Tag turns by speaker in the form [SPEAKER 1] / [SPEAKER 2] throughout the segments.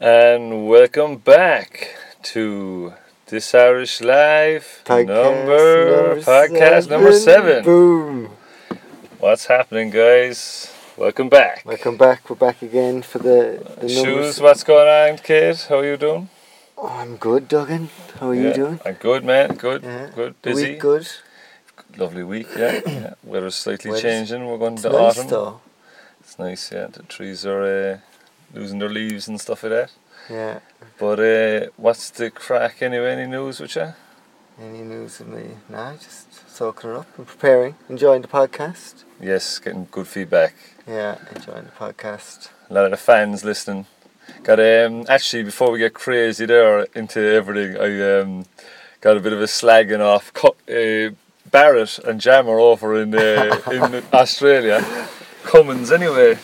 [SPEAKER 1] And welcome back to This Irish Life number podcast number seven.
[SPEAKER 2] Boom.
[SPEAKER 1] What's happening, guys? Welcome back.
[SPEAKER 2] Welcome back. We're back again for the, the
[SPEAKER 1] Shoes,
[SPEAKER 2] numbers.
[SPEAKER 1] what's going on, kid? How you doing?
[SPEAKER 2] Oh, I'm good, Duggan. How are you
[SPEAKER 1] Yeah,
[SPEAKER 2] doing?
[SPEAKER 1] I'm good, man. Good,
[SPEAKER 2] Yeah.
[SPEAKER 1] good,
[SPEAKER 2] The
[SPEAKER 1] busy.
[SPEAKER 2] Week good.
[SPEAKER 1] Lovely week, yeah. yeah. Weather's slightly
[SPEAKER 2] Weather's-
[SPEAKER 1] changing. We're going
[SPEAKER 2] It's
[SPEAKER 1] to
[SPEAKER 2] nice
[SPEAKER 1] autumn.
[SPEAKER 2] though.
[SPEAKER 1] It's nice, yeah. The trees are uh, losing their leaves and stuff like that.
[SPEAKER 2] Yeah.
[SPEAKER 1] But uh, what's the crack anyway? Any news with you?
[SPEAKER 2] Any news of me? Nah, just soaking it up and preparing, enjoying the podcast.
[SPEAKER 1] Yes, getting good feedback.
[SPEAKER 2] Yeah, enjoying the podcast.
[SPEAKER 1] A lot of the fans listening. Got um actually before we get crazy there into everything, I um got a bit of a slagging off Co- uh, Barrett and Jammer over in uh, in Australia. Cummins anyway.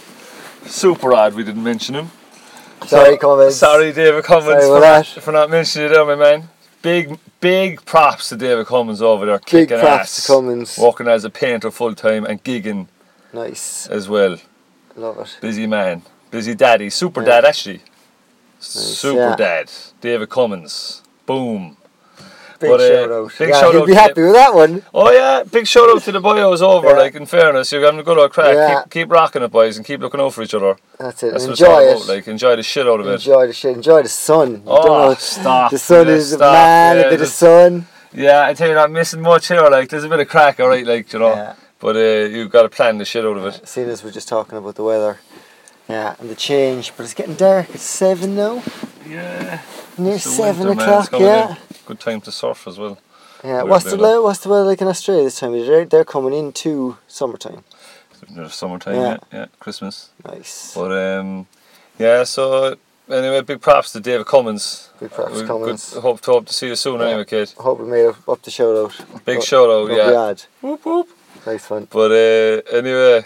[SPEAKER 1] Super odd we didn't mention him.
[SPEAKER 2] Sorry, comments.
[SPEAKER 1] Sorry, David
[SPEAKER 2] Sorry
[SPEAKER 1] Cummins,
[SPEAKER 2] about
[SPEAKER 1] for,
[SPEAKER 2] that.
[SPEAKER 1] for not mentioning it there, my man. Big, big props to David Cummins over there,
[SPEAKER 2] Big
[SPEAKER 1] kicking
[SPEAKER 2] props
[SPEAKER 1] ass,
[SPEAKER 2] to Cummins.
[SPEAKER 1] working as a painter full time and gigging
[SPEAKER 2] Nice.
[SPEAKER 1] as well.
[SPEAKER 2] Love it.
[SPEAKER 1] Busy man, busy daddy, super
[SPEAKER 2] Yeah.
[SPEAKER 1] dad actually, super
[SPEAKER 2] yeah.
[SPEAKER 1] dad, David Cummins. Boom.
[SPEAKER 2] Big
[SPEAKER 1] But, uh,
[SPEAKER 2] shout out.
[SPEAKER 1] big
[SPEAKER 2] yeah,
[SPEAKER 1] shout
[SPEAKER 2] he'll
[SPEAKER 1] out
[SPEAKER 2] be
[SPEAKER 1] to-
[SPEAKER 2] happy with that one.
[SPEAKER 1] Oh yeah, big shout out to the boyos over.
[SPEAKER 2] Yeah.
[SPEAKER 1] Like in fairness, you're having a good old crack.
[SPEAKER 2] Yeah.
[SPEAKER 1] Keep, keep rocking it, boys, and keep looking out for each other.
[SPEAKER 2] That's it.
[SPEAKER 1] That's what it's all
[SPEAKER 2] enjoy
[SPEAKER 1] about.
[SPEAKER 2] it.
[SPEAKER 1] Like enjoy the shit out of it.
[SPEAKER 2] enjoy the shit. Enjoy the sun. You
[SPEAKER 1] Oh,
[SPEAKER 2] don't know-
[SPEAKER 1] stop.
[SPEAKER 2] The sun
[SPEAKER 1] Yeah,
[SPEAKER 2] is a
[SPEAKER 1] stop.
[SPEAKER 2] man.
[SPEAKER 1] Yeah,
[SPEAKER 2] a bit of
[SPEAKER 1] just-
[SPEAKER 2] sun.
[SPEAKER 1] Yeah, I tell you, not missing much here. Like there's a bit of crack, all right. Like you know,
[SPEAKER 2] Yeah.
[SPEAKER 1] but uh, you've got to plan the shit out of it.
[SPEAKER 2] Seeing as we're just talking about the weather, yeah, and the change, but it's getting dark. It's seven now,
[SPEAKER 1] Yeah.
[SPEAKER 2] near
[SPEAKER 1] It's the
[SPEAKER 2] seven
[SPEAKER 1] winter, man, it's
[SPEAKER 2] o'clock.
[SPEAKER 1] coming
[SPEAKER 2] Yeah,
[SPEAKER 1] in. Good time to surf as well.
[SPEAKER 2] yeah.
[SPEAKER 1] Weird
[SPEAKER 2] What's the
[SPEAKER 1] weather.
[SPEAKER 2] le- what's the weather like in Australia this time? of year? They're they're coming into summertime.
[SPEAKER 1] There's summertime,
[SPEAKER 2] Yeah.
[SPEAKER 1] yeah. yeah, Christmas.
[SPEAKER 2] Nice.
[SPEAKER 1] But um, yeah, so anyway, big props to David Cummins.
[SPEAKER 2] Big props,
[SPEAKER 1] We- good-
[SPEAKER 2] Cummins.
[SPEAKER 1] hope to hope to see you soon, anyway, kid.
[SPEAKER 2] I hope we made up, up the shout out.
[SPEAKER 1] Big shout out, Oh, yeah.
[SPEAKER 2] Whoop whoop. Nice one.
[SPEAKER 1] But uh, anyway,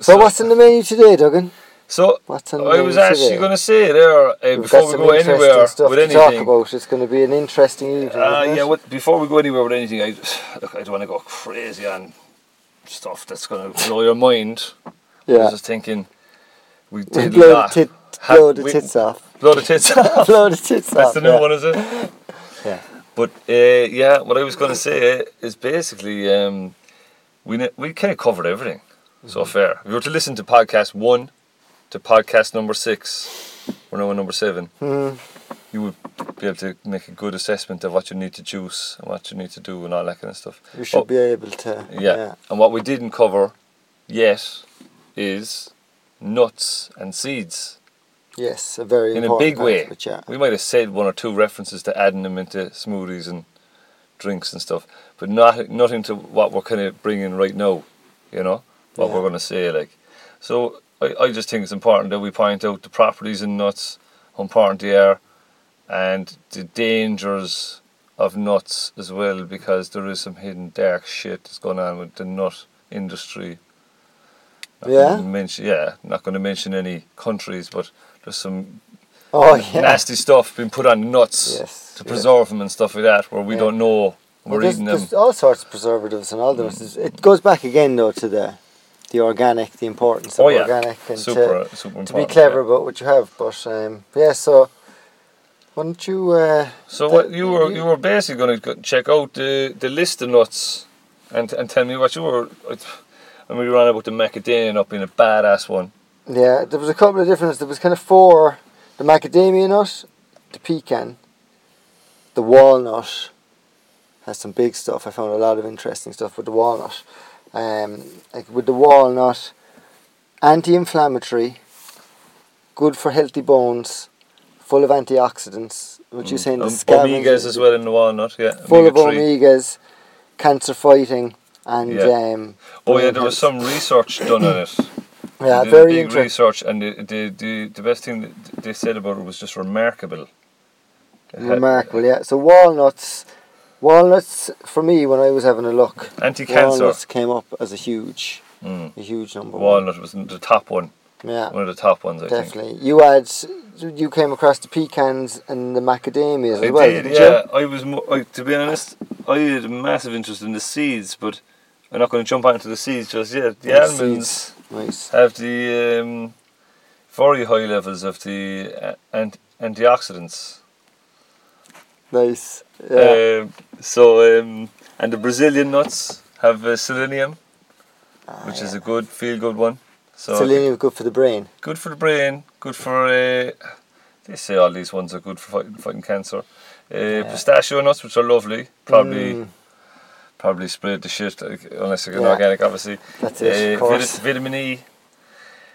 [SPEAKER 2] So, what's in the menu today, Duggan?
[SPEAKER 1] so
[SPEAKER 2] What's in the
[SPEAKER 1] I
[SPEAKER 2] menu
[SPEAKER 1] was actually
[SPEAKER 2] today?
[SPEAKER 1] going to say there uh,
[SPEAKER 2] We've
[SPEAKER 1] before
[SPEAKER 2] got
[SPEAKER 1] we
[SPEAKER 2] some
[SPEAKER 1] go
[SPEAKER 2] interesting
[SPEAKER 1] anywhere
[SPEAKER 2] stuff
[SPEAKER 1] with
[SPEAKER 2] to talk
[SPEAKER 1] anything.
[SPEAKER 2] about. It's going to be an interesting evening.
[SPEAKER 1] Uh,
[SPEAKER 2] isn't it?
[SPEAKER 1] yeah, what, before we go anywhere with anything, I look, I don't want to go crazy on stuff that's going to blow your mind. I
[SPEAKER 2] yeah.
[SPEAKER 1] was just thinking, we
[SPEAKER 2] Blow
[SPEAKER 1] did
[SPEAKER 2] the,
[SPEAKER 1] lot-
[SPEAKER 2] tit,
[SPEAKER 1] Ha-
[SPEAKER 2] blow the
[SPEAKER 1] we-
[SPEAKER 2] tits off.
[SPEAKER 1] blow the tits off.
[SPEAKER 2] Blow the tits
[SPEAKER 1] That's
[SPEAKER 2] off.
[SPEAKER 1] the new
[SPEAKER 2] yeah.
[SPEAKER 1] one, is it?
[SPEAKER 2] Yeah.
[SPEAKER 1] But uh, yeah, what I was going to say is basically um, we ne- we kind of covered everything so
[SPEAKER 2] Mm-hmm.
[SPEAKER 1] fair. If you were to listen to podcast one to podcast number six, we're now on number 7
[SPEAKER 2] Hmm. Mm,
[SPEAKER 1] You would be able to make a good assessment of what you need to choose and what you need to do and all that kind of stuff.
[SPEAKER 2] We should
[SPEAKER 1] Oh,
[SPEAKER 2] be able to.
[SPEAKER 1] yeah. And what we didn't cover yet is nuts and seeds
[SPEAKER 2] Yes, a very
[SPEAKER 1] in a
[SPEAKER 2] important
[SPEAKER 1] big way.
[SPEAKER 2] aspect, yeah.
[SPEAKER 1] We might have said one or two references to adding them into smoothies and drinks and stuff, but not nothing to what we're kind of bringing right now. You know what
[SPEAKER 2] Yeah.
[SPEAKER 1] we're going to say, like. So I, I just think it's important that we point out the properties in nuts, how important they are, and the dangers of nuts as well, because there is some hidden dark shit that's going on with the nut industry. Not
[SPEAKER 2] Yeah?
[SPEAKER 1] gonna Mention, yeah. Not going to mention any countries, but there's some
[SPEAKER 2] Oh yeah.
[SPEAKER 1] nasty stuff being put on nuts
[SPEAKER 2] Yes,
[SPEAKER 1] to
[SPEAKER 2] yeah.
[SPEAKER 1] preserve them and stuff like that, where we
[SPEAKER 2] Yeah.
[SPEAKER 1] don't know
[SPEAKER 2] Well,
[SPEAKER 1] we're
[SPEAKER 2] there's,
[SPEAKER 1] eating them. Oh,
[SPEAKER 2] there's all sorts of preservatives and all those. It goes back again though to the, the organic, the importance of
[SPEAKER 1] oh yeah,
[SPEAKER 2] organic, and
[SPEAKER 1] super,
[SPEAKER 2] to,
[SPEAKER 1] super
[SPEAKER 2] to be
[SPEAKER 1] important.
[SPEAKER 2] clever
[SPEAKER 1] yeah.
[SPEAKER 2] about what you have. But um, yeah, so why don't you? Uh,
[SPEAKER 1] So
[SPEAKER 2] that-
[SPEAKER 1] what you were you were basically going to check out the the list of nuts, and and tell me what you were. And we ran about the macadamia nut being a badass one.
[SPEAKER 2] Yeah, there was a couple of different. There was kind of four: the macadamia nut, the pecan, the walnut. Has some big stuff. I found a lot of interesting stuff with the walnut. Um, like with the walnut, anti-inflammatory, good for healthy bones, full of antioxidants. What you saying? The
[SPEAKER 1] Um,
[SPEAKER 2] scavenge-
[SPEAKER 1] omegas as well in the walnut, yeah.
[SPEAKER 2] Full of
[SPEAKER 1] omega-3.
[SPEAKER 2] omegas, cancer fighting, and
[SPEAKER 1] Yeah.
[SPEAKER 2] um,
[SPEAKER 1] Oh yeah,
[SPEAKER 2] brain
[SPEAKER 1] there was
[SPEAKER 2] health.
[SPEAKER 1] some research done on it.
[SPEAKER 2] yeah,
[SPEAKER 1] They did
[SPEAKER 2] very
[SPEAKER 1] big
[SPEAKER 2] interesting.
[SPEAKER 1] research, and the, the the the best thing that they said about it was just remarkable. It had-
[SPEAKER 2] Remarkable, yeah. So walnuts, walnuts for me when I was having a look,
[SPEAKER 1] Anti-cancer.
[SPEAKER 2] walnuts came up as a huge,
[SPEAKER 1] Mm.
[SPEAKER 2] a huge number. one.
[SPEAKER 1] Walnut was the top one,
[SPEAKER 2] yeah,
[SPEAKER 1] one of the top ones, I think.
[SPEAKER 2] definitely. You had, you came across the pecans and the macadamias as
[SPEAKER 1] I
[SPEAKER 2] well.
[SPEAKER 1] did,
[SPEAKER 2] didn't
[SPEAKER 1] yeah. I was, mo- I, to be honest, I had a massive interest in the seeds, but I'm not going to jump onto the seeds just yet. The
[SPEAKER 2] The
[SPEAKER 1] almonds
[SPEAKER 2] you? Nice.
[SPEAKER 1] have the um, very high levels of the uh, ant- antioxidants.
[SPEAKER 2] Nice. Yeah.
[SPEAKER 1] Um, so, um, and the Brazilian nuts have uh, selenium,
[SPEAKER 2] Ah,
[SPEAKER 1] which
[SPEAKER 2] yeah.
[SPEAKER 1] is a good feel good one. So
[SPEAKER 2] selenium is good for the brain.
[SPEAKER 1] good for the brain, good for. Uh, they say all these ones are good for fighting, fighting cancer. Uh, Pistachio nuts, which are lovely, probably
[SPEAKER 2] Mm,
[SPEAKER 1] probably sprayed the shit like, unless they're
[SPEAKER 2] Yeah.
[SPEAKER 1] organic, obvitaly.
[SPEAKER 2] that's it. of
[SPEAKER 1] Uh, vit-
[SPEAKER 2] course.
[SPEAKER 1] vitamin E.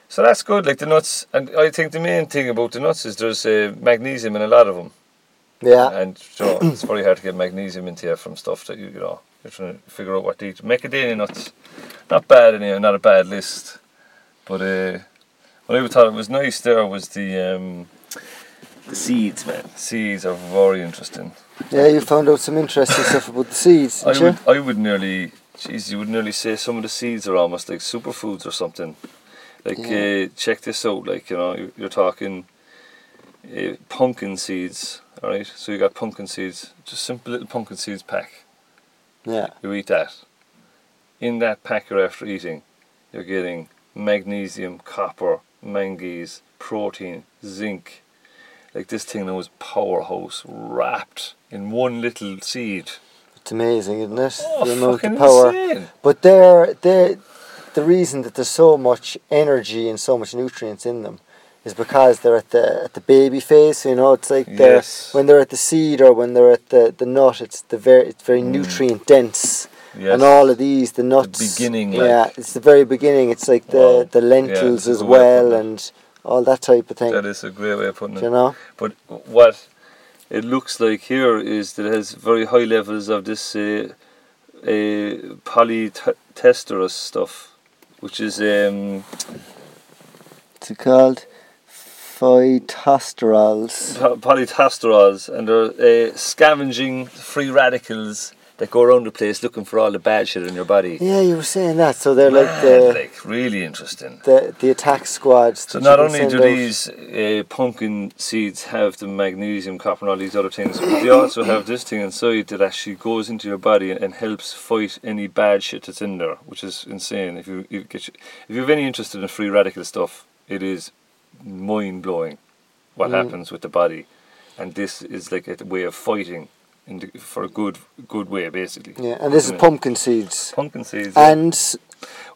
[SPEAKER 1] So that's good. Like the nuts, and I think the main thing about the nuts is there's uh, magnesium in a lot of them,
[SPEAKER 2] yeah.
[SPEAKER 1] and so it's very hard to get magnesium into you from stuff that you you know you're trying to figure out what to eat. Macadamia nuts, not bad anyway, not a bad list. But uh, what I would thought it was nice there was the um,
[SPEAKER 3] The seeds, man.
[SPEAKER 1] seeds are very interesting.
[SPEAKER 2] Yeah. You found out some interesting stuff about the seeds,
[SPEAKER 1] I
[SPEAKER 2] didn't you?
[SPEAKER 1] would, I would nearly, jeez, you would nearly say some of the seeds are almost like superfoods or something. Like,
[SPEAKER 2] Yeah.
[SPEAKER 1] uh, check this out. Like, you know, you're, you're talking uh, pumpkin seeds, all right? So you got pumpkin seeds, just simple little pumpkin seeds pack.
[SPEAKER 2] Yeah.
[SPEAKER 1] You eat that. In that pack you're after eating, you're getting magnesium, copper, manganese, protein, zinc. Like this thing that was powerhouse wrapped in one little seed.
[SPEAKER 2] It's amazing, isn't it?
[SPEAKER 1] Oh,
[SPEAKER 2] the amount
[SPEAKER 1] fucking
[SPEAKER 2] of power.
[SPEAKER 1] insane.
[SPEAKER 2] But they're, they the reason that there's so much energy and so much nutrients in them is because they're at the at the baby phase. You know, it's like they're
[SPEAKER 1] Yes.
[SPEAKER 2] when they're at the seed or when they're at the, the nut. It's the very it's very nutrient dense.
[SPEAKER 1] Mm. Yes.
[SPEAKER 2] And all of these, the nuts.
[SPEAKER 1] beginning, like.
[SPEAKER 2] Yeah, it's the very beginning. It's like the
[SPEAKER 1] Wow.
[SPEAKER 2] the
[SPEAKER 1] Yeah, it's
[SPEAKER 2] lentils
[SPEAKER 1] a
[SPEAKER 2] as
[SPEAKER 1] good way of
[SPEAKER 2] well
[SPEAKER 1] putting it.
[SPEAKER 2] and all that type of thing.
[SPEAKER 1] That is a great way of putting
[SPEAKER 2] do
[SPEAKER 1] it.
[SPEAKER 2] you know?
[SPEAKER 1] But what it looks like here is that it has very high levels of this uh, uh, polytesterous stuff, which is um,
[SPEAKER 2] It's called phytosterols.
[SPEAKER 1] po- polytestosterols, and they're uh, scavenging free radicals that go around the place looking for all the bad shit in your body.
[SPEAKER 2] Yeah, you were saying that. So they're like uh, the.
[SPEAKER 1] Man, like really interesting.
[SPEAKER 2] the the attack squads.
[SPEAKER 1] So not
[SPEAKER 2] that you can
[SPEAKER 1] only
[SPEAKER 2] send
[SPEAKER 1] do
[SPEAKER 2] out.
[SPEAKER 1] these uh, pumpkin seeds have the magnesium, copper, and all these other things, but they also have this thing inside that actually goes into your body and, and helps fight any bad shit that's in there, which is insane. If you, you get, if you have any interest in the free radical stuff, it is mind blowing what
[SPEAKER 2] Mm.
[SPEAKER 1] happens with the body, and this is like a way of fighting in the, for a good good way basically.
[SPEAKER 2] yeah, and this is
[SPEAKER 1] Yeah.
[SPEAKER 2] pumpkin seeds.
[SPEAKER 1] Pumpkin seeds, yeah.
[SPEAKER 2] And s-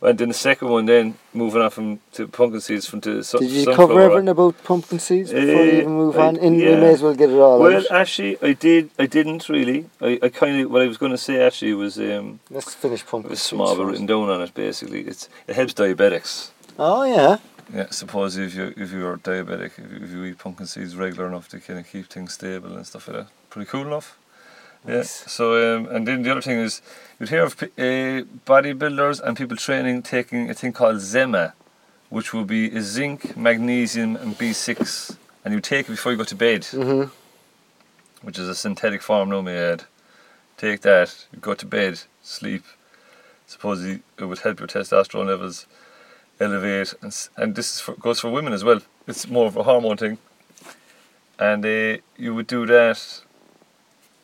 [SPEAKER 1] and then the second one. Then moving on from to pumpkin seeds from to sun-
[SPEAKER 2] did you cover
[SPEAKER 1] sunflower oil.
[SPEAKER 2] everything about pumpkin seeds before you
[SPEAKER 1] Eh,
[SPEAKER 2] even move
[SPEAKER 1] I-
[SPEAKER 2] on? In, We
[SPEAKER 1] yeah.
[SPEAKER 2] may as well get it all
[SPEAKER 1] Well,
[SPEAKER 2] out.
[SPEAKER 1] actually, I did. I didn't really. I, I kind of what I was going to say actually was um,
[SPEAKER 2] Let's finish
[SPEAKER 1] it
[SPEAKER 2] pumpkin
[SPEAKER 1] was
[SPEAKER 2] seeds.
[SPEAKER 1] small but
[SPEAKER 2] first.
[SPEAKER 1] written down on it. Basically, it's it helps diabetics.
[SPEAKER 2] Oh yeah,
[SPEAKER 1] Yeah, suppose if you if you are diabetic, if you, if you eat pumpkin seeds regular enough, they kind of keep things stable and stuff like that. Pretty cool enough. Yeah.
[SPEAKER 2] Nice.
[SPEAKER 1] So um, and then the other thing is, you'd hear of p- uh, bodybuilders and people training taking a thing called Zema, which will be a zinc, magnesium, and B six, and you take it before you go to bed
[SPEAKER 2] mm-hmm.
[SPEAKER 1] which is a synthetic form now, my head. Take that, go to bed, sleep. Supposedly, it would help your testosterone levels elevate, and, s- and this is for, goes for women as well. It's more of a hormone thing. And uh, you would do that,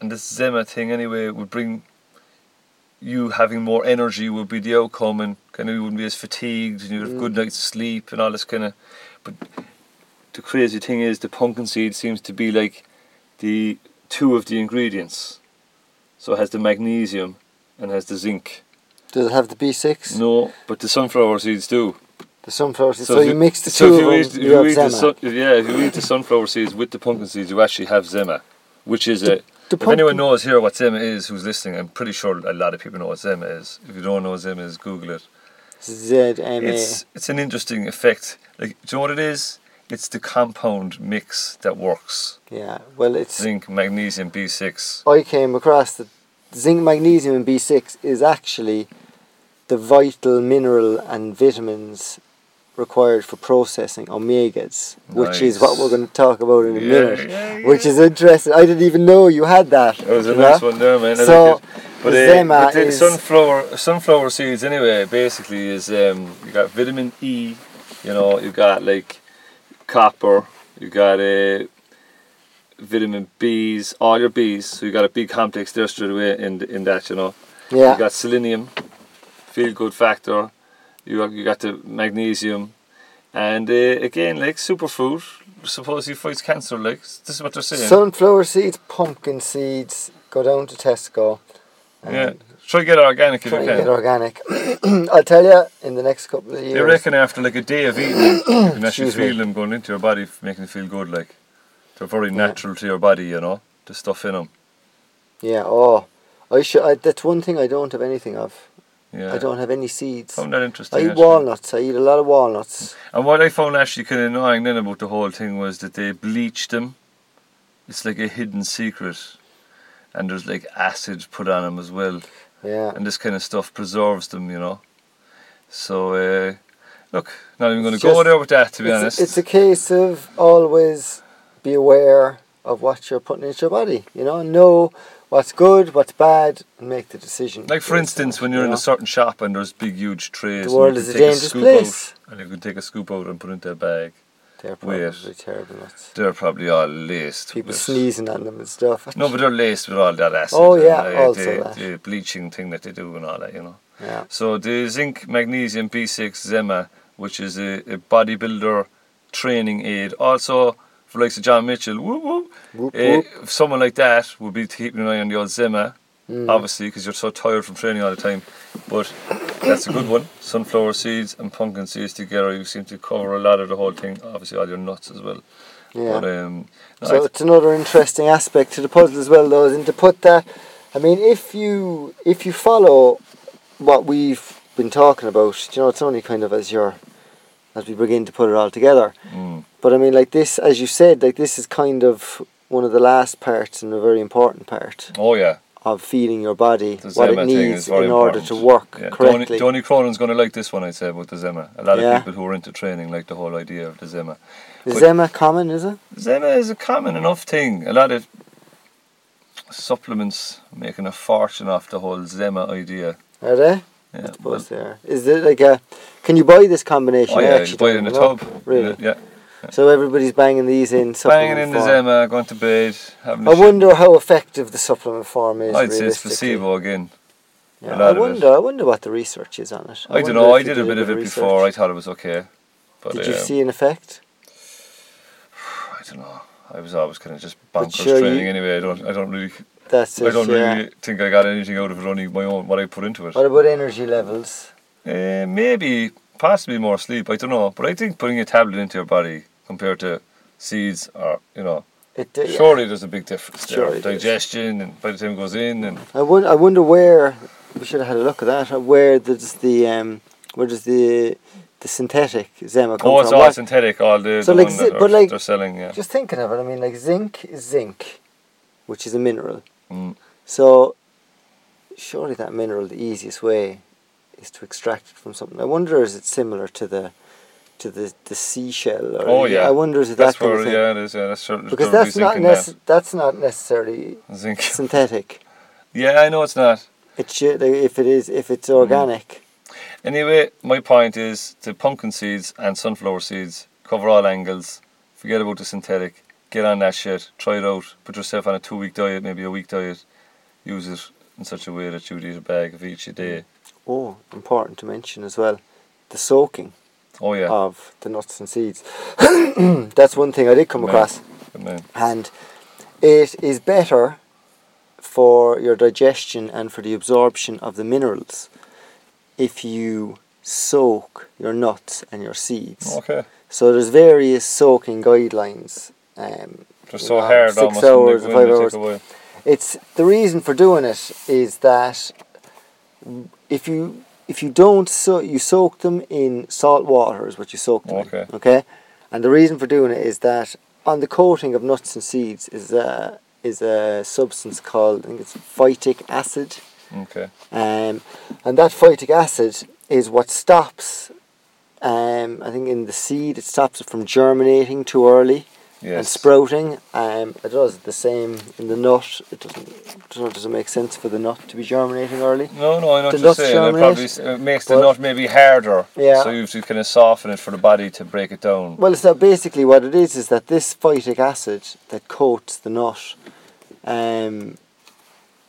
[SPEAKER 1] and this Zema thing anyway would bring you having more energy would be the outcome, and kind of you wouldn't be as fatigued, and you'd have good night's sleep, and all this kind of. But the crazy thing is, the pumpkin seed seems to be like the two of the ingredients. So it has the magnesium and has the zinc.
[SPEAKER 2] Does it have the B six?
[SPEAKER 1] No, but the sunflower seeds do.
[SPEAKER 2] The sunflower seeds. So,
[SPEAKER 1] if
[SPEAKER 2] you mix the
[SPEAKER 1] so
[SPEAKER 2] two
[SPEAKER 1] if you
[SPEAKER 2] of
[SPEAKER 1] eat,
[SPEAKER 2] them,
[SPEAKER 1] if
[SPEAKER 2] you
[SPEAKER 1] you
[SPEAKER 2] have
[SPEAKER 1] eat the
[SPEAKER 2] Zema.
[SPEAKER 1] sun, if- yeah, if you eat the sunflower seeds with the pumpkin seeds, you actually have zema, which is a.
[SPEAKER 2] the
[SPEAKER 1] if anyone
[SPEAKER 2] pumpkin-
[SPEAKER 1] knows here what zema is, who's listening, I'm pretty sure a lot of people know what zema is. If you don't know what zema is, Google it. It's
[SPEAKER 2] ZMA.
[SPEAKER 1] it's an interesting effect. Like, do you know what it is? It's the compound mix that works.
[SPEAKER 2] Yeah. Well, it's.
[SPEAKER 1] Zinc, magnesium, B6.
[SPEAKER 2] I came across that zinc, magnesium, and B six is actually the vital mineral and vitamins required for processing omegas, which is what
[SPEAKER 1] Nice.
[SPEAKER 2] we're going to talk about in a
[SPEAKER 1] Yeah,
[SPEAKER 2] minute.
[SPEAKER 1] yeah,
[SPEAKER 2] Which
[SPEAKER 1] yeah.
[SPEAKER 2] is interesting. I didn't even know you had that.
[SPEAKER 1] That was a
[SPEAKER 2] you know?
[SPEAKER 1] nice one there, man. I
[SPEAKER 2] So,
[SPEAKER 1] like it. But,
[SPEAKER 2] the
[SPEAKER 1] uh,
[SPEAKER 2] Zema
[SPEAKER 1] but the
[SPEAKER 2] is-
[SPEAKER 1] sunflower sunflower seeds anyway. Basically, is um, you got vitamin E, you know, you got like copper, you got uh, vitamin Bs, all your Bs. So you got a B complex there straight away in th- in that, you know.
[SPEAKER 2] Yeah.
[SPEAKER 1] You got selenium, feel good factor. You got, you got the magnesium. And uh, again, like superfood, supposedly fights cancer. Like this is what they're saying.
[SPEAKER 2] Sunflower seeds, pumpkin seeds. Go down to Tesco. and
[SPEAKER 1] yeah, try to get organic if
[SPEAKER 2] Try
[SPEAKER 1] you
[SPEAKER 2] and
[SPEAKER 1] can.
[SPEAKER 2] get organic. I'll tell you in the next couple of years.
[SPEAKER 1] You reckon after like a day of eating, you can actually
[SPEAKER 2] Excuse me.
[SPEAKER 1] feel them going into your body, f- making you feel good. Like they're very natural to your body, you know, the stuff in them.
[SPEAKER 2] Yeah. Oh, I should. I, that's one thing I don't have anything of.
[SPEAKER 1] Yeah,
[SPEAKER 2] I don't have any seeds.
[SPEAKER 1] found that interesting.
[SPEAKER 2] I eat
[SPEAKER 1] actually.
[SPEAKER 2] walnuts. I eat a lot of walnuts.
[SPEAKER 1] And what I found actually kind of annoying then about the whole thing was that they bleached them. It's like a hidden secret, and there's like acid put on them as well.
[SPEAKER 2] Yeah.
[SPEAKER 1] and this kind of stuff preserves them, you know. So, uh, look, not even going to
[SPEAKER 2] It's
[SPEAKER 1] go
[SPEAKER 2] just-
[SPEAKER 1] there with that, to be
[SPEAKER 2] It's,
[SPEAKER 1] honest.
[SPEAKER 2] it's a case of always be aware of what you're putting into your body. You know, know what's good, what's bad, and make the decision.
[SPEAKER 1] like, for
[SPEAKER 2] based on
[SPEAKER 1] instance,
[SPEAKER 2] it,
[SPEAKER 1] when you're
[SPEAKER 2] you
[SPEAKER 1] in
[SPEAKER 2] know?
[SPEAKER 1] a certain shop and there's big, huge trays,
[SPEAKER 2] The
[SPEAKER 1] and you
[SPEAKER 2] world
[SPEAKER 1] can
[SPEAKER 2] is a
[SPEAKER 1] take
[SPEAKER 2] dangerous
[SPEAKER 1] scoop
[SPEAKER 2] place.
[SPEAKER 1] Out, and you can take a scoop out and put it into a bag.
[SPEAKER 2] they're probably
[SPEAKER 1] weird.
[SPEAKER 2] terrible nuts.
[SPEAKER 1] They're probably all laced.
[SPEAKER 2] People
[SPEAKER 1] with-
[SPEAKER 2] sneezing on them and stuff.
[SPEAKER 1] No, but they're laced with all that acid.
[SPEAKER 2] Oh,
[SPEAKER 1] and,
[SPEAKER 2] yeah,
[SPEAKER 1] uh,
[SPEAKER 2] also
[SPEAKER 1] the,
[SPEAKER 2] that.
[SPEAKER 1] the bleaching thing that they do and all that, you know.
[SPEAKER 2] Yeah.
[SPEAKER 1] So the zinc, magnesium, B6, Zema, which is a, a bodybuilder training aid, also for likes of John Mitchell, woo woo.
[SPEAKER 2] Whoop,
[SPEAKER 1] Eh,
[SPEAKER 2] whoop.
[SPEAKER 1] if someone like that would be keeping an eye on the old Zimmer,
[SPEAKER 2] Mm.
[SPEAKER 1] obviously, because you're so tired from training all the time. But that's a good one. Sunflower seeds and pumpkin seeds together, you seem to cover a lot of the whole thing. Obviously, all your nuts as well.
[SPEAKER 2] Yeah.
[SPEAKER 1] But, um, no,
[SPEAKER 2] So
[SPEAKER 1] I-
[SPEAKER 2] it's another interesting aspect to the puzzle as well, though, and to put that, I mean, if you if you follow what we've been talking about, you know, it's only kind of as you're as we begin to put it all together.
[SPEAKER 1] mm,
[SPEAKER 2] But I mean, like this, as you said, like this is kind of one of the last parts and a very important part
[SPEAKER 1] oh, yeah.
[SPEAKER 2] of feeding your body
[SPEAKER 1] The Zema
[SPEAKER 2] what it
[SPEAKER 1] thing
[SPEAKER 2] needs
[SPEAKER 1] is
[SPEAKER 2] in
[SPEAKER 1] very
[SPEAKER 2] order to
[SPEAKER 1] important.
[SPEAKER 2] work
[SPEAKER 1] Yeah, Donny,
[SPEAKER 2] correctly.
[SPEAKER 1] Donny Cronin's going to like this one, I'd say, about the Zimmer. A lot
[SPEAKER 2] Yeah.
[SPEAKER 1] of people who are into training like the whole idea of the Zimmer.
[SPEAKER 2] Is
[SPEAKER 1] but-
[SPEAKER 2] Zema common? Is it?
[SPEAKER 1] Zema is a common enough thing. A lot of supplements making a fortune off the whole Zema idea.
[SPEAKER 2] Are they?
[SPEAKER 1] Yeah,
[SPEAKER 2] I
[SPEAKER 1] well,
[SPEAKER 2] suppose they are. Is it like a? Can you buy this combination?
[SPEAKER 1] oh
[SPEAKER 2] I
[SPEAKER 1] yeah,
[SPEAKER 2] actually
[SPEAKER 1] you buy it in
[SPEAKER 2] don't
[SPEAKER 1] a
[SPEAKER 2] know.
[SPEAKER 1] tub.
[SPEAKER 2] Really?
[SPEAKER 1] Yeah.
[SPEAKER 2] So everybody's banging these in.
[SPEAKER 1] Banging
[SPEAKER 2] supplement
[SPEAKER 1] in the
[SPEAKER 2] form.
[SPEAKER 1] Zema, going to bed, having a
[SPEAKER 2] I
[SPEAKER 1] shit.
[SPEAKER 2] wonder how effective the supplement form is.
[SPEAKER 1] I'd say it's
[SPEAKER 2] realistically.
[SPEAKER 1] placebo again.
[SPEAKER 2] Yeah,
[SPEAKER 1] a
[SPEAKER 2] I
[SPEAKER 1] lot of it.
[SPEAKER 2] wonder. I wonder what the research is on it.
[SPEAKER 1] I, don't
[SPEAKER 2] wonder
[SPEAKER 1] know,
[SPEAKER 2] if
[SPEAKER 1] I
[SPEAKER 2] you
[SPEAKER 1] did a bit of it
[SPEAKER 2] research.
[SPEAKER 1] before, I thought it was okay. But
[SPEAKER 2] Did you
[SPEAKER 1] um,
[SPEAKER 2] see an effect?
[SPEAKER 1] I don't know. I was always kind of just
[SPEAKER 2] But
[SPEAKER 1] bonkers
[SPEAKER 2] sure you-
[SPEAKER 1] training anyway. I don't, I don't really,
[SPEAKER 2] That's it.
[SPEAKER 1] I don't
[SPEAKER 2] yeah.
[SPEAKER 1] really think I got anything out of it. Only my own what I put into it.
[SPEAKER 2] uh, What about energy levels?
[SPEAKER 1] Uh, maybe possibly more sleep. I don't know, but I think putting a tablet into your body compared to seeds, or you know,
[SPEAKER 2] It, uh, yeah.
[SPEAKER 1] surely there's a big difference there.
[SPEAKER 2] Surely there is.
[SPEAKER 1] Digestion and by the time it goes in, and
[SPEAKER 2] I wonder. I wonder where we should have had a look at that. uh, Where does the um, where does the the synthetic Zema come
[SPEAKER 1] oh, it's
[SPEAKER 2] from?
[SPEAKER 1] all
[SPEAKER 2] What-
[SPEAKER 1] synthetic. All the,
[SPEAKER 2] So
[SPEAKER 1] the
[SPEAKER 2] like
[SPEAKER 1] one
[SPEAKER 2] zi-
[SPEAKER 1] that
[SPEAKER 2] but
[SPEAKER 1] are-
[SPEAKER 2] like-
[SPEAKER 1] they're selling, yeah.
[SPEAKER 2] Just thinking of it, I mean, like zinc is zinc, which is a mineral.
[SPEAKER 1] Mm.
[SPEAKER 2] So, surely that mineral, the easiest way is to extract it from something. I wonder is it similar to the to the, the seashell? Or
[SPEAKER 1] Oh, yeah.
[SPEAKER 2] uh, I wonder is it
[SPEAKER 1] That's
[SPEAKER 2] that kind
[SPEAKER 1] where,
[SPEAKER 2] of thing?
[SPEAKER 1] yeah, it is. Yeah, that's certain.
[SPEAKER 2] because that's not nece- that's not necessarily
[SPEAKER 1] Zinc.
[SPEAKER 2] synthetic.
[SPEAKER 1] yeah, I know it's not.
[SPEAKER 2] It should, like, if it is if
[SPEAKER 1] Mm-hmm.
[SPEAKER 2] it's organic.
[SPEAKER 1] Anyway, my point is the pumpkin seeds and sunflower seeds cover all angles. Forget about the synthetic. Get on that shit. Try it out. Put yourself on a two week diet, maybe a week diet. Use it in such a way that you'd eat a bag of each a day.
[SPEAKER 2] Oh, important to mention as well, the soaking
[SPEAKER 1] Oh, yeah.
[SPEAKER 2] of the nuts and seeds. that's one thing I did come
[SPEAKER 1] Right.
[SPEAKER 2] across.
[SPEAKER 1] Good man.
[SPEAKER 2] and it is better for your digestion and for the absorption of the minerals if you soak your nuts and your seeds.
[SPEAKER 1] Okay.
[SPEAKER 2] So there's various soaking guidelines. Um,
[SPEAKER 1] They're
[SPEAKER 2] you
[SPEAKER 1] so
[SPEAKER 2] know,
[SPEAKER 1] hard
[SPEAKER 2] six
[SPEAKER 1] almost. and they
[SPEAKER 2] hours,
[SPEAKER 1] go in,
[SPEAKER 2] five
[SPEAKER 1] they take
[SPEAKER 2] hours.
[SPEAKER 1] away.
[SPEAKER 2] It's the reason for doing it is that if you if you don't so you soak them in salt water is what you soak them
[SPEAKER 1] Okay.
[SPEAKER 2] in. Okay. And the reason for doing it is that on the coating of nuts and seeds is a is a substance called I think it's phytic acid,
[SPEAKER 1] Okay.
[SPEAKER 2] um, and that phytic acid is what stops. Um, I think in the seed it stops it from germinating too early
[SPEAKER 1] Yes.
[SPEAKER 2] and sprouting. Um, it does the same in the nut. It doesn't. It doesn't- doesn't make sense for the nut to be germinating early.
[SPEAKER 1] No, no, I know
[SPEAKER 2] The
[SPEAKER 1] what you're
[SPEAKER 2] nuts
[SPEAKER 1] saying. It probably
[SPEAKER 2] germinate,
[SPEAKER 1] s- it makes the
[SPEAKER 2] but-
[SPEAKER 1] nut maybe harder.
[SPEAKER 2] Yeah.
[SPEAKER 1] So you have to kind of soften it for the body to break it down.
[SPEAKER 2] Well, so basically what it is is that this phytic acid that coats the nut um,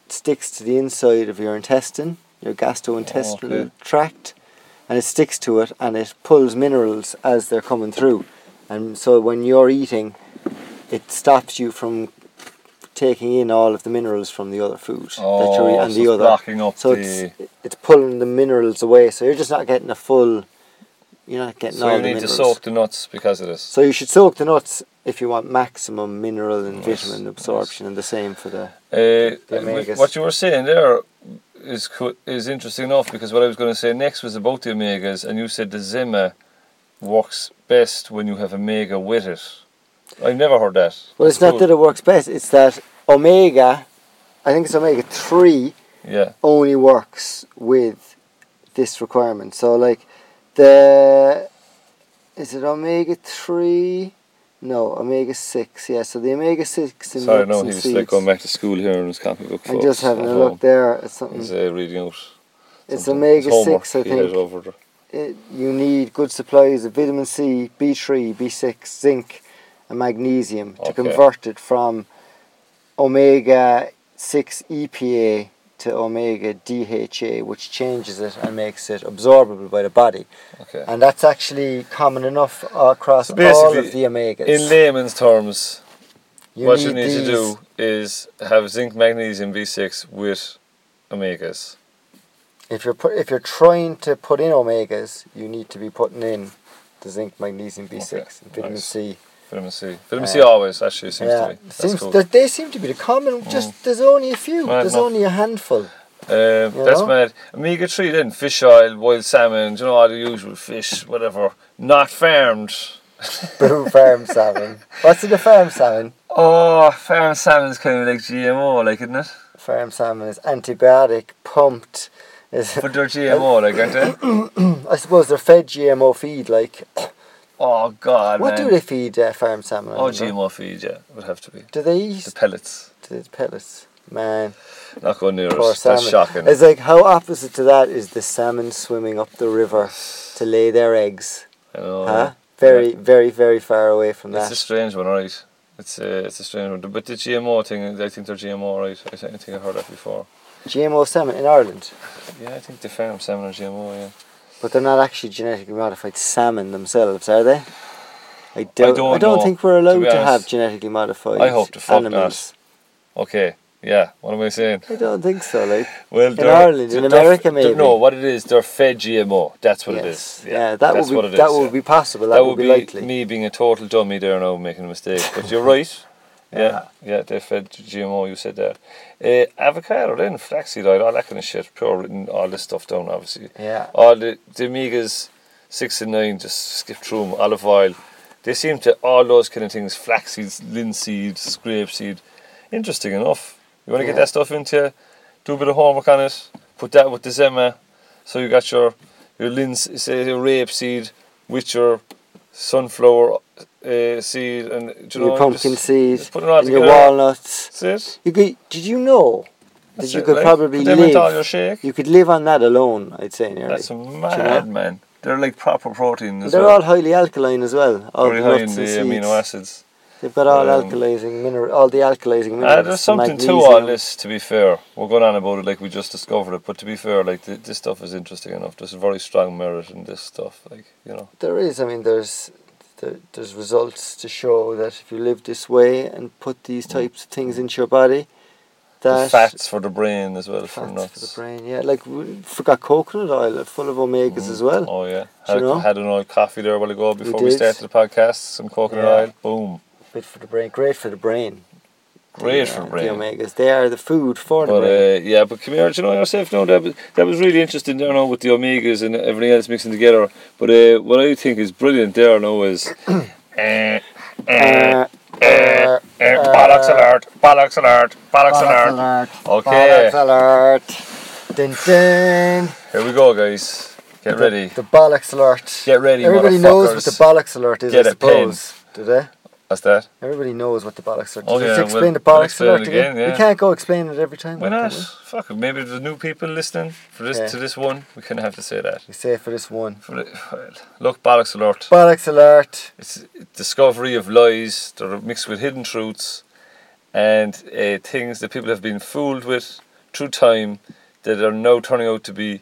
[SPEAKER 2] sticks to the inside of your intestine, your gastrointestinal
[SPEAKER 1] Oh, okay.
[SPEAKER 2] tract, and it sticks to it and it pulls minerals as they're coming through. And so when you're eating, it stops you from taking in all of the minerals from the other food that you're
[SPEAKER 1] Oh,
[SPEAKER 2] eating and
[SPEAKER 1] so
[SPEAKER 2] the
[SPEAKER 1] it's
[SPEAKER 2] other.
[SPEAKER 1] blocking up
[SPEAKER 2] so
[SPEAKER 1] the-
[SPEAKER 2] it's it's pulling the minerals away. So you're just not getting a full. You're not getting
[SPEAKER 1] So
[SPEAKER 2] all
[SPEAKER 1] you
[SPEAKER 2] the
[SPEAKER 1] need to
[SPEAKER 2] minerals.
[SPEAKER 1] soak the nuts because of this.
[SPEAKER 2] So you should soak the nuts if you want maximum mineral and
[SPEAKER 1] Nice,
[SPEAKER 2] vitamin absorption, and the same for the.
[SPEAKER 1] Uh,
[SPEAKER 2] omegas.
[SPEAKER 1] what you were saying there is co- is interesting enough because what I was going to say next was about the omegas, and you said the Zima works best when you have omega with it. I've never heard that.
[SPEAKER 2] Well, it's
[SPEAKER 1] That's
[SPEAKER 2] not
[SPEAKER 1] cool.
[SPEAKER 2] that it works best; it's that omega. I think it's omega three
[SPEAKER 1] Yeah.
[SPEAKER 2] only works with this requirement. So like the is it omega three? No, omega six. Yeah, so the omega six in
[SPEAKER 1] Sorry,
[SPEAKER 2] nuts
[SPEAKER 1] no,
[SPEAKER 2] and
[SPEAKER 1] he was
[SPEAKER 2] seeds.
[SPEAKER 1] like going back to school here in his copybook.
[SPEAKER 2] I'm
[SPEAKER 1] folks,
[SPEAKER 2] just having
[SPEAKER 1] at
[SPEAKER 2] a
[SPEAKER 1] home.
[SPEAKER 2] look there at something.
[SPEAKER 1] He's uh, reading out.
[SPEAKER 2] It's
[SPEAKER 1] something. His
[SPEAKER 2] omega
[SPEAKER 1] homework
[SPEAKER 2] six, I
[SPEAKER 1] he had
[SPEAKER 2] think.
[SPEAKER 1] over there.
[SPEAKER 2] It, you need good supplies of vitamin C, B three, B six, zinc, and magnesium to
[SPEAKER 1] Okay.
[SPEAKER 2] convert it from omega six EPA to omega DHA, which changes it and makes it absorbable by the body.
[SPEAKER 1] Okay.
[SPEAKER 2] And that's actually common enough across
[SPEAKER 1] So
[SPEAKER 2] all
[SPEAKER 1] basically,
[SPEAKER 2] of the omegas.
[SPEAKER 1] In layman's terms,
[SPEAKER 2] you
[SPEAKER 1] what you need to
[SPEAKER 2] these-
[SPEAKER 1] do is have zinc, magnesium, B6 with omegas.
[SPEAKER 2] if you're put, if you're trying to put in omegas, you need to be putting in the zinc, magnesium, B six,
[SPEAKER 1] Okay,
[SPEAKER 2] and vitamin
[SPEAKER 1] nice.
[SPEAKER 2] C.
[SPEAKER 1] Vitamin C. Vitamin C
[SPEAKER 2] Uh,
[SPEAKER 1] always actually Ah. seems to be.
[SPEAKER 2] it
[SPEAKER 1] That's
[SPEAKER 2] seems
[SPEAKER 1] cool. Mm.
[SPEAKER 2] that they seem to be the common. Just there's only a few.
[SPEAKER 1] Well,
[SPEAKER 2] there's
[SPEAKER 1] no.
[SPEAKER 2] only a handful.
[SPEAKER 1] Uh, that's
[SPEAKER 2] know?
[SPEAKER 1] mad. Omega 3 then, fish oil, wild salmon, you know, all the usual fish, whatever. Not farmed.
[SPEAKER 2] Blue farm salmon. What's in the farm salmon?
[SPEAKER 1] Oh, farmed salmon's kind of like GMO, like, isn't it?
[SPEAKER 2] Farm salmon is antibiotic pumped. Is
[SPEAKER 1] But they're GMO, like, aren't they?
[SPEAKER 2] I suppose they're fed GMO feed. Like
[SPEAKER 1] Oh, God,
[SPEAKER 2] what
[SPEAKER 1] man.
[SPEAKER 2] do they feed uh, farm salmon? I
[SPEAKER 1] Oh,
[SPEAKER 2] don't know.
[SPEAKER 1] GMO feed, yeah. Would have to be.
[SPEAKER 2] Do they
[SPEAKER 1] The
[SPEAKER 2] eat
[SPEAKER 1] pellets.
[SPEAKER 2] the pellets? Man,
[SPEAKER 1] Not going near
[SPEAKER 2] poor
[SPEAKER 1] us.
[SPEAKER 2] salmon.
[SPEAKER 1] That's shocking.
[SPEAKER 2] It's like how opposite to that is the salmon swimming up the river to lay their eggs.
[SPEAKER 1] I know.
[SPEAKER 2] Huh? Very, very, very far away from
[SPEAKER 1] It's
[SPEAKER 2] that.
[SPEAKER 1] a strange one, right? It's a, it's a strange one. But the GMO thing, I think they're GMO, right? I think I, think I heard that before.
[SPEAKER 2] GMO salmon in Ireland.
[SPEAKER 1] Yeah, I think the farm salmon are GMO, yeah.
[SPEAKER 2] But they're not actually genetically modified salmon themselves, are they? I don't. I don't,
[SPEAKER 1] don't know,
[SPEAKER 2] think we're
[SPEAKER 1] to be
[SPEAKER 2] allowed to,
[SPEAKER 1] honest.
[SPEAKER 2] have genetically modified.
[SPEAKER 1] I hope to fuck not.
[SPEAKER 2] animals.
[SPEAKER 1] Okay, yeah, what am I saying?
[SPEAKER 2] I don't think so. Like
[SPEAKER 1] Well,
[SPEAKER 2] in
[SPEAKER 1] they're-
[SPEAKER 2] Ireland, in
[SPEAKER 1] they're-
[SPEAKER 2] America,
[SPEAKER 1] they're-
[SPEAKER 2] maybe.
[SPEAKER 1] No, what it is, they're fed GMO. That's what
[SPEAKER 2] Yes.
[SPEAKER 1] it is.
[SPEAKER 2] Yeah, that
[SPEAKER 1] that's
[SPEAKER 2] would
[SPEAKER 1] what
[SPEAKER 2] be
[SPEAKER 1] it
[SPEAKER 2] that
[SPEAKER 1] is,
[SPEAKER 2] would
[SPEAKER 1] yeah.
[SPEAKER 2] be possible. That,
[SPEAKER 1] That
[SPEAKER 2] would be, likely.
[SPEAKER 1] me being a total dummy there now, making a mistake. But you're right. Yeah, yeah, they fed GMO. You said that. Uh, avocado, then flaxseed oil, all that kind of shit. Pure, written all this stuff down, obviously.
[SPEAKER 2] Yeah.
[SPEAKER 1] All Oh, the, the omegas six and nine, just skip through 'em, Olive oil, they seem to all those kind of things. Flaxseed, linseed, grapeseed. Interesting enough. You want to get
[SPEAKER 2] Yeah.
[SPEAKER 1] that stuff into you, do a bit of homework on it. Put that with the zema. So you got your your linse, say your rapeseed with your sunflower uh, seed and do you
[SPEAKER 2] your
[SPEAKER 1] know,
[SPEAKER 2] pumpkin
[SPEAKER 1] just,
[SPEAKER 2] seed,
[SPEAKER 1] just put it all
[SPEAKER 2] and your
[SPEAKER 1] together.
[SPEAKER 2] walnuts.
[SPEAKER 1] That's it.
[SPEAKER 2] You could, did you know that
[SPEAKER 1] That's
[SPEAKER 2] you
[SPEAKER 1] it,
[SPEAKER 2] could
[SPEAKER 1] like,
[SPEAKER 2] probably
[SPEAKER 1] put them into all your
[SPEAKER 2] live?
[SPEAKER 1] shake.
[SPEAKER 2] You could live on that alone. I'd say nearly.
[SPEAKER 1] That's mad, man. They're like proper protein as
[SPEAKER 2] They're
[SPEAKER 1] well.
[SPEAKER 2] all highly alkaline as well. All
[SPEAKER 1] Very
[SPEAKER 2] the
[SPEAKER 1] high
[SPEAKER 2] nuts
[SPEAKER 1] in the
[SPEAKER 2] and seeds.
[SPEAKER 1] amino acids.
[SPEAKER 2] They've got all
[SPEAKER 1] Um,
[SPEAKER 2] alkalizing mineral, all the alkalizing minerals.
[SPEAKER 1] Uh, there's something to
[SPEAKER 2] magnesium.
[SPEAKER 1] all this, to be fair. We're going on about it like we just discovered it, but to be fair, like th- this stuff is interesting enough. There's a very strong merit in this stuff, like you know.
[SPEAKER 2] There is. I mean, there's there, there's results to show that if you live this way and put these types of things into your body,
[SPEAKER 1] Mm. The
[SPEAKER 2] that
[SPEAKER 1] fats for the brain as well from
[SPEAKER 2] fats for
[SPEAKER 1] nuts.
[SPEAKER 2] the brain. Yeah, like we forgot coconut oil, it's full of omegas as well.
[SPEAKER 1] Oh yeah,
[SPEAKER 2] Do
[SPEAKER 1] had,
[SPEAKER 2] you know?
[SPEAKER 1] had an oil coffee there a while ago before we,
[SPEAKER 2] did.
[SPEAKER 1] started the podcast. Some coconut
[SPEAKER 2] Yeah.
[SPEAKER 1] oil, boom,
[SPEAKER 2] Good for the brain. Great for the brain.
[SPEAKER 1] great
[SPEAKER 2] The,
[SPEAKER 1] for
[SPEAKER 2] uh,
[SPEAKER 1] brain.
[SPEAKER 2] The omegas. They are the food for the
[SPEAKER 1] But
[SPEAKER 2] brain.
[SPEAKER 1] uh, yeah, but come here, do you know yourself now that was, that was really interesting there now with the omegas and everything else mixing together. But uh, what I think is brilliant there now is eh, eh,
[SPEAKER 2] Uh, uh,
[SPEAKER 1] eh, bollocks alert, bollocks alert, bollocks
[SPEAKER 2] bollocks
[SPEAKER 1] alert.
[SPEAKER 2] alert.
[SPEAKER 1] Okay.
[SPEAKER 2] Bollocks alert. Dun dun.
[SPEAKER 1] Here we go, guys. Get
[SPEAKER 2] The-
[SPEAKER 1] ready.
[SPEAKER 2] The bollocks alert.
[SPEAKER 1] Get ready,
[SPEAKER 2] Everybody knows what the
[SPEAKER 1] motherfuckers.
[SPEAKER 2] bollocks alert is,
[SPEAKER 1] Get
[SPEAKER 2] I
[SPEAKER 1] a pen.
[SPEAKER 2] suppose. Do they?
[SPEAKER 1] That's that.
[SPEAKER 2] Everybody knows what the bollocks alert is.
[SPEAKER 1] Oh, yeah,
[SPEAKER 2] Just
[SPEAKER 1] we'll-
[SPEAKER 2] explain the
[SPEAKER 1] we'll
[SPEAKER 2] bollocks
[SPEAKER 1] explain
[SPEAKER 2] alert
[SPEAKER 1] it
[SPEAKER 2] again.
[SPEAKER 1] again, yeah.
[SPEAKER 2] We can't go explain it every time.
[SPEAKER 1] Why
[SPEAKER 2] can
[SPEAKER 1] not?
[SPEAKER 2] we?
[SPEAKER 1] Fuck it. Maybe there's new people listening for this
[SPEAKER 2] Yeah.
[SPEAKER 1] to this one. We kind of have to say that.
[SPEAKER 2] We say for this one.
[SPEAKER 1] For the, well, look, bollocks alert.
[SPEAKER 2] Bollocks alert.
[SPEAKER 1] It's discovery of lies that are mixed with hidden truths and uh, things that people have been fooled with through time that are now turning out to be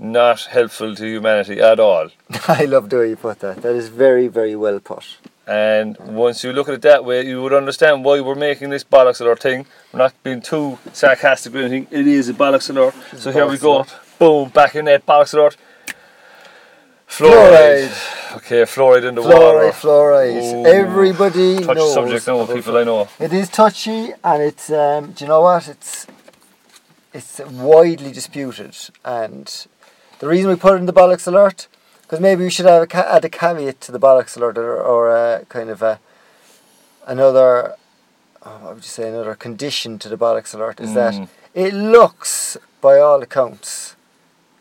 [SPEAKER 1] not helpful to humanity at all.
[SPEAKER 2] I love the way you put that. That is very, very well put.
[SPEAKER 1] And once you look at it that way, you would understand why we're making this bollocks of our thing. We're not being too sarcastic or anything. It is a bollocks of our. So here we
[SPEAKER 2] bollocks
[SPEAKER 1] go. Boom, back in that bollocks of our. Fluoride.
[SPEAKER 2] Fluoride,
[SPEAKER 1] Okay, fluoride in the water.
[SPEAKER 2] fluoride, fluoride.
[SPEAKER 1] Ooh.
[SPEAKER 2] Everybody
[SPEAKER 1] Touchy
[SPEAKER 2] knows.
[SPEAKER 1] subject now with
[SPEAKER 2] about
[SPEAKER 1] people I know.
[SPEAKER 2] It is touchy, and it's um, do you know what? It's it's widely disputed, and the reason we put it in the bollocks alert because maybe we should have a ca- add a caveat to the bollocks alert or, or a kind of a another oh, what would you say another condition to the bollocks alert is
[SPEAKER 1] Mm.
[SPEAKER 2] that it looks by all accounts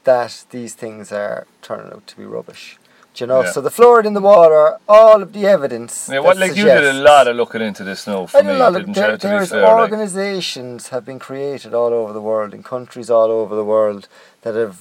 [SPEAKER 2] that these things are turning out to be rubbish. Do you know?
[SPEAKER 1] Yeah.
[SPEAKER 2] So the fluoride in the water, all of the evidence.
[SPEAKER 1] Yeah, what
[SPEAKER 2] that
[SPEAKER 1] like you did a
[SPEAKER 2] suggests-
[SPEAKER 1] lot of looking into this now for
[SPEAKER 2] I
[SPEAKER 1] me,
[SPEAKER 2] know a lot of-
[SPEAKER 1] didn't
[SPEAKER 2] there-
[SPEAKER 1] you? To be
[SPEAKER 2] there's
[SPEAKER 1] fair, like.
[SPEAKER 2] organisations have been created all over the world in countries all over the world that have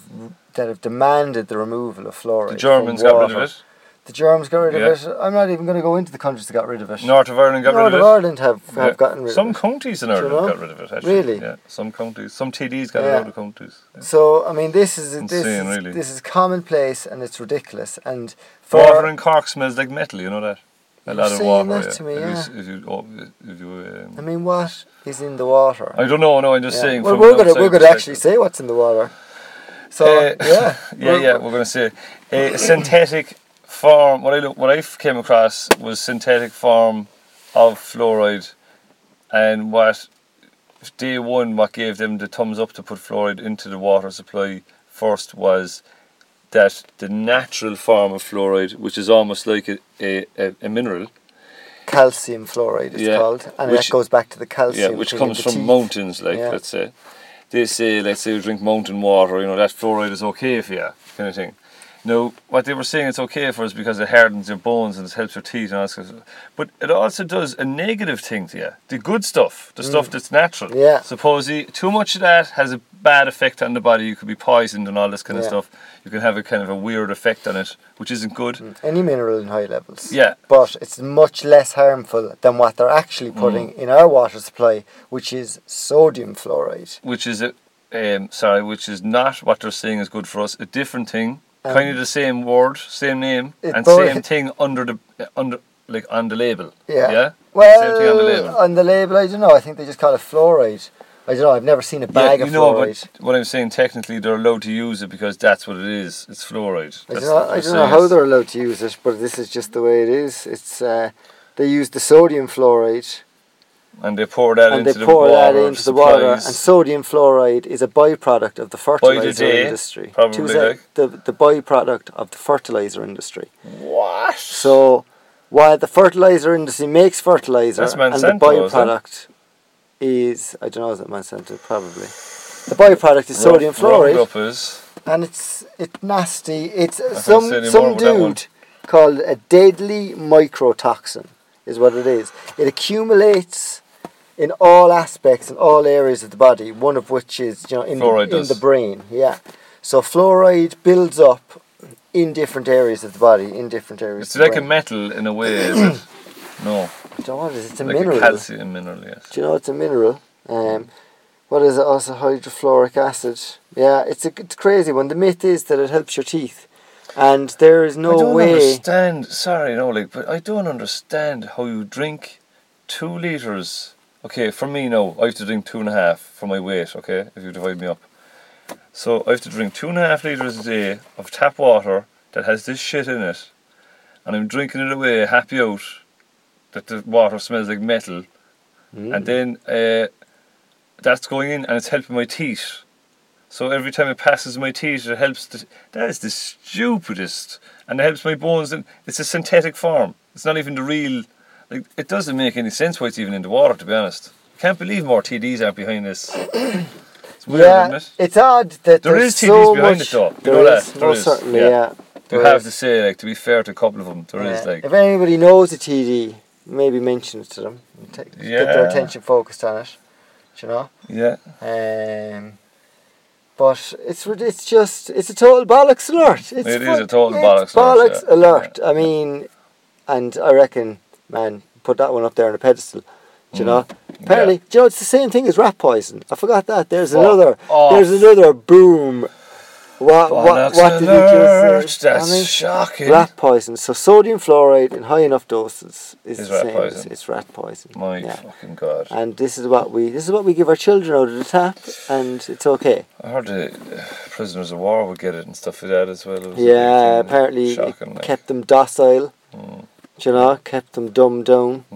[SPEAKER 2] that have demanded the removal of fluoride.
[SPEAKER 1] the
[SPEAKER 2] from
[SPEAKER 1] Germans got rid of
[SPEAKER 2] water.
[SPEAKER 1] it.
[SPEAKER 2] The Germans got rid of
[SPEAKER 1] Yeah.
[SPEAKER 2] it. I'm not even going to go into the countries that got rid of it.
[SPEAKER 1] North of Ireland got
[SPEAKER 2] North
[SPEAKER 1] rid of it.
[SPEAKER 2] Ireland have, have
[SPEAKER 1] Yeah.
[SPEAKER 2] gotten rid
[SPEAKER 1] some
[SPEAKER 2] of it.
[SPEAKER 1] counties in
[SPEAKER 2] Do you
[SPEAKER 1] Ireland
[SPEAKER 2] know?
[SPEAKER 1] got rid of it. Actually.
[SPEAKER 2] Really?
[SPEAKER 1] Yeah, some counties, some TDs got
[SPEAKER 2] Yeah.
[SPEAKER 1] rid of counties. Yeah.
[SPEAKER 2] So I mean, this is this
[SPEAKER 1] Insane,
[SPEAKER 2] is,
[SPEAKER 1] really.
[SPEAKER 2] this is commonplace and it's ridiculous. And for
[SPEAKER 1] Water in Cork smells like metal. You know that. A
[SPEAKER 2] You're
[SPEAKER 1] lot of
[SPEAKER 2] saying
[SPEAKER 1] water.
[SPEAKER 2] that
[SPEAKER 1] yeah.
[SPEAKER 2] to me,
[SPEAKER 1] If you,
[SPEAKER 2] yeah.
[SPEAKER 1] s- if you, oh, if you,
[SPEAKER 2] I
[SPEAKER 1] um,
[SPEAKER 2] mean, what is in the water?
[SPEAKER 1] I don't know. No, I'm just
[SPEAKER 2] Yeah.
[SPEAKER 1] saying.
[SPEAKER 2] Well,
[SPEAKER 1] from
[SPEAKER 2] we're
[SPEAKER 1] an
[SPEAKER 2] going to
[SPEAKER 1] outside
[SPEAKER 2] we're going to actually
[SPEAKER 1] perspective.
[SPEAKER 2] say what's in the water. So
[SPEAKER 1] Uh,
[SPEAKER 2] yeah,
[SPEAKER 1] Yeah,
[SPEAKER 2] We're-
[SPEAKER 1] yeah, we're going to say a synthetic form. What I look, what I came across was synthetic form of fluoride, and what day one what gave them the thumbs up to put fluoride into the water supply first was that the natural form of fluoride, which is almost like a a, a, a mineral,
[SPEAKER 2] calcium fluoride it's
[SPEAKER 1] Yeah,
[SPEAKER 2] called, and
[SPEAKER 1] which-
[SPEAKER 2] that goes back to the
[SPEAKER 1] yeah,
[SPEAKER 2] calcium.
[SPEAKER 1] which
[SPEAKER 2] thing in
[SPEAKER 1] comes
[SPEAKER 2] the
[SPEAKER 1] from
[SPEAKER 2] teeth.
[SPEAKER 1] mountains, like
[SPEAKER 2] Yeah.
[SPEAKER 1] let's say. They say, let's say you drink mountain water, you know, that fluoride is okay for you, kind of thing. Now, what they were saying it's okay for is because it hardens your bones and it helps your teeth and all that sort of But it also does a negative thing to you. The good stuff, the stuff that's natural.
[SPEAKER 2] Mm. Yeah.
[SPEAKER 1] Suppose you- too much of that has a bad effect on the body. You could be poisoned and all this kind of
[SPEAKER 2] Yeah.
[SPEAKER 1] stuff. You can have a kind of a weird effect on it, which isn't good.
[SPEAKER 2] Mm, Any mineral in high levels.
[SPEAKER 1] Yeah.
[SPEAKER 2] But it's much less harmful than what they're actually
[SPEAKER 1] Mm.
[SPEAKER 2] putting in our water supply, which is sodium fluoride.
[SPEAKER 1] which is a, um, sorry, which is not what they're saying is good for us. A different thing,
[SPEAKER 2] Um,
[SPEAKER 1] kind of the same word, same name,
[SPEAKER 2] It
[SPEAKER 1] and
[SPEAKER 2] both-
[SPEAKER 1] same thing under the uh, under like on the label.
[SPEAKER 2] Yeah.
[SPEAKER 1] Yeah.
[SPEAKER 2] Well,
[SPEAKER 1] same thing on the label.
[SPEAKER 2] on the label, I don't know. I think they just call it fluoride. I don't know. I've never seen a bag
[SPEAKER 1] yeah, you
[SPEAKER 2] of
[SPEAKER 1] know,
[SPEAKER 2] fluoride.
[SPEAKER 1] but what I'm saying, technically, they're allowed to use it because that's what it is. It's fluoride.
[SPEAKER 2] I
[SPEAKER 1] That's
[SPEAKER 2] don't, know,
[SPEAKER 1] what they're
[SPEAKER 2] I don't know
[SPEAKER 1] saying
[SPEAKER 2] how
[SPEAKER 1] is-
[SPEAKER 2] they're allowed to use it, but this is just the way it is. It's uh, they use the sodium fluoride
[SPEAKER 1] and they pour that
[SPEAKER 2] and
[SPEAKER 1] into
[SPEAKER 2] they
[SPEAKER 1] the
[SPEAKER 2] pour
[SPEAKER 1] water
[SPEAKER 2] that into the water. And
[SPEAKER 1] supplies.
[SPEAKER 2] sodium fluoride is a byproduct of the fertilizer
[SPEAKER 1] day,
[SPEAKER 2] industry.
[SPEAKER 1] probably,
[SPEAKER 2] Two sec-
[SPEAKER 1] like.
[SPEAKER 2] the the byproduct of the fertilizer industry.
[SPEAKER 1] what?
[SPEAKER 2] So while the fertilizer industry makes fertilizer,
[SPEAKER 1] That's
[SPEAKER 2] and the
[SPEAKER 1] Monsanto, isn't it?
[SPEAKER 2] byproduct is I don't know is it Monsanto probably. The byproduct is sodium
[SPEAKER 1] Round-
[SPEAKER 2] fluoride,
[SPEAKER 1] Roundup is
[SPEAKER 2] and it's it's nasty. It's uh,
[SPEAKER 1] can't
[SPEAKER 2] some
[SPEAKER 1] say any more
[SPEAKER 2] some
[SPEAKER 1] about that one.
[SPEAKER 2] dude called a deadly microtoxin is what it is. It accumulates in all aspects and all areas of the body. One of which is you know in
[SPEAKER 1] Fluoride
[SPEAKER 2] the, in
[SPEAKER 1] does.
[SPEAKER 2] the brain. Yeah, so fluoride builds up in different areas of the body, in different areas.
[SPEAKER 1] it's
[SPEAKER 2] of the
[SPEAKER 1] like a
[SPEAKER 2] brain.
[SPEAKER 1] metal in a way, is it? No,
[SPEAKER 2] Don't know what it is, It's a
[SPEAKER 1] like
[SPEAKER 2] mineral.
[SPEAKER 1] a calcium mineral. Yes.
[SPEAKER 2] Do you know it's a mineral? Um, what is it? Also hydrofluoric acid. Yeah, it's a it's a crazy one. The myth is that it helps your teeth, and there is no
[SPEAKER 1] I don't
[SPEAKER 2] way.
[SPEAKER 1] understand. Sorry, no, like, but I don't understand how you drink two liters. Okay, for me now, I have to drink two and a half for my weight. Okay, if you divide me up, so I have to drink two and a half liters a day of tap water that has this shit in it, and I'm drinking it away, happy out that the water smells like metal, and
[SPEAKER 2] Mm.
[SPEAKER 1] then uh, that's going in and it's helping my teeth. So every time it passes my teeth, it helps. The, that is the stupidest, and it helps my bones. And it's a synthetic form. It's not even the real. Like it doesn't make any sense why it's even in the water. To be honest, can't believe more TDs aren't behind this. It's weird,
[SPEAKER 2] yeah,
[SPEAKER 1] isn't it?
[SPEAKER 2] it's odd that
[SPEAKER 1] There is
[SPEAKER 2] there's
[SPEAKER 1] TVs
[SPEAKER 2] so
[SPEAKER 1] behind
[SPEAKER 2] much.
[SPEAKER 1] it though. You
[SPEAKER 2] there
[SPEAKER 1] know that.
[SPEAKER 2] is,
[SPEAKER 1] There
[SPEAKER 2] most
[SPEAKER 1] is,
[SPEAKER 2] certainly,
[SPEAKER 1] yeah.
[SPEAKER 2] yeah.
[SPEAKER 1] You
[SPEAKER 2] there
[SPEAKER 1] have
[SPEAKER 2] is,
[SPEAKER 1] to say, like, to be fair to a couple of them, there is
[SPEAKER 2] yeah.
[SPEAKER 1] like,
[SPEAKER 2] if anybody knows a TD, maybe mention it to them. and ta- Get their
[SPEAKER 1] Yeah.
[SPEAKER 2] attention focused on it. Do you know?
[SPEAKER 1] yeah,
[SPEAKER 2] Um, but it's rid- it's just it's a total bollocks alert. It's
[SPEAKER 1] It is
[SPEAKER 2] fuck-
[SPEAKER 1] a total
[SPEAKER 2] it's
[SPEAKER 1] bollocks alert, yeah.
[SPEAKER 2] alert. I mean, and I reckon, man, put that one up there on a pedestal. Do you know? Apparently,
[SPEAKER 1] Mm. yeah.
[SPEAKER 2] do you know it's the same thing as rat poison. I forgot that. There's
[SPEAKER 1] Fuck
[SPEAKER 2] another.
[SPEAKER 1] off.
[SPEAKER 2] There's another boom What, what,
[SPEAKER 1] Bollocks
[SPEAKER 2] what did he
[SPEAKER 1] alert,
[SPEAKER 2] just say?
[SPEAKER 1] That's
[SPEAKER 2] Tommy?
[SPEAKER 1] shocking.
[SPEAKER 2] Rat poison. So sodium fluoride in high enough doses is
[SPEAKER 1] Is
[SPEAKER 2] the
[SPEAKER 1] rat
[SPEAKER 2] same as
[SPEAKER 1] poison.
[SPEAKER 2] it's rat poison.
[SPEAKER 1] My
[SPEAKER 2] yeah.
[SPEAKER 1] fucking god.
[SPEAKER 2] And this is what we this is what we give our children out of the tap, and it's okay.
[SPEAKER 1] I heard the uh, prisoners of war would get it and stuff like that as well. It was a big
[SPEAKER 2] yeah,
[SPEAKER 1] thing.
[SPEAKER 2] apparently
[SPEAKER 1] Shocking,
[SPEAKER 2] it
[SPEAKER 1] like. Mm.
[SPEAKER 2] kept them docile. Do you know? Kept them dumbed down.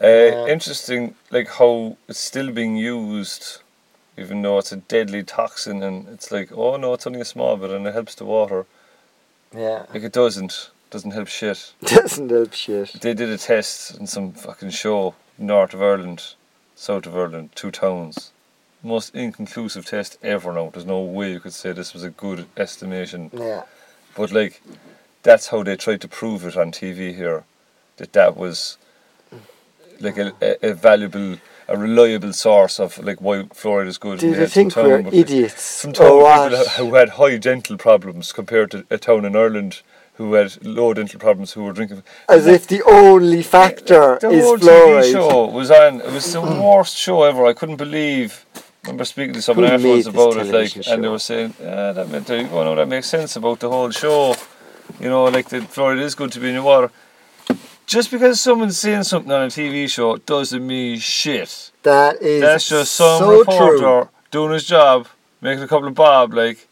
[SPEAKER 1] Uh,
[SPEAKER 2] Yeah.
[SPEAKER 1] Interesting, like how it's still being used, even though it's a deadly toxin, and it's like, oh no, it's only a small bit, and it helps the water.
[SPEAKER 2] Yeah,
[SPEAKER 1] Like it doesn't, doesn't help shit.
[SPEAKER 2] doesn't help shit.
[SPEAKER 1] They did a test in some fucking show, north of Ireland, south of Ireland, two towns. Most inconclusive test ever. Now there's no way you could say this was a good estimation,
[SPEAKER 2] Yeah,
[SPEAKER 1] but like, that's how they tried to prove it on TV here, that that was like a, a, a valuable, a reliable source of like why fluoride is good.
[SPEAKER 2] do
[SPEAKER 1] and
[SPEAKER 2] they
[SPEAKER 1] had some
[SPEAKER 2] think
[SPEAKER 1] town
[SPEAKER 2] we're
[SPEAKER 1] with-
[SPEAKER 2] idiots
[SPEAKER 1] Some town
[SPEAKER 2] or
[SPEAKER 1] with people
[SPEAKER 2] what?
[SPEAKER 1] who had high dental problems compared to a town in Ireland who had low dental problems who were drinking.
[SPEAKER 2] As if the only factor
[SPEAKER 1] The
[SPEAKER 2] Uh, is
[SPEAKER 1] whole TV
[SPEAKER 2] fluoride.
[SPEAKER 1] show was on. It was the worst show ever. I couldn't believe. I remember speaking to someone
[SPEAKER 2] Who
[SPEAKER 1] afterwards
[SPEAKER 2] made this
[SPEAKER 1] about it, like,
[SPEAKER 2] television
[SPEAKER 1] and they
[SPEAKER 2] show?
[SPEAKER 1] were saying, "Yeah, that meant they- oh no, that makes sense about the whole show. You know, like the fluoride is good to be in your water. Just because someone's saying something on a TV show doesn't mean shit.
[SPEAKER 2] That is
[SPEAKER 1] That's just some
[SPEAKER 2] so
[SPEAKER 1] reporter
[SPEAKER 2] true.
[SPEAKER 1] doing his job, making a couple of bob. Like,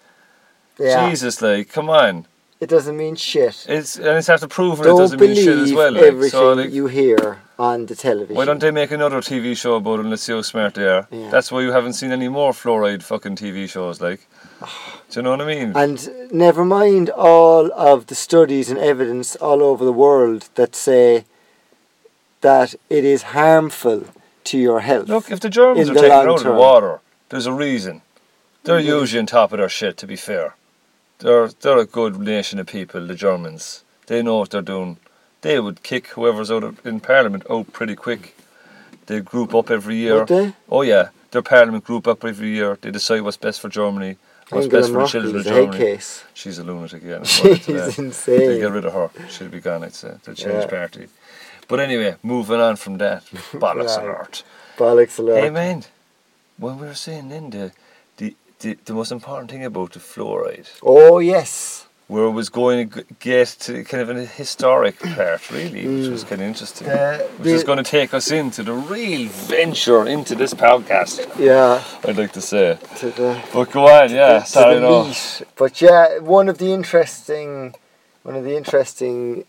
[SPEAKER 2] Yeah,
[SPEAKER 1] Jesus, like, come on.
[SPEAKER 2] it doesn't mean shit.
[SPEAKER 1] It's and it's after proving it
[SPEAKER 2] Don't
[SPEAKER 1] doesn't mean shit as
[SPEAKER 2] believe
[SPEAKER 1] well. Like,
[SPEAKER 2] everything
[SPEAKER 1] so, like,
[SPEAKER 2] you hear on the television.
[SPEAKER 1] Why don't they make another TV show about it and let's see how smart they are?
[SPEAKER 2] Yeah.
[SPEAKER 1] That's why you haven't seen any more fluoride fucking TV shows, like. Do you know what I mean?
[SPEAKER 2] And never mind all of the studies and evidence all over the world that say that it is harmful to your health.
[SPEAKER 1] Look, if the Germans
[SPEAKER 2] In
[SPEAKER 1] are
[SPEAKER 2] the
[SPEAKER 1] taking it
[SPEAKER 2] long
[SPEAKER 1] out of the
[SPEAKER 2] term. Mm-hmm.
[SPEAKER 1] water, there's a reason. They're usually on top of their shit, to be fair. They're, they're a good nation of people, the Germans. They know what they're doing. They would kick whoever's out of, in Parliament out pretty quick. They group up every year.
[SPEAKER 2] Would they?
[SPEAKER 1] Oh, yeah. Their Parliament group up every year. They decide what's best for Germany, what's
[SPEAKER 2] Angela
[SPEAKER 1] best for the
[SPEAKER 2] Merkel
[SPEAKER 1] children of
[SPEAKER 2] is a head
[SPEAKER 1] Germany.
[SPEAKER 2] case.
[SPEAKER 1] She's a lunatic, yeah. that's what I said.
[SPEAKER 2] She's
[SPEAKER 1] They get
[SPEAKER 2] insane.
[SPEAKER 1] rid of her. She'll be gone, I'd say. They'll change
[SPEAKER 2] Yeah.
[SPEAKER 1] party. But anyway, moving on from that. Bollocks
[SPEAKER 2] Right.
[SPEAKER 1] alert.
[SPEAKER 2] Bollocks alert.
[SPEAKER 1] Amen. When we were saying then, the, the, the, the most important thing about the fluoride,
[SPEAKER 2] Oh yes,
[SPEAKER 1] where it was going to g- get to kind of an historic part, really, which was kind of interesting,
[SPEAKER 2] Uh,
[SPEAKER 1] which is
[SPEAKER 2] the-
[SPEAKER 1] going to take us into the real venture into this podcast,
[SPEAKER 2] yeah.
[SPEAKER 1] I'd like to say.
[SPEAKER 2] To the,
[SPEAKER 1] But go on, yeah,
[SPEAKER 2] to
[SPEAKER 1] sorry,
[SPEAKER 2] the
[SPEAKER 1] no.
[SPEAKER 2] meat. But yeah, one of the interesting, one of the interesting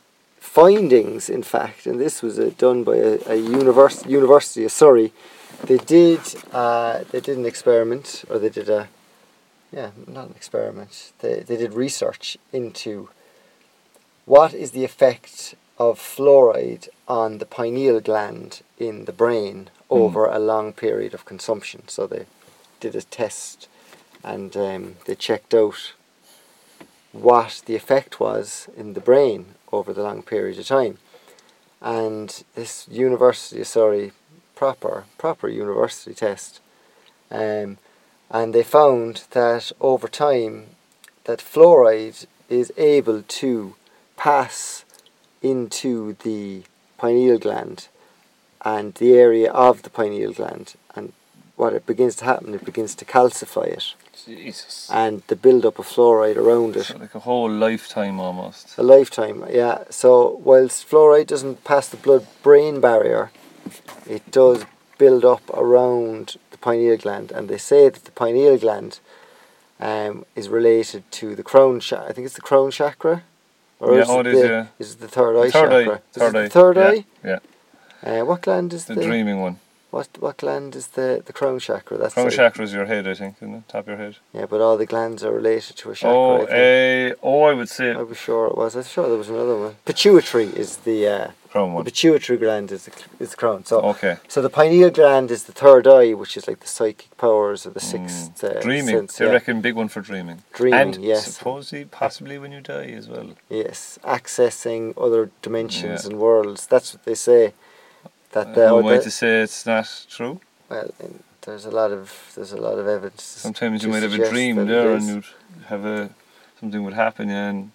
[SPEAKER 2] findings, in fact, and this was uh, done by a, a univers- university of Surrey. They did, uh, they did an experiment, or they did a, yeah, not an experiment. They they did research into what is the effect of fluoride on the pineal gland in the brain over a long period of consumption. So they did a test and um, they checked out what the effect was in the brain over the long period of time. And this university, sorry, proper proper university test, um, and they found that over time, that fluoride is able to pass into the pineal gland and the area of the pineal gland and what it begins to happen it begins to calcify it
[SPEAKER 1] Jesus.
[SPEAKER 2] and the buildup of fluoride around it
[SPEAKER 1] It's like a whole lifetime almost.
[SPEAKER 2] a lifetime, yeah. So whilst fluoride doesn't pass the blood-brain barrier, it does build up around the pineal gland, and they say that the pineal gland um, is related to the crown chakra. I think it's the crown chakra,
[SPEAKER 1] Yeah,
[SPEAKER 2] is
[SPEAKER 1] oh,
[SPEAKER 2] it
[SPEAKER 1] it is,
[SPEAKER 2] the,
[SPEAKER 1] yeah.
[SPEAKER 2] is it the third eye
[SPEAKER 1] Third
[SPEAKER 2] chakra?
[SPEAKER 1] eye,
[SPEAKER 2] Is
[SPEAKER 1] third
[SPEAKER 2] it
[SPEAKER 1] eye,
[SPEAKER 2] the third
[SPEAKER 1] yeah,
[SPEAKER 2] eye.
[SPEAKER 1] yeah.
[SPEAKER 2] Uh, what gland is the,
[SPEAKER 1] The dreaming one.
[SPEAKER 2] what what gland is the the crown chakra? That's
[SPEAKER 1] Crown
[SPEAKER 2] it.
[SPEAKER 1] chakra is your head, I think, isn't it? Top of your head.
[SPEAKER 2] Yeah, but all the glands are related to a chakra. I
[SPEAKER 1] Oh,
[SPEAKER 2] think.
[SPEAKER 1] eh, oh, I would say
[SPEAKER 2] I was sure it was. I'm sure there was another one. Pituitary is the. Uh,
[SPEAKER 1] crown
[SPEAKER 2] The
[SPEAKER 1] one.
[SPEAKER 2] pituitary gland is the, is the crown. So,
[SPEAKER 1] Okay.
[SPEAKER 2] so the pineal gland is the third eye, which is like the psychic powers or the sixth uh,
[SPEAKER 1] Mm. dreaming.
[SPEAKER 2] sense.
[SPEAKER 1] they
[SPEAKER 2] yeah.
[SPEAKER 1] reckon big one for dreaming.
[SPEAKER 2] Dreaming,
[SPEAKER 1] And
[SPEAKER 2] yes.
[SPEAKER 1] supposedly, possibly when you die as well.
[SPEAKER 2] Yes, accessing other dimensions
[SPEAKER 1] Yeah. Uh,
[SPEAKER 2] and worlds. That's what they say. That the,
[SPEAKER 1] no
[SPEAKER 2] or
[SPEAKER 1] way
[SPEAKER 2] the-
[SPEAKER 1] to say it's not true.
[SPEAKER 2] well, and there's a lot of there's a lot of evidence.
[SPEAKER 1] Sometimes you
[SPEAKER 2] to
[SPEAKER 1] might have a
[SPEAKER 2] suggest
[SPEAKER 1] dream
[SPEAKER 2] that it
[SPEAKER 1] there, and
[SPEAKER 2] is.
[SPEAKER 1] you'd have a something would happen, yeah, and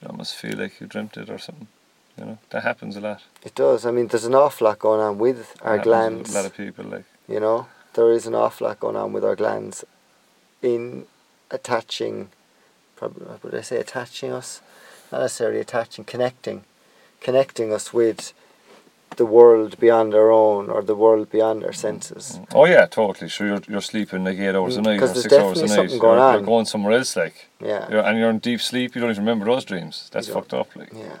[SPEAKER 1] you almost feel like you dreamt it or something. You know that happens a lot.
[SPEAKER 2] It does. I mean, there's an awful lot going on with our
[SPEAKER 1] Happens with
[SPEAKER 2] glands.
[SPEAKER 1] A lot of people like.
[SPEAKER 2] You know, there is an awful lot going on with our glands in attaching probably what would I say attaching us, not necessarily attaching, connecting, connecting us with the world beyond our own or the world beyond our senses.
[SPEAKER 1] Oh yeah, totally. Sure, you're, you're sleeping like eight hours a
[SPEAKER 2] Mm,
[SPEAKER 1] night
[SPEAKER 2] 'cause
[SPEAKER 1] or
[SPEAKER 2] there's
[SPEAKER 1] six hours a
[SPEAKER 2] definitely
[SPEAKER 1] night.
[SPEAKER 2] something
[SPEAKER 1] you're,
[SPEAKER 2] going
[SPEAKER 1] you're
[SPEAKER 2] on.
[SPEAKER 1] going somewhere else, like,
[SPEAKER 2] Yeah.
[SPEAKER 1] you're, and you're in deep sleep. You don't even remember those dreams. That's
[SPEAKER 2] You don't.
[SPEAKER 1] fucked up. Like,
[SPEAKER 2] Yeah.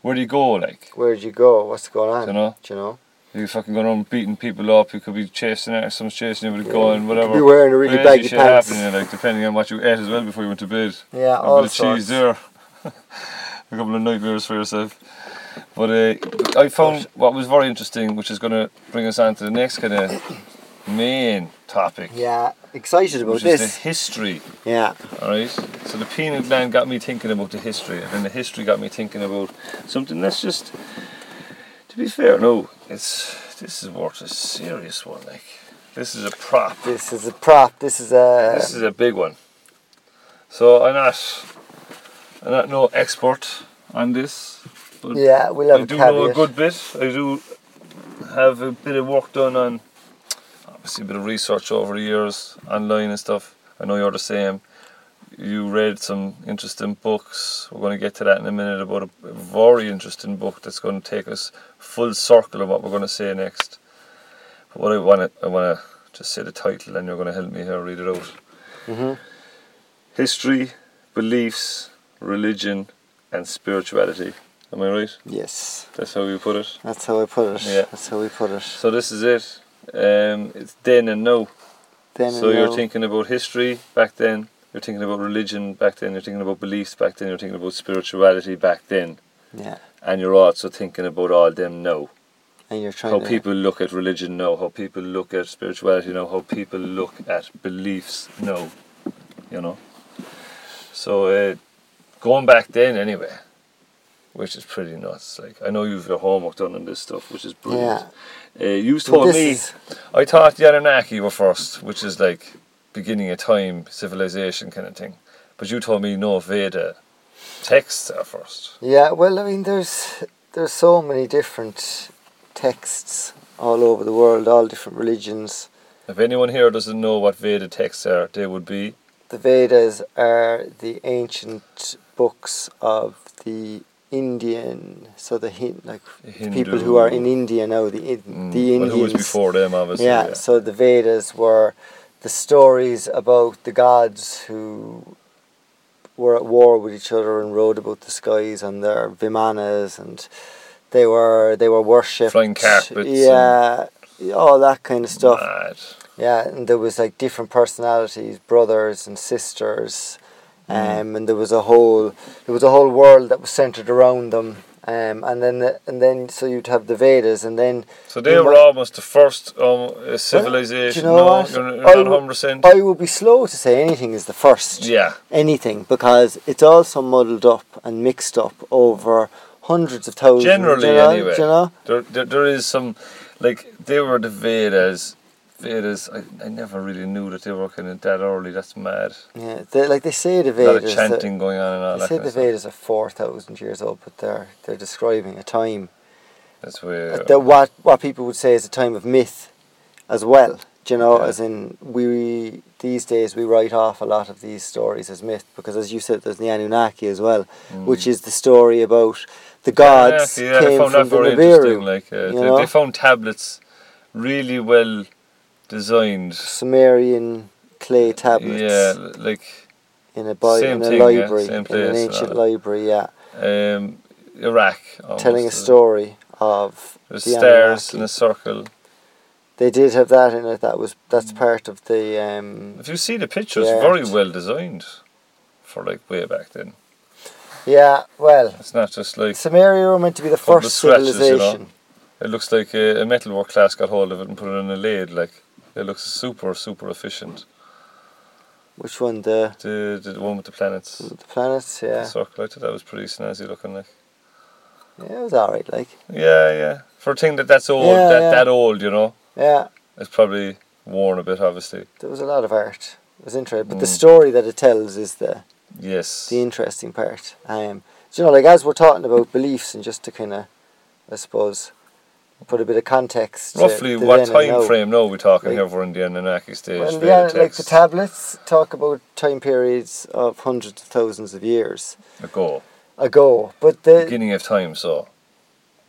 [SPEAKER 1] where do you go? Like,
[SPEAKER 2] Where'd you go? What's going on?
[SPEAKER 1] You know?
[SPEAKER 2] Do you know?
[SPEAKER 1] you fucking going around beating people up. You could be chasing at someone's chasing you with a
[SPEAKER 2] Yeah.
[SPEAKER 1] gun, whatever.
[SPEAKER 2] be wearing a really
[SPEAKER 1] Crazy
[SPEAKER 2] baggy
[SPEAKER 1] shit
[SPEAKER 2] pants.
[SPEAKER 1] happening, like depending on what you ate as well before you went to bed.
[SPEAKER 2] Yeah,
[SPEAKER 1] a
[SPEAKER 2] all
[SPEAKER 1] bit of cheese
[SPEAKER 2] sorts.
[SPEAKER 1] there. a couple of nightmares for yourself. But uh, I found what was very interesting, which is going to bring us on to the next kind of main topic,
[SPEAKER 2] Yeah, excited about
[SPEAKER 1] which is
[SPEAKER 2] this.
[SPEAKER 1] the history.
[SPEAKER 2] Yeah,
[SPEAKER 1] All right. So the penal gland got me thinking about the history, and then the history got me thinking about something that's just, to be fair, no, it's this is worth a serious one. Like this is a prop.
[SPEAKER 2] this is a prop. This is a.
[SPEAKER 1] This is a big one. So I'm not, I'm not no expert on this, but
[SPEAKER 2] yeah, we'll have
[SPEAKER 1] I
[SPEAKER 2] a
[SPEAKER 1] do
[SPEAKER 2] caveat.
[SPEAKER 1] know a good bit. I do have a bit of work done on, obviously a bit of research over the years online and stuff. I know you're the same. You read some interesting books. We're going to get to that in a minute about a a very interesting book that's going to take us full circle of what we're going to say next. But what I want to, I want to just say the title, and you're going to help me here read it out.
[SPEAKER 2] Mhm.
[SPEAKER 1] History, beliefs, religion, and spirituality. Am I right?
[SPEAKER 2] Yes,
[SPEAKER 1] That's how you put it.
[SPEAKER 2] that's how I put it.
[SPEAKER 1] Yeah.
[SPEAKER 2] That's how we put it.
[SPEAKER 1] So this is it. Um, it's then and now.
[SPEAKER 2] Then
[SPEAKER 1] so
[SPEAKER 2] and
[SPEAKER 1] you're
[SPEAKER 2] now,
[SPEAKER 1] thinking about history back then. You're thinking about religion back then. You're thinking about beliefs back then. You're thinking about spirituality back then.
[SPEAKER 2] Yeah,
[SPEAKER 1] And you're also thinking about all them now.
[SPEAKER 2] and you're trying
[SPEAKER 1] How
[SPEAKER 2] to.
[SPEAKER 1] people look at religion now. How people look at spirituality now. How people look at beliefs now. You know. So uh, going back then anyway, which is pretty nuts. Like I know you've your homework done on this stuff, which is
[SPEAKER 2] Yeah.
[SPEAKER 1] brilliant. Uh, you
[SPEAKER 2] So
[SPEAKER 1] told
[SPEAKER 2] this
[SPEAKER 1] me.
[SPEAKER 2] is-
[SPEAKER 1] I thought the Anunnaki were first, which is like beginning of time, civilization kind of thing. But you told me no Veda texts are first.
[SPEAKER 2] Yeah, well, I mean, there's there's so many different texts all over the world, all different religions.
[SPEAKER 1] If anyone here doesn't know what Veda texts are, they would be
[SPEAKER 2] The Vedas are the ancient books of the Indian, so the Hin, like
[SPEAKER 1] Hindu.
[SPEAKER 2] people who are in India now, the in,
[SPEAKER 1] Mm,
[SPEAKER 2] the
[SPEAKER 1] well,
[SPEAKER 2] Indians.
[SPEAKER 1] who was before them, obviously.
[SPEAKER 2] yeah, so the Vedas were the stories about the gods who were at war with each other and rode about the skies on their vimanas and they were they were worshipped.
[SPEAKER 1] Flying carpets and-
[SPEAKER 2] Yeah. all that kind of stuff.
[SPEAKER 1] Mad.
[SPEAKER 2] Yeah, and there was like different personalities, brothers and sisters,
[SPEAKER 1] Hmm.
[SPEAKER 2] um, and there was a whole there was a whole world that was centered around them. Um, and then the, and then so you'd have the Vedas, and then
[SPEAKER 1] So they
[SPEAKER 2] you
[SPEAKER 1] were
[SPEAKER 2] might-
[SPEAKER 1] almost the first um, uh, civilization.
[SPEAKER 2] do you
[SPEAKER 1] no,
[SPEAKER 2] know what?
[SPEAKER 1] you're,
[SPEAKER 2] I
[SPEAKER 1] you're
[SPEAKER 2] would-
[SPEAKER 1] not 100%.
[SPEAKER 2] I would be slow to say anything is the first.
[SPEAKER 1] yeah.
[SPEAKER 2] Anything because it's also muddled up and mixed up over hundreds of thousands.
[SPEAKER 1] Generally,
[SPEAKER 2] you know,
[SPEAKER 1] anyway.
[SPEAKER 2] do you know?
[SPEAKER 1] There, there, there is some, like they were the Vedas. Vedas, I, I never really knew that they were kind of that early. That's mad.
[SPEAKER 2] Yeah, they, like they say the
[SPEAKER 1] A lot of
[SPEAKER 2] Vedas. that-
[SPEAKER 1] chanting going on and all
[SPEAKER 2] they
[SPEAKER 1] that.
[SPEAKER 2] say
[SPEAKER 1] kind
[SPEAKER 2] the
[SPEAKER 1] of stuff.
[SPEAKER 2] Vedas are four thousand years old, but they're they're describing a time
[SPEAKER 1] That's weird.
[SPEAKER 2] that what what people would say is a time of myth as well. Do you know,
[SPEAKER 1] Yeah.
[SPEAKER 2] as in we these days we write off a lot of these stories as myth because, as you said, there's the Anunnaki as well, which is the story about the gods
[SPEAKER 1] Mm. yeah, I
[SPEAKER 2] came
[SPEAKER 1] found
[SPEAKER 2] from
[SPEAKER 1] that
[SPEAKER 2] the
[SPEAKER 1] very
[SPEAKER 2] Nibiru,
[SPEAKER 1] interesting. Like uh,
[SPEAKER 2] you
[SPEAKER 1] they,
[SPEAKER 2] know?
[SPEAKER 1] they found tablets really well designed.
[SPEAKER 2] Sumerian clay tablets
[SPEAKER 1] Yeah, l- like
[SPEAKER 2] in a bi-
[SPEAKER 1] Same
[SPEAKER 2] in a
[SPEAKER 1] thing, yeah,
[SPEAKER 2] library
[SPEAKER 1] same
[SPEAKER 2] in
[SPEAKER 1] place
[SPEAKER 2] an
[SPEAKER 1] and
[SPEAKER 2] ancient
[SPEAKER 1] all that.
[SPEAKER 2] library, yeah,
[SPEAKER 1] um, Iraq. Almost.
[SPEAKER 2] telling a story of
[SPEAKER 1] There's
[SPEAKER 2] the
[SPEAKER 1] stairs
[SPEAKER 2] Anunnaki.
[SPEAKER 1] in a circle.
[SPEAKER 2] They did have that in it. That was that's
[SPEAKER 1] Mm.
[SPEAKER 2] part of the um,
[SPEAKER 1] If you see the pictures,
[SPEAKER 2] Yeah.
[SPEAKER 1] very well designed for like way back then.
[SPEAKER 2] yeah. Well,
[SPEAKER 1] It's not just like
[SPEAKER 2] Samaria were meant to be the
[SPEAKER 1] From the
[SPEAKER 2] first
[SPEAKER 1] scratches, you know.
[SPEAKER 2] civilization.
[SPEAKER 1] It looks like a, a metalwork class got hold of it and put it in a lathe. Like it looks super, super efficient.
[SPEAKER 2] Which one? The
[SPEAKER 1] The the one with the planets,
[SPEAKER 2] the planets?
[SPEAKER 1] the
[SPEAKER 2] Yeah,
[SPEAKER 1] circle. I thought that was pretty snazzy looking. Like
[SPEAKER 2] yeah, it was all right. Like
[SPEAKER 1] yeah, yeah. For a thing that that's old,
[SPEAKER 2] Yeah,
[SPEAKER 1] that
[SPEAKER 2] yeah.
[SPEAKER 1] that old, you know,
[SPEAKER 2] yeah,
[SPEAKER 1] it's probably worn a bit, obviously.
[SPEAKER 2] there was a lot of art. It was interesting, but the
[SPEAKER 1] Mm.
[SPEAKER 2] story that it tells is the
[SPEAKER 1] Yes.
[SPEAKER 2] the interesting part. Um, so, you know, like as we're talking about beliefs and just to kind of, I suppose, put a bit of context. to-
[SPEAKER 1] Roughly,
[SPEAKER 2] to
[SPEAKER 1] what
[SPEAKER 2] then and
[SPEAKER 1] time
[SPEAKER 2] now.
[SPEAKER 1] frame now are we talking
[SPEAKER 2] Like-
[SPEAKER 1] here? We're in the Anunnaki stage.
[SPEAKER 2] Well,
[SPEAKER 1] Vedic
[SPEAKER 2] yeah, like the
[SPEAKER 1] texts.
[SPEAKER 2] tablets talk about time periods of hundreds of thousands of years
[SPEAKER 1] ago,
[SPEAKER 2] ago, but the,
[SPEAKER 1] beginning of time. So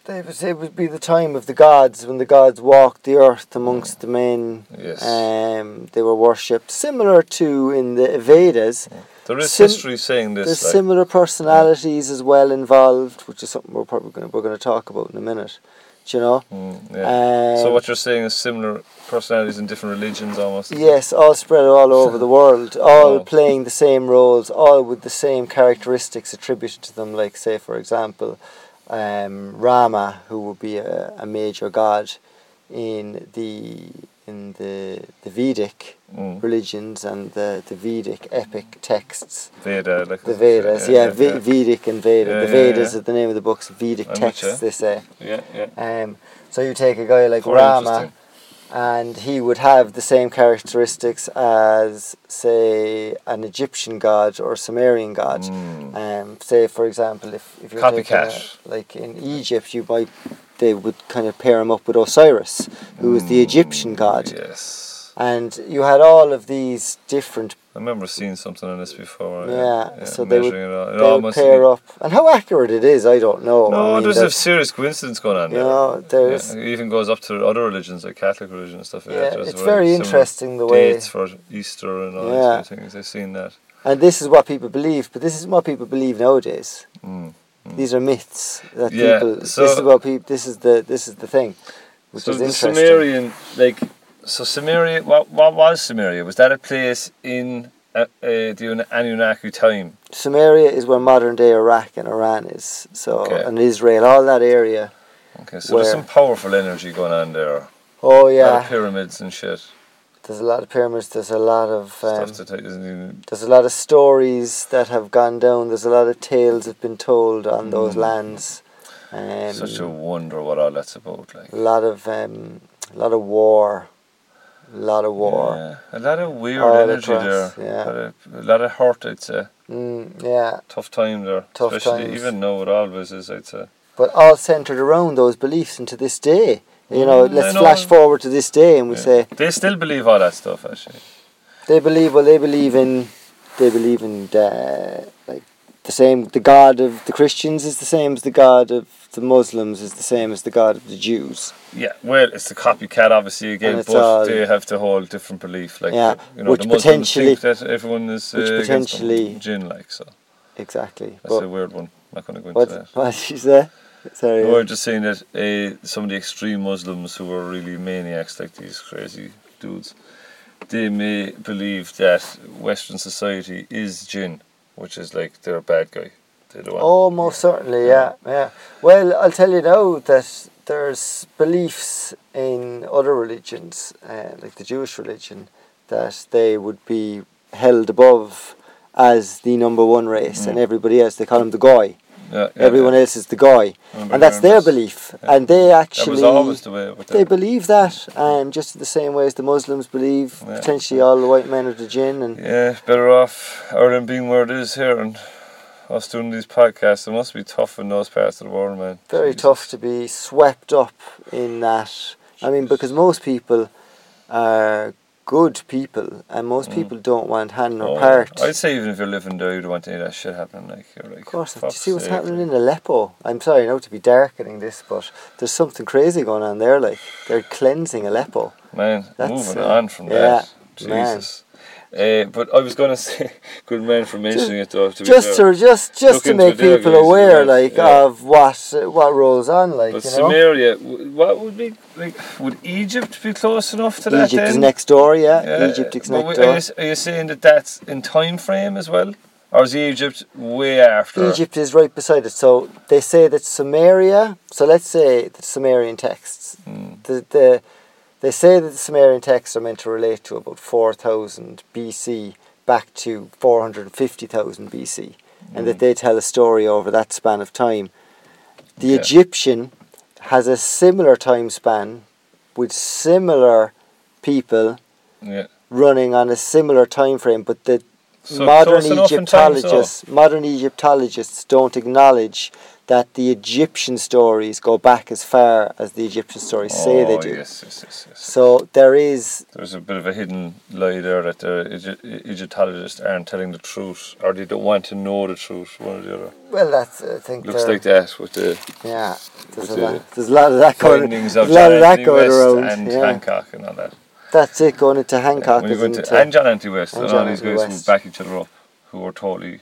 [SPEAKER 2] they would say it would be the time of the gods when the gods walked the earth amongst the men.
[SPEAKER 1] Yes.
[SPEAKER 2] Um, they were worshipped similar to in the Vedas.
[SPEAKER 1] there is
[SPEAKER 2] Sim-
[SPEAKER 1] history saying
[SPEAKER 2] There's
[SPEAKER 1] this. Like,
[SPEAKER 2] similar personalities as well involved, which is something we're probably going to we're going to talk about in a minute. Do you know?
[SPEAKER 1] Mm, yeah. so
[SPEAKER 2] Um,
[SPEAKER 1] what you're saying is similar personalities in different religions, almost. is it?
[SPEAKER 2] Yes, all spread all over the world, all
[SPEAKER 1] Oh.
[SPEAKER 2] playing the same roles, all with the same characteristics attributed to them. Like, say, for example, um, Rama, who would be a, a major god in the in the the Vedic
[SPEAKER 1] Mm.
[SPEAKER 2] religions and the, the Vedic
[SPEAKER 1] Hmm.
[SPEAKER 2] epic texts,
[SPEAKER 1] Veda, like
[SPEAKER 2] the Vedas. Yeah, Ve- Vedic and Veda.
[SPEAKER 1] Yeah,
[SPEAKER 2] the
[SPEAKER 1] yeah,
[SPEAKER 2] Vedas
[SPEAKER 1] yeah.
[SPEAKER 2] are the name of the books. Vedic
[SPEAKER 1] I'm with
[SPEAKER 2] texts,
[SPEAKER 1] ya.
[SPEAKER 2] they say.
[SPEAKER 1] yeah, yeah. Oh,
[SPEAKER 2] Um, so you take a guy like
[SPEAKER 1] Very
[SPEAKER 2] Rama,
[SPEAKER 1] interesting.
[SPEAKER 2] and he would have the same characteristics as, say, an Egyptian god or Sumerian god.
[SPEAKER 1] Mm.
[SPEAKER 2] Um, say, for example, if, if you're taking
[SPEAKER 1] Copycat.
[SPEAKER 2] a- like in Egypt, you might they would kind of pair him up with Osiris, who was
[SPEAKER 1] Mm.
[SPEAKER 2] the Egyptian god.
[SPEAKER 1] Yes,
[SPEAKER 2] And you had all of these different,
[SPEAKER 1] I remember seeing something on this before.
[SPEAKER 2] yeah. so they would,
[SPEAKER 1] Oh, measuring it all. It
[SPEAKER 2] they
[SPEAKER 1] all
[SPEAKER 2] would
[SPEAKER 1] must
[SPEAKER 2] pair
[SPEAKER 1] be-
[SPEAKER 2] up, and how accurate it is, I don't know.
[SPEAKER 1] No,
[SPEAKER 2] I mean,
[SPEAKER 1] there's a
[SPEAKER 2] that's-
[SPEAKER 1] serious coincidence going on
[SPEAKER 2] you
[SPEAKER 1] there.
[SPEAKER 2] know, there's
[SPEAKER 1] Yeah, it even goes up to other religions like Catholic religion and stuff. like that.
[SPEAKER 2] Yeah,
[SPEAKER 1] There's
[SPEAKER 2] it's
[SPEAKER 1] very
[SPEAKER 2] very
[SPEAKER 1] similar
[SPEAKER 2] interesting the way-
[SPEAKER 1] dates for Easter and all these sort
[SPEAKER 2] Yeah.
[SPEAKER 1] of things. I've seen that.
[SPEAKER 2] And this is what people believe, but this is what people believe nowadays.
[SPEAKER 1] Mm.
[SPEAKER 2] These are myths that
[SPEAKER 1] Yeah,
[SPEAKER 2] people.
[SPEAKER 1] so-
[SPEAKER 2] this is what people. This is the. This is the thing, which
[SPEAKER 1] so
[SPEAKER 2] is
[SPEAKER 1] the
[SPEAKER 2] interesting.
[SPEAKER 1] Sumerian, like, so Samaria. What what was Samaria? Was that a place in uh, uh, the Anunnaki time?
[SPEAKER 2] Samaria is where modern day Iraq and Iran is. So
[SPEAKER 1] Okay.
[SPEAKER 2] and Israel, all that area.
[SPEAKER 1] Okay, so
[SPEAKER 2] Where?
[SPEAKER 1] there's some powerful energy going on there. A
[SPEAKER 2] Oh
[SPEAKER 1] lot of
[SPEAKER 2] yeah,
[SPEAKER 1] pyramids and shit.
[SPEAKER 2] there's a lot of pyramids. There's a lot of. Um,
[SPEAKER 1] stuff that isn't even.
[SPEAKER 2] there's a lot of stories that have gone down. There's a lot of tales that have been told on those lands. Um,
[SPEAKER 1] Mm. such a wonder what all that's about. Like.
[SPEAKER 2] a lot of um, a lot of war, a lot of war.
[SPEAKER 1] Yeah, a lot of weird
[SPEAKER 2] All
[SPEAKER 1] energy
[SPEAKER 2] across,
[SPEAKER 1] there.
[SPEAKER 2] yeah.
[SPEAKER 1] A, lot of, a lot of hurt, I'd say.
[SPEAKER 2] Mm, yeah,
[SPEAKER 1] Tough time there.
[SPEAKER 2] Tough
[SPEAKER 1] Especially
[SPEAKER 2] times.
[SPEAKER 1] even now it always is, I'd say.
[SPEAKER 2] but all centered around those beliefs and to this day. You know,
[SPEAKER 1] Mm, I
[SPEAKER 2] let's
[SPEAKER 1] know.
[SPEAKER 2] flash forward to this day and we
[SPEAKER 1] Yeah.
[SPEAKER 2] say
[SPEAKER 1] They still believe all that stuff, actually.
[SPEAKER 2] they believe well they believe in they believe in the, like the same the god of the Christians is the same as the god of the Muslims is the same as the god of the Jews.
[SPEAKER 1] Yeah, well, it's the copycat, obviously,
[SPEAKER 2] And
[SPEAKER 1] again,
[SPEAKER 2] it's
[SPEAKER 1] but
[SPEAKER 2] all-
[SPEAKER 1] they have to hold different belief. Like,
[SPEAKER 2] Yeah,
[SPEAKER 1] you know,
[SPEAKER 2] which
[SPEAKER 1] the Muslims
[SPEAKER 2] potentially-
[SPEAKER 1] think that everyone is uh,
[SPEAKER 2] which
[SPEAKER 1] against them,
[SPEAKER 2] potentially-
[SPEAKER 1] jinn, like, so.
[SPEAKER 2] Exactly.
[SPEAKER 1] That's a
[SPEAKER 2] But
[SPEAKER 1] weird one. I'm not going to go into
[SPEAKER 2] what
[SPEAKER 1] that.
[SPEAKER 2] what did you say? Sorry.
[SPEAKER 1] We were just saying that uh, some of the extreme Muslims who were really maniacs, like these crazy dudes, they may believe that Western society is jinn, which is like they're a bad guy. They don't want.
[SPEAKER 2] Oh, most certainly, yeah, yeah. Well, I'll tell you now that there's beliefs in other religions, uh, like the Jewish religion, that they would be held above as the number one race, and everybody else they call them the goy.
[SPEAKER 1] Mm. Yeah, yeah,
[SPEAKER 2] Everyone
[SPEAKER 1] yeah.
[SPEAKER 2] else is the goy,
[SPEAKER 1] Remember
[SPEAKER 2] and that's their
[SPEAKER 1] Hermes.
[SPEAKER 2] belief, and they
[SPEAKER 1] That
[SPEAKER 2] actually
[SPEAKER 1] was always the way. With
[SPEAKER 2] they
[SPEAKER 1] them.
[SPEAKER 2] believe that, um, just the same way as the Muslims believe
[SPEAKER 1] Yeah.
[SPEAKER 2] potentially all the white men are the jinn, and
[SPEAKER 1] Yeah, better off Ireland being where it is here and us doing these podcasts. It must be tough in those parts of the world, man.
[SPEAKER 2] very
[SPEAKER 1] Jesus.
[SPEAKER 2] tough to be swept up in that. I mean, because most people are good people, and most people don't want hand
[SPEAKER 1] Mm. Oh,
[SPEAKER 2] or part.
[SPEAKER 1] I'd say even if you're living there, you'd want to hear that shit happening. Like, you're like,
[SPEAKER 2] Of course, do you
[SPEAKER 1] fuck's
[SPEAKER 2] see what's
[SPEAKER 1] sake,
[SPEAKER 2] happening in Aleppo? I'm sorry now to be darkening this, but there's something crazy going on there. Like they're cleansing Aleppo.
[SPEAKER 1] Man,
[SPEAKER 2] That's,
[SPEAKER 1] moving
[SPEAKER 2] uh,
[SPEAKER 1] on from
[SPEAKER 2] yeah,
[SPEAKER 1] that. Jesus. Uh, but I was going to say, good man for mentioning it though. To be
[SPEAKER 2] Just
[SPEAKER 1] fair.
[SPEAKER 2] to just just
[SPEAKER 1] Look
[SPEAKER 2] to
[SPEAKER 1] into
[SPEAKER 2] make
[SPEAKER 1] it there,
[SPEAKER 2] people
[SPEAKER 1] guys, you
[SPEAKER 2] aware,
[SPEAKER 1] guys,
[SPEAKER 2] like
[SPEAKER 1] yeah.
[SPEAKER 2] of what uh, what rolls on, like
[SPEAKER 1] But
[SPEAKER 2] you know.
[SPEAKER 1] Samaria, w- what would be like? Would Egypt be close enough to that?
[SPEAKER 2] Egypt is
[SPEAKER 1] then?
[SPEAKER 2] next door, yeah.
[SPEAKER 1] Yeah, eh,
[SPEAKER 2] Egypt
[SPEAKER 1] but
[SPEAKER 2] is next
[SPEAKER 1] w-
[SPEAKER 2] door.
[SPEAKER 1] Are you, s- are you saying that that's in time frame as well, or is Egypt way after?
[SPEAKER 2] Egypt is right beside it. So they say that Samaria. So let's say the Sumerian texts.
[SPEAKER 1] Mm.
[SPEAKER 2] The, the they say that the Sumerian texts are meant to relate to about four thousand BC back to four hundred and fifty thousand BC, and that they tell a story over that span of time. The
[SPEAKER 1] Okay.
[SPEAKER 2] Egyptian has a similar time span with similar people
[SPEAKER 1] Yeah.
[SPEAKER 2] running on a similar time frame, but the
[SPEAKER 1] So
[SPEAKER 2] modern
[SPEAKER 1] close enough in time, so-
[SPEAKER 2] Egyptologists modern Egyptologists don't acknowledge that the Egyptian stories go back as far as the Egyptian stories say they
[SPEAKER 1] Oh,
[SPEAKER 2] do.
[SPEAKER 1] Yes, yes, yes, yes.
[SPEAKER 2] So there is
[SPEAKER 1] There's a bit of a hidden lie there that the Egy- Egyptologists aren't telling the truth, or they don't want to know the truth. One or the other.
[SPEAKER 2] well, that's I think
[SPEAKER 1] Looks
[SPEAKER 2] there-
[SPEAKER 1] like that with the
[SPEAKER 2] yeah. There's a,
[SPEAKER 1] with
[SPEAKER 2] lot,
[SPEAKER 1] the
[SPEAKER 2] there's a lot of that going.
[SPEAKER 1] findings
[SPEAKER 2] there's
[SPEAKER 1] of
[SPEAKER 2] a lot
[SPEAKER 1] John
[SPEAKER 2] of that
[SPEAKER 1] Anthony
[SPEAKER 2] going around.
[SPEAKER 1] West and
[SPEAKER 2] yeah.
[SPEAKER 1] Hancock and all that.
[SPEAKER 2] That's it. Going into Hancock
[SPEAKER 1] When you
[SPEAKER 2] is
[SPEAKER 1] go into-
[SPEAKER 2] into-
[SPEAKER 1] and John Anthony West
[SPEAKER 2] and
[SPEAKER 1] and, all
[SPEAKER 2] John
[SPEAKER 1] these
[SPEAKER 2] Anthony
[SPEAKER 1] guys
[SPEAKER 2] West.
[SPEAKER 1] who back each other up, who were totally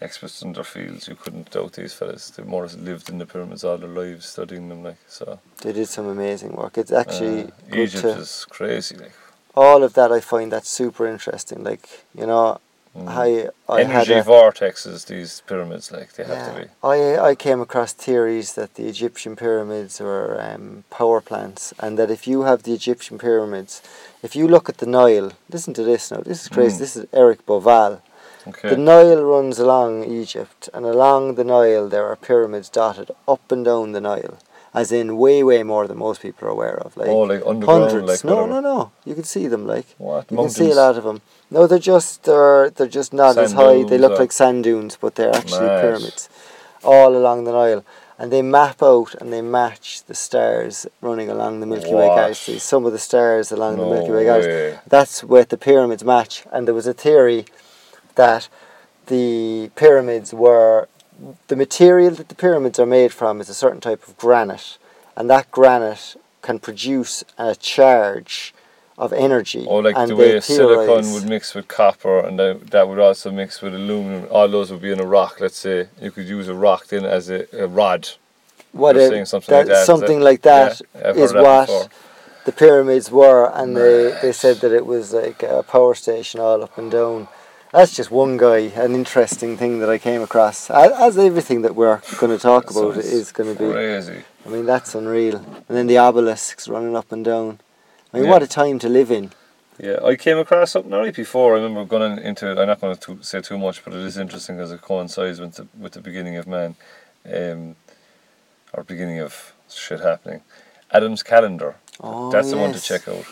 [SPEAKER 1] experts in their fields. You couldn't doubt these fellas. They more or less lived in the pyramids all their lives studying them. Like so,
[SPEAKER 2] they did some amazing work. It's
[SPEAKER 1] uh,
[SPEAKER 2] actually good
[SPEAKER 1] Egypt
[SPEAKER 2] to
[SPEAKER 1] is crazy. Like
[SPEAKER 2] all of that. I find that super interesting. Like you know,
[SPEAKER 1] mm.
[SPEAKER 2] I I had
[SPEAKER 1] energy
[SPEAKER 2] a,
[SPEAKER 1] vortexes. These pyramids, like they have to
[SPEAKER 2] Yeah.
[SPEAKER 1] be.
[SPEAKER 2] I, I came across theories that the Egyptian pyramids were um, power plants, and that if you have the Egyptian pyramids, if you look at the Nile, listen to this now, this is crazy,
[SPEAKER 1] Mm.
[SPEAKER 2] this is Eric Boval.
[SPEAKER 1] Okay.
[SPEAKER 2] The Nile runs along Egypt, and along the Nile there are pyramids dotted up and down the Nile, as in way, way more than most people are aware of. Like,
[SPEAKER 1] oh, like underground,
[SPEAKER 2] hundreds.
[SPEAKER 1] like
[SPEAKER 2] no,
[SPEAKER 1] whatever.
[SPEAKER 2] no, no. You can see them, like.
[SPEAKER 1] What
[SPEAKER 2] You
[SPEAKER 1] mountains?
[SPEAKER 2] can see a lot of them. No, they're just they're they're just not as
[SPEAKER 1] Sand
[SPEAKER 2] high. They
[SPEAKER 1] dunes uh,
[SPEAKER 2] look
[SPEAKER 1] or-
[SPEAKER 2] like sand dunes, but they're actually
[SPEAKER 1] Mad.
[SPEAKER 2] pyramids, all along the Nile. And they map out and they match the stars running along the Milky Way
[SPEAKER 1] What?
[SPEAKER 2] galaxy. Some of the stars along
[SPEAKER 1] No
[SPEAKER 2] the Milky Way galaxy.
[SPEAKER 1] way.
[SPEAKER 2] That's where the pyramids match. And there was a theory that the pyramids were the material that the pyramids are made from is a certain type of granite, and that granite can produce a charge of energy.
[SPEAKER 1] Or like
[SPEAKER 2] and
[SPEAKER 1] the way
[SPEAKER 2] they
[SPEAKER 1] silicon
[SPEAKER 2] theorise-
[SPEAKER 1] would mix with copper, and then that would also mix with aluminum. All those would be in a rock. Let's say you could use a rock then as a, a rod.
[SPEAKER 2] what
[SPEAKER 1] you're
[SPEAKER 2] it-
[SPEAKER 1] saying something
[SPEAKER 2] that,
[SPEAKER 1] like that, is
[SPEAKER 2] something
[SPEAKER 1] it?
[SPEAKER 2] like that
[SPEAKER 1] Yeah, I've
[SPEAKER 2] is
[SPEAKER 1] heard that
[SPEAKER 2] what
[SPEAKER 1] before.
[SPEAKER 2] the pyramids were, and they, they said that it was like a power station all up and down. That's just one guy, an interesting thing that I came across. A- As everything that we're going to talk about
[SPEAKER 1] Sounds
[SPEAKER 2] is going to be.
[SPEAKER 1] crazy.
[SPEAKER 2] I mean, that's unreal. And then the obelisks running up and down. I mean,
[SPEAKER 1] Yeah.
[SPEAKER 2] what a time to live in.
[SPEAKER 1] Yeah, I came across something right before. I remember going into it. I'm not going to say too much, but it is interesting because it coincides with the, with the beginning of man, um, or beginning of shit happening. Adam's calendar.
[SPEAKER 2] Oh,
[SPEAKER 1] That's the one to
[SPEAKER 2] yes.
[SPEAKER 1] check out.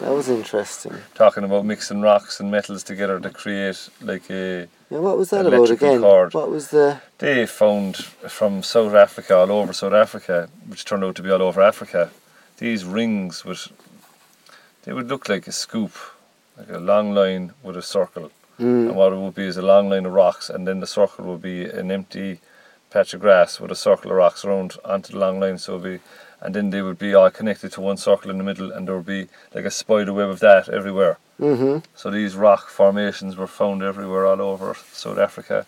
[SPEAKER 2] That was interesting.
[SPEAKER 1] Talking about mixing rocks and metals together to create like a.
[SPEAKER 2] Yeah, what was that
[SPEAKER 1] Electrical
[SPEAKER 2] about again?
[SPEAKER 1] cord.
[SPEAKER 2] What was the
[SPEAKER 1] They found from South Africa, all over South Africa, which turned out to be all over Africa, these rings with they would look like a scoop, like a long line with a circle. And what it would be is a long line of rocks, and then the circle would be an empty patch of grass with a circle of rocks around onto the long line. So it'd be, and then they would be all connected to one circle in the middle, and there would be like a spider web of that everywhere.
[SPEAKER 2] Mhm.
[SPEAKER 1] So these rock formations were found everywhere, all over South Africa,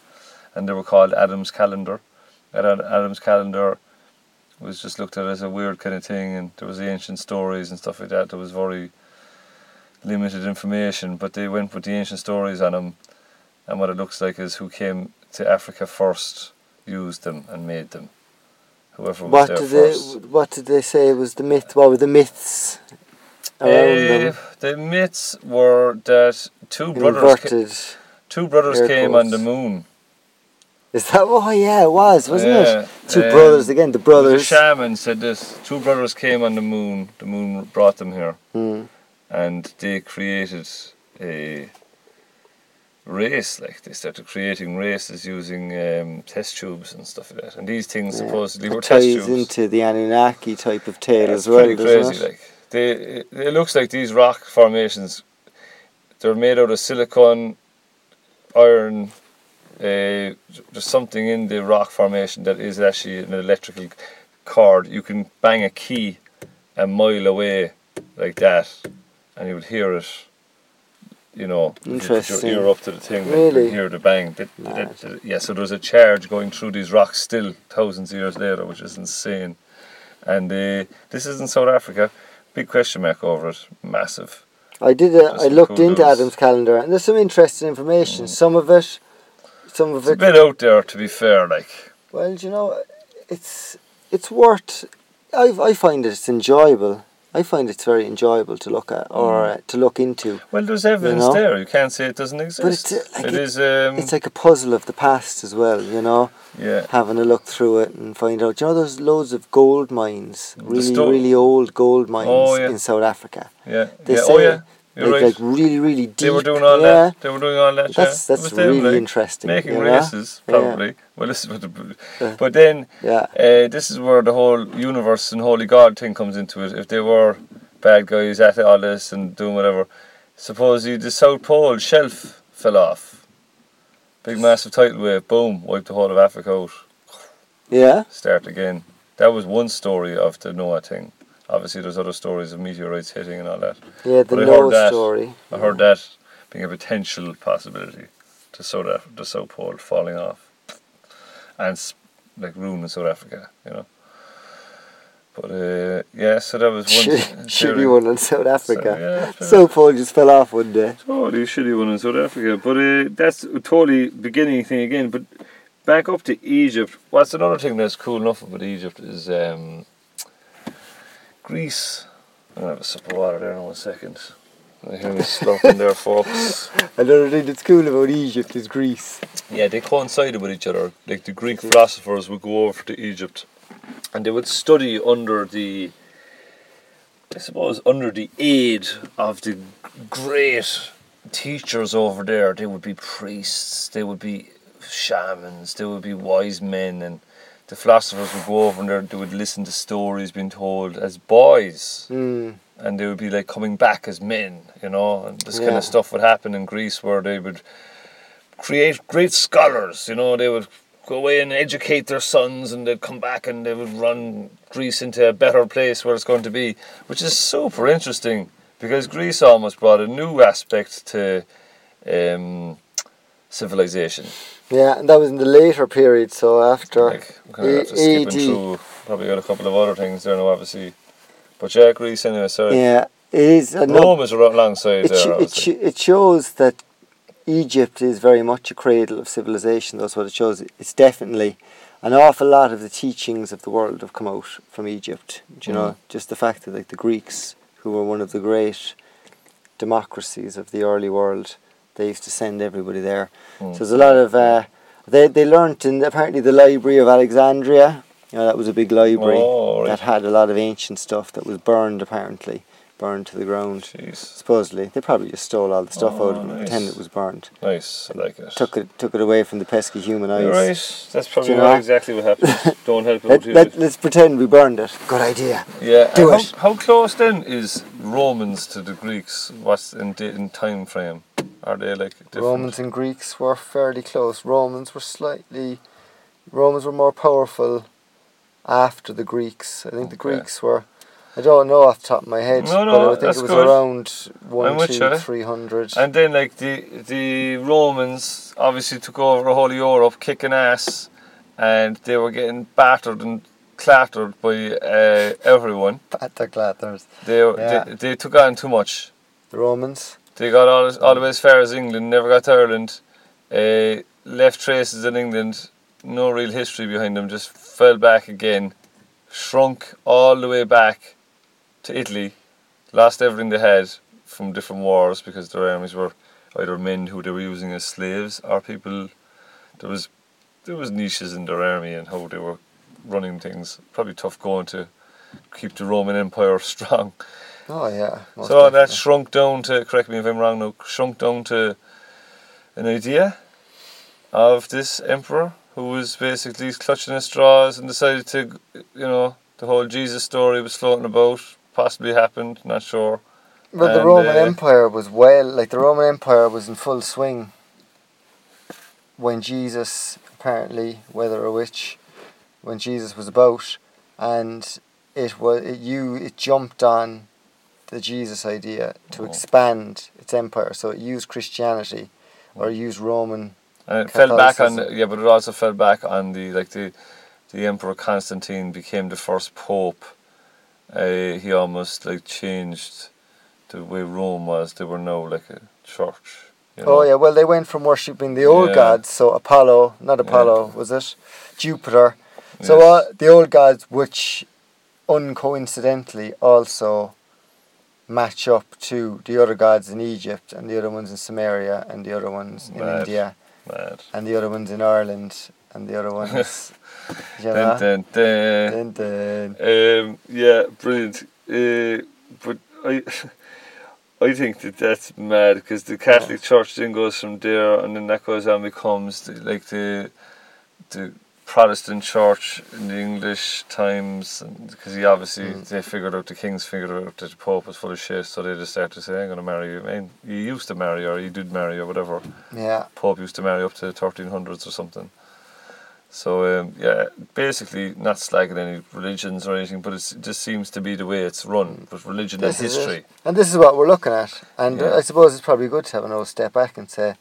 [SPEAKER 1] and they were called Adam's calendar. And Ad- Adam's calendar was just looked at as a weird kind of thing, and there was the ancient stories and stuff like that. There was very limited information, but they went with the ancient stories on them, and what it looks like is who came to Africa first used them and made them. Whoever was
[SPEAKER 2] what
[SPEAKER 1] there
[SPEAKER 2] did
[SPEAKER 1] first.
[SPEAKER 2] they what did they say was the myth? What were the myths around
[SPEAKER 1] Eh,
[SPEAKER 2] them?
[SPEAKER 1] the myths were that two brothers ca-
[SPEAKER 2] Inverted.
[SPEAKER 1] two brothers
[SPEAKER 2] air
[SPEAKER 1] came
[SPEAKER 2] quotes.
[SPEAKER 1] on the moon.
[SPEAKER 2] Is that? Oh yeah, it was, wasn't
[SPEAKER 1] Yeah,
[SPEAKER 2] it? Two
[SPEAKER 1] um,
[SPEAKER 2] brothers again. The
[SPEAKER 1] The
[SPEAKER 2] brothers.
[SPEAKER 1] shaman said this. Two brothers came on the moon. The moon brought them here,
[SPEAKER 2] Mm.
[SPEAKER 1] and they created a race. Like they started creating races using um, test tubes and stuff like that. And these things
[SPEAKER 2] Yeah.
[SPEAKER 1] supposedly
[SPEAKER 2] That
[SPEAKER 1] were test
[SPEAKER 2] ties
[SPEAKER 1] tubes.
[SPEAKER 2] into the Anunnaki type of tale
[SPEAKER 1] It's
[SPEAKER 2] as well,
[SPEAKER 1] pretty
[SPEAKER 2] doesn't
[SPEAKER 1] crazy.
[SPEAKER 2] it?
[SPEAKER 1] Like they, it, it looks like these rock formations. They're made out of silicon, iron. Uh, there's something in the rock formation that is actually an electrical cord. You can bang a key a mile away like that, and you would hear it. You know, if you put
[SPEAKER 2] Interesting.
[SPEAKER 1] your ear up to the thing, you
[SPEAKER 2] Really?
[SPEAKER 1] hear the bang. That- that- that- yeah, so there's a charge going through these rocks still thousands of years later, which is insane. And uh, this is in South Africa. Big question mark over it. Massive.
[SPEAKER 2] I did. A,
[SPEAKER 1] Just
[SPEAKER 2] I
[SPEAKER 1] some
[SPEAKER 2] looked into
[SPEAKER 1] kudos.
[SPEAKER 2] Adam's calendar, and there's some interesting information. Some of it, some of
[SPEAKER 1] Hmm. It's a
[SPEAKER 2] it.
[SPEAKER 1] bit out there, to be fair. Like,
[SPEAKER 2] Well, you know, it's it's worth. I I find it's enjoyable. I find it's very enjoyable to look at
[SPEAKER 1] Hmm.
[SPEAKER 2] or uh, to look into.
[SPEAKER 1] well, there's evidence
[SPEAKER 2] know?
[SPEAKER 1] there. You can't say it doesn't exist.
[SPEAKER 2] it's, uh, like
[SPEAKER 1] it
[SPEAKER 2] it-
[SPEAKER 1] is. Um,
[SPEAKER 2] It's like a puzzle of the past as well. You know,
[SPEAKER 1] yeah.
[SPEAKER 2] having a look through it and find out. You know, there's loads of gold mines, really
[SPEAKER 1] sto-
[SPEAKER 2] really old gold mines
[SPEAKER 1] Oh, yeah.
[SPEAKER 2] in South Africa.
[SPEAKER 1] Yeah.
[SPEAKER 2] They
[SPEAKER 1] yeah.
[SPEAKER 2] say
[SPEAKER 1] Oh, yeah. You're
[SPEAKER 2] like,
[SPEAKER 1] right.
[SPEAKER 2] like really, really deep.
[SPEAKER 1] they were doing all
[SPEAKER 2] yeah.
[SPEAKER 1] that. They were doing all that.
[SPEAKER 2] That's
[SPEAKER 1] yeah. It
[SPEAKER 2] that's
[SPEAKER 1] was them,
[SPEAKER 2] really
[SPEAKER 1] like,
[SPEAKER 2] interesting.
[SPEAKER 1] Making
[SPEAKER 2] you know?
[SPEAKER 1] races, probably. Well, this is what the, but then
[SPEAKER 2] Yeah.
[SPEAKER 1] Uh, this is where the whole universe and holy God thing comes into it. If they were bad guys at all this and doing whatever, suppose you, the South Pole shelf fell off. Big massive tidal wave, boom, wiped the whole of Africa out.
[SPEAKER 2] Yeah.
[SPEAKER 1] Start again. That was one story of the Noah thing. Obviously, there's other stories of meteorites hitting and all that.
[SPEAKER 2] Yeah. The
[SPEAKER 1] But I heard
[SPEAKER 2] Noah
[SPEAKER 1] that.
[SPEAKER 2] story.
[SPEAKER 1] I heard that being a potential possibility to South Af- the South Pole falling off and s- like ruining South Africa, you know. But uh, yeah, so that was one
[SPEAKER 2] Should, should be
[SPEAKER 1] theory.
[SPEAKER 2] one in South Africa.
[SPEAKER 1] So, yeah,
[SPEAKER 2] So Paul just fell off one day.
[SPEAKER 1] totally shitty one in South Africa. But uh, that's a totally beginning thing again. But back up to Egypt. What's another thing that's cool enough about Egypt is um, Greece. I'm gonna have a sip of water there in one second. I hear me slurping there, folks.
[SPEAKER 2] Another thing that's cool about Egypt is Greece.
[SPEAKER 1] Yeah, they coincided with each other. Like the Greek philosophers would go over to Egypt, and they would study under the, I suppose, under the aid of the great teachers over there. They would be priests. They would be shamans. They would be wise men, and the philosophers would go over and they- they would listen to stories being told as boys
[SPEAKER 2] Mm.
[SPEAKER 1] and they would be like coming back as men, you know, and this kind
[SPEAKER 2] Yeah.
[SPEAKER 1] of stuff would happen in Greece where they would create great scholars, you know, they would go away and educate their sons and they'd come back and they would run Greece into a better place where it's going to be, which is super interesting because Greece almost brought a new aspect to um, civilization.
[SPEAKER 2] Yeah, and that was in the later period. So after
[SPEAKER 1] Like, we're kind of after
[SPEAKER 2] A-
[SPEAKER 1] skipping
[SPEAKER 2] AD.
[SPEAKER 1] through, probably got a couple of other things there now, obviously. But yeah, Greece anyway, sorry.
[SPEAKER 2] yeah, it is. uh, I know-
[SPEAKER 1] Rome is right alongside
[SPEAKER 2] it,
[SPEAKER 1] there,
[SPEAKER 2] sh- it,
[SPEAKER 1] obviously.
[SPEAKER 2] sh- it shows that Egypt is very much a cradle of civilization. That's what it shows. It's definitely an awful lot of the teachings of the world have come out from Egypt. Do you
[SPEAKER 1] Mm.
[SPEAKER 2] know, just the fact that like the Greeks, who were one of the great democracies of the early world, they used to send everybody there.
[SPEAKER 1] Mm.
[SPEAKER 2] So there's a lot of uh, they they learnt in apparently the Library of Alexandria. You know, that was a big library
[SPEAKER 1] Oh, right.
[SPEAKER 2] that had a lot of ancient stuff that was burned apparently, burned to the ground.
[SPEAKER 1] Jeez.
[SPEAKER 2] Supposedly, they probably just stole all the stuff
[SPEAKER 1] Oh,
[SPEAKER 2] out of it and
[SPEAKER 1] nice.
[SPEAKER 2] pretended it was burnt.
[SPEAKER 1] Nice, I like it.
[SPEAKER 2] Took it, took it away from the pesky human eyes.
[SPEAKER 1] You're right, that's probably
[SPEAKER 2] Do you know
[SPEAKER 1] not
[SPEAKER 2] what?
[SPEAKER 1] exactly what happened. Don't help out
[SPEAKER 2] Let,
[SPEAKER 1] here.
[SPEAKER 2] let, us pretend we burned it. Good idea.
[SPEAKER 1] yeah,
[SPEAKER 2] do
[SPEAKER 1] and
[SPEAKER 2] it.
[SPEAKER 1] How, how close then is Romans to the Greeks? What's in, da- in time frame? Are they like different?
[SPEAKER 2] Romans and Greeks were fairly close. Romans were slightly, Romans were more powerful after the Greeks. I think the
[SPEAKER 1] Okay.
[SPEAKER 2] Greeks were. I don't know off the top of my head,
[SPEAKER 1] No, no,
[SPEAKER 2] but I think
[SPEAKER 1] that's
[SPEAKER 2] it was
[SPEAKER 1] good.
[SPEAKER 2] around one,
[SPEAKER 1] I'm with
[SPEAKER 2] two,
[SPEAKER 1] you.
[SPEAKER 2] three hundred.
[SPEAKER 1] And then like the the Romans obviously took over the whole Europe, kicking ass, and they were getting battered and clattered by uh, everyone.
[SPEAKER 2] Pataklatters.
[SPEAKER 1] They,
[SPEAKER 2] Yeah.
[SPEAKER 1] they they took on too much.
[SPEAKER 2] The Romans.
[SPEAKER 1] They got all, as- all the way as far as England, never got to Ireland. Uh, left traces in England, no real history behind them, just fell back again, shrunk all the way back to Italy, lost everything they had from different wars because their armies were either men who they were using as slaves or people. There was there was niches in their army and how they were running things. Probably tough going to keep the Roman Empire strong.
[SPEAKER 2] Oh yeah. most
[SPEAKER 1] So that
[SPEAKER 2] definitely.
[SPEAKER 1] shrunk down to, correct me if I'm wrong now, shrunk down to an idea of this emperor who was basically clutching at straws and decided to, you know, the whole Jesus story was floating about, possibly happened, not sure.
[SPEAKER 2] But the
[SPEAKER 1] And,
[SPEAKER 2] Roman
[SPEAKER 1] uh,
[SPEAKER 2] Empire was well, like the Roman Empire was in full swing when Jesus, apparently, whether or which, when Jesus was about, and it was it, you it jumped on the Jesus idea to
[SPEAKER 1] Oh.
[SPEAKER 2] expand its empire. So it used Christianity or
[SPEAKER 1] Mm.
[SPEAKER 2] it used Roman.
[SPEAKER 1] And it fell back on,
[SPEAKER 2] Catholicism.
[SPEAKER 1] yeah, but it also fell back on the, like the, the emperor Constantine became the first pope. Uh, he almost like changed the way Rome was. They were now like a church. you know.
[SPEAKER 2] Oh yeah, well they went from worshipping the old
[SPEAKER 1] Yeah.
[SPEAKER 2] gods, so Apollo, not
[SPEAKER 1] Yeah.
[SPEAKER 2] Apollo, was it? Jupiter. So
[SPEAKER 1] Yes.
[SPEAKER 2] uh, the old gods, which uncoincidentally also match up to the other gods in Egypt and the other ones in Samaria and the other ones in
[SPEAKER 1] Mad.
[SPEAKER 2] India
[SPEAKER 1] Mad.
[SPEAKER 2] and the other ones in Ireland and the other ones. you know?
[SPEAKER 1] Dun, dun, dun.
[SPEAKER 2] Dun, dun.
[SPEAKER 1] Um, yeah, brilliant. Uh, but I, I think that that's mad because the Catholic Church then goes from there, and then that goes on becomes the, like the the Protestant Church in the English times, because he obviously they figured out the kings figured out that the Pope was full of shit, so they just started saying, "I'm going to marry you." I mean, you used to marry, or you did marry, or whatever.
[SPEAKER 2] Yeah.
[SPEAKER 1] Pope used to marry up to the 1300s or something. So um, yeah, basically not slagging any religions or anything, but it's, it just seems to be the way it's run with religion and
[SPEAKER 2] is it.
[SPEAKER 1] history.
[SPEAKER 2] And this is what we're looking at. And uh,
[SPEAKER 1] Yeah.
[SPEAKER 2] I suppose it's probably good to have an old step back and say,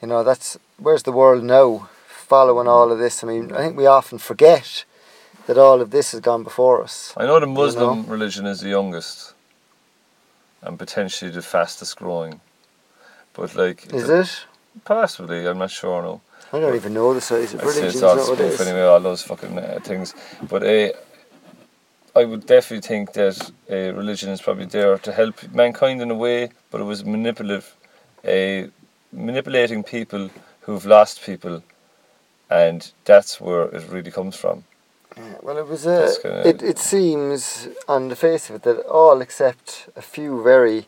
[SPEAKER 2] you know, that's where's the world now following all of this? I mean, I think we often forget that all of this has gone before us.
[SPEAKER 1] I know the Muslim religion is the youngest and potentially the fastest growing, but like
[SPEAKER 2] Is it?
[SPEAKER 1] possibly I'm not sure. No,
[SPEAKER 2] I don't even know the size of
[SPEAKER 1] I'd say
[SPEAKER 2] religions
[SPEAKER 1] it's all spoof
[SPEAKER 2] nowadays.
[SPEAKER 1] anyway. All those fucking uh, things, but uh, I would definitely think that uh, religion is probably there to help mankind in a way, but it was manipulative, uh, manipulating people who've lost people, and that's where it really comes from.
[SPEAKER 2] Yeah, Well, it was
[SPEAKER 1] That's
[SPEAKER 2] a.
[SPEAKER 1] kinda-
[SPEAKER 2] It, it seems on the face of it that all except a few very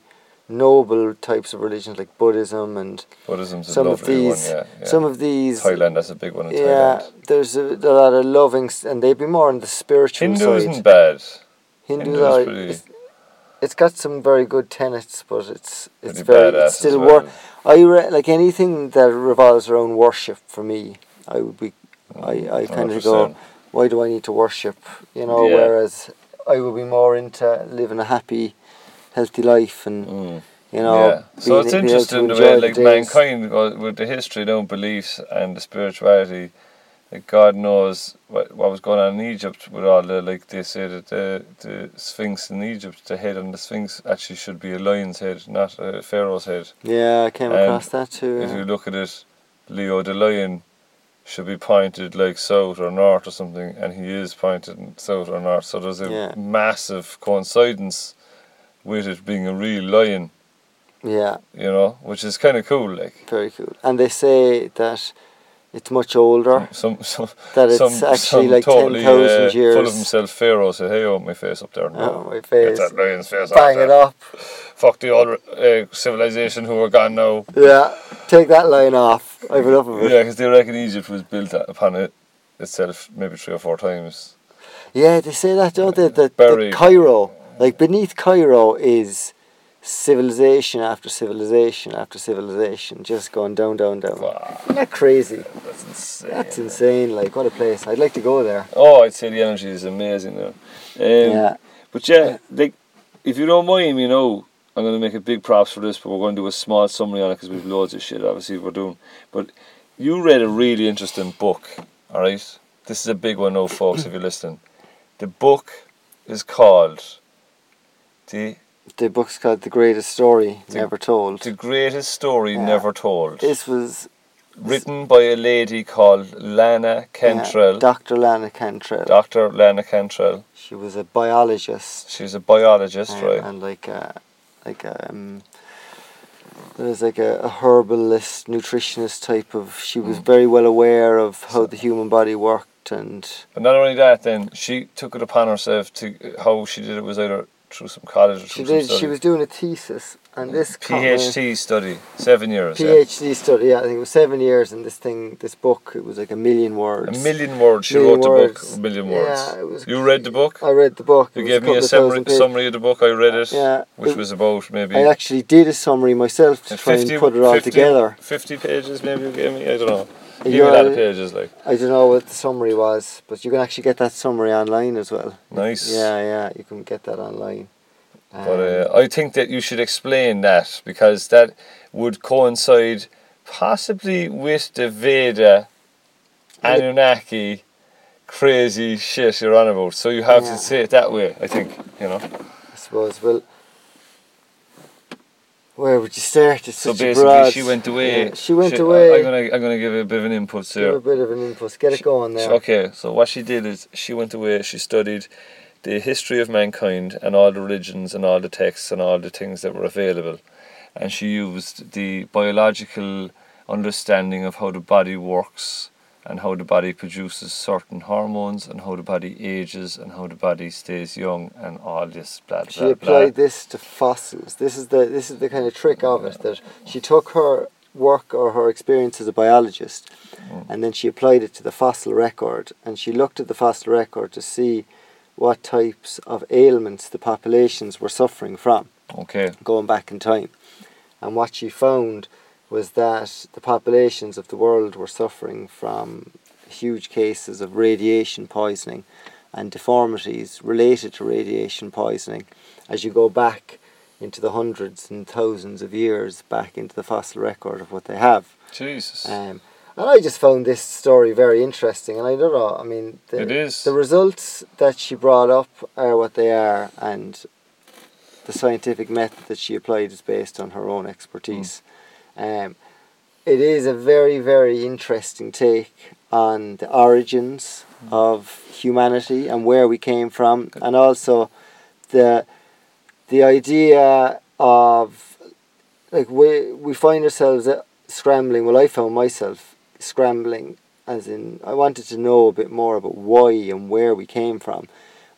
[SPEAKER 2] noble types of religions like Buddhism and
[SPEAKER 1] Buddhism's a
[SPEAKER 2] some of
[SPEAKER 1] lovely
[SPEAKER 2] these,
[SPEAKER 1] one. Yeah, yeah.
[SPEAKER 2] some of these
[SPEAKER 1] Thailand, that's a big one in
[SPEAKER 2] Yeah,
[SPEAKER 1] Thailand.
[SPEAKER 2] there's a, a lot of loving, s- and they'd be more on the spiritual
[SPEAKER 1] Hindu
[SPEAKER 2] side.
[SPEAKER 1] isn't bad.
[SPEAKER 2] Hindus
[SPEAKER 1] Hindu's
[SPEAKER 2] are.
[SPEAKER 1] pretty-
[SPEAKER 2] It's, it's got some very good tenets, but it's
[SPEAKER 1] Pretty
[SPEAKER 2] it's very
[SPEAKER 1] badass
[SPEAKER 2] it's still
[SPEAKER 1] as well.
[SPEAKER 2] work. I re- like anything that revolves around worship for me. I would be, I,
[SPEAKER 1] Mm,
[SPEAKER 2] I kind of go,
[SPEAKER 1] 100%.
[SPEAKER 2] why do I need to worship? You know,
[SPEAKER 1] Yeah.
[SPEAKER 2] whereas I would be more into living a happy, healthy life, and
[SPEAKER 1] Mm.
[SPEAKER 2] you know,
[SPEAKER 1] yeah. So it's
[SPEAKER 2] being- being able to
[SPEAKER 1] interesting the
[SPEAKER 2] enjoy
[SPEAKER 1] way like
[SPEAKER 2] days.
[SPEAKER 1] mankind go- with the history, their own beliefs and the spirituality. Like God knows what, what was going on in Egypt with all the like they say that the the Sphinx in Egypt, the head on the Sphinx actually should be a lion's head, not a pharaoh's head.
[SPEAKER 2] Yeah, I came
[SPEAKER 1] Um,
[SPEAKER 2] across that too.
[SPEAKER 1] If
[SPEAKER 2] yeah.
[SPEAKER 1] you look at it, Leo the lion should be pointed like south or north or something, and he is pointed south or north. So there's a
[SPEAKER 2] Yeah.
[SPEAKER 1] massive coincidence with it being a real lion,
[SPEAKER 2] yeah.
[SPEAKER 1] you know, which is kind of cool. Like
[SPEAKER 2] Very cool. And they say that it's much older.
[SPEAKER 1] some, some
[SPEAKER 2] That it's
[SPEAKER 1] some,
[SPEAKER 2] actually
[SPEAKER 1] some
[SPEAKER 2] like
[SPEAKER 1] totally,
[SPEAKER 2] 10,000
[SPEAKER 1] uh, Full
[SPEAKER 2] years.
[SPEAKER 1] of himself, Pharaoh said, "Hey, oh, my face up there,
[SPEAKER 2] Oh,
[SPEAKER 1] no,
[SPEAKER 2] my
[SPEAKER 1] get
[SPEAKER 2] face.
[SPEAKER 1] that lion's face
[SPEAKER 2] Bang
[SPEAKER 1] off
[SPEAKER 2] it
[SPEAKER 1] there.
[SPEAKER 2] up.
[SPEAKER 1] Fuck the old uh, civilization who are gone now."
[SPEAKER 2] Yeah. Take that line off. I've enough of
[SPEAKER 1] Yeah,
[SPEAKER 2] it.
[SPEAKER 1] 'cause they reckon Egypt was built upon it itself maybe three or four times.
[SPEAKER 2] Yeah, they say that, don't they? That, that
[SPEAKER 1] Very.
[SPEAKER 2] Cairo, like beneath Cairo, is civilization after civilization after civilization, just going down, down, down.
[SPEAKER 1] Wow.
[SPEAKER 2] Isn't that crazy?
[SPEAKER 1] That's insane.
[SPEAKER 2] That's insane. Like, what a place. I'd like to go there.
[SPEAKER 1] Oh, I'd say the energy is amazing there. Um,
[SPEAKER 2] yeah.
[SPEAKER 1] But yeah, like, if you don't mind, you know, I'm going to make a big props for this, but we're going to do a small summary on it because we've loads of shit, obviously, we're doing. But you read a really interesting book, all right? This is a big one, though, folks, if you're listening. The book is called The,
[SPEAKER 2] The book's called The Greatest Story Never Told.
[SPEAKER 1] the Greatest Story
[SPEAKER 2] Yeah.
[SPEAKER 1] Never Told,
[SPEAKER 2] This was
[SPEAKER 1] written by a lady called Lana
[SPEAKER 2] yeah,
[SPEAKER 1] Cantrell,
[SPEAKER 2] Dr. Lana Cantrell.
[SPEAKER 1] Dr. Lana Cantrell.
[SPEAKER 2] She was a biologist
[SPEAKER 1] She's a biologist,
[SPEAKER 2] um,
[SPEAKER 1] right?
[SPEAKER 2] and like a, like a, um, there was like a, a herbalist, nutritionist type of. She
[SPEAKER 1] Hmm.
[SPEAKER 2] was very well aware of how the human body worked, and
[SPEAKER 1] But not only that, then she took it upon herself to how she did it was either through some college or through
[SPEAKER 2] she did.
[SPEAKER 1] some study.
[SPEAKER 2] She was doing a thesis, and this com- uh,
[SPEAKER 1] PhD study, seven years. yeah.
[SPEAKER 2] PhD study. Yeah, I think it was seven years, and this thing, this book, it was like a million
[SPEAKER 1] A
[SPEAKER 2] words.
[SPEAKER 1] million words. She
[SPEAKER 2] Million
[SPEAKER 1] wrote the
[SPEAKER 2] words.
[SPEAKER 1] book. A million
[SPEAKER 2] Yeah,
[SPEAKER 1] words.
[SPEAKER 2] it was-
[SPEAKER 1] you read the book.
[SPEAKER 2] I read the book. it
[SPEAKER 1] you
[SPEAKER 2] was
[SPEAKER 1] gave me
[SPEAKER 2] couple
[SPEAKER 1] a
[SPEAKER 2] of
[SPEAKER 1] summary,
[SPEAKER 2] thousand pages.
[SPEAKER 1] summary of the book. I read it,
[SPEAKER 2] Yeah,
[SPEAKER 1] which
[SPEAKER 2] it-
[SPEAKER 1] was about maybe
[SPEAKER 2] I actually did a summary myself to
[SPEAKER 1] and
[SPEAKER 2] try and put it all
[SPEAKER 1] 50
[SPEAKER 2] together.
[SPEAKER 1] Fifty pages, maybe you gave me. I don't know.
[SPEAKER 2] A
[SPEAKER 1] You gave me a lot of
[SPEAKER 2] year-
[SPEAKER 1] pages, like
[SPEAKER 2] I don't know what the summary was, but you can actually get that summary online as well.
[SPEAKER 1] nice.
[SPEAKER 2] Yeah, yeah, you can get that online. Um,
[SPEAKER 1] But uh, I think that you should explain that because that would coincide possibly with the Veda, Anunnaki, crazy shit you're on about. So you have
[SPEAKER 2] Yeah.
[SPEAKER 1] to say it that way, I think, you know.
[SPEAKER 2] Um, I suppose, well, where would you start? It's
[SPEAKER 1] So
[SPEAKER 2] such a
[SPEAKER 1] basically,
[SPEAKER 2] broad-
[SPEAKER 1] she went away.
[SPEAKER 2] Yeah, she went
[SPEAKER 1] Shit, I-
[SPEAKER 2] away.
[SPEAKER 1] I'm going to I'm gonna give you a bit of an input
[SPEAKER 2] Give a
[SPEAKER 1] there.
[SPEAKER 2] bit of an impulse. Get it going there.
[SPEAKER 1] Okay, so what she did is she went away, she studied the history of mankind and all the religions and all the texts and all the things that were available. And she used the biological understanding of how the body works and how the body produces certain hormones and how the body ages and how the body stays young and all this blah blah
[SPEAKER 2] She
[SPEAKER 1] blah.
[SPEAKER 2] applied this to fossils. This is the this is the kind of trick of it that she took her work or her experience as a biologist, and then she applied it to the fossil record. And she looked at the fossil record to see what types of ailments the populations were suffering from
[SPEAKER 1] Okay.
[SPEAKER 2] going back in time. And what she found was that the populations of the world were suffering from huge cases of radiation poisoning and deformities related to radiation poisoning as you go back into the hundreds and thousands of years back into the fossil record of what they have.
[SPEAKER 1] Jesus.
[SPEAKER 2] Um, and I just found this story very interesting, and I don't know. I mean, the,
[SPEAKER 1] It is.
[SPEAKER 2] the results that she brought up are what they are, and the scientific method that she applied is based on her own expertise. Um, it is a very, very interesting take on the origins
[SPEAKER 1] Hmm.
[SPEAKER 2] of humanity and where we came from, and also the the idea of like we we find ourselves uh, scrambling. Well, I found myself scrambling, as in I wanted to know a bit more about why and where we came from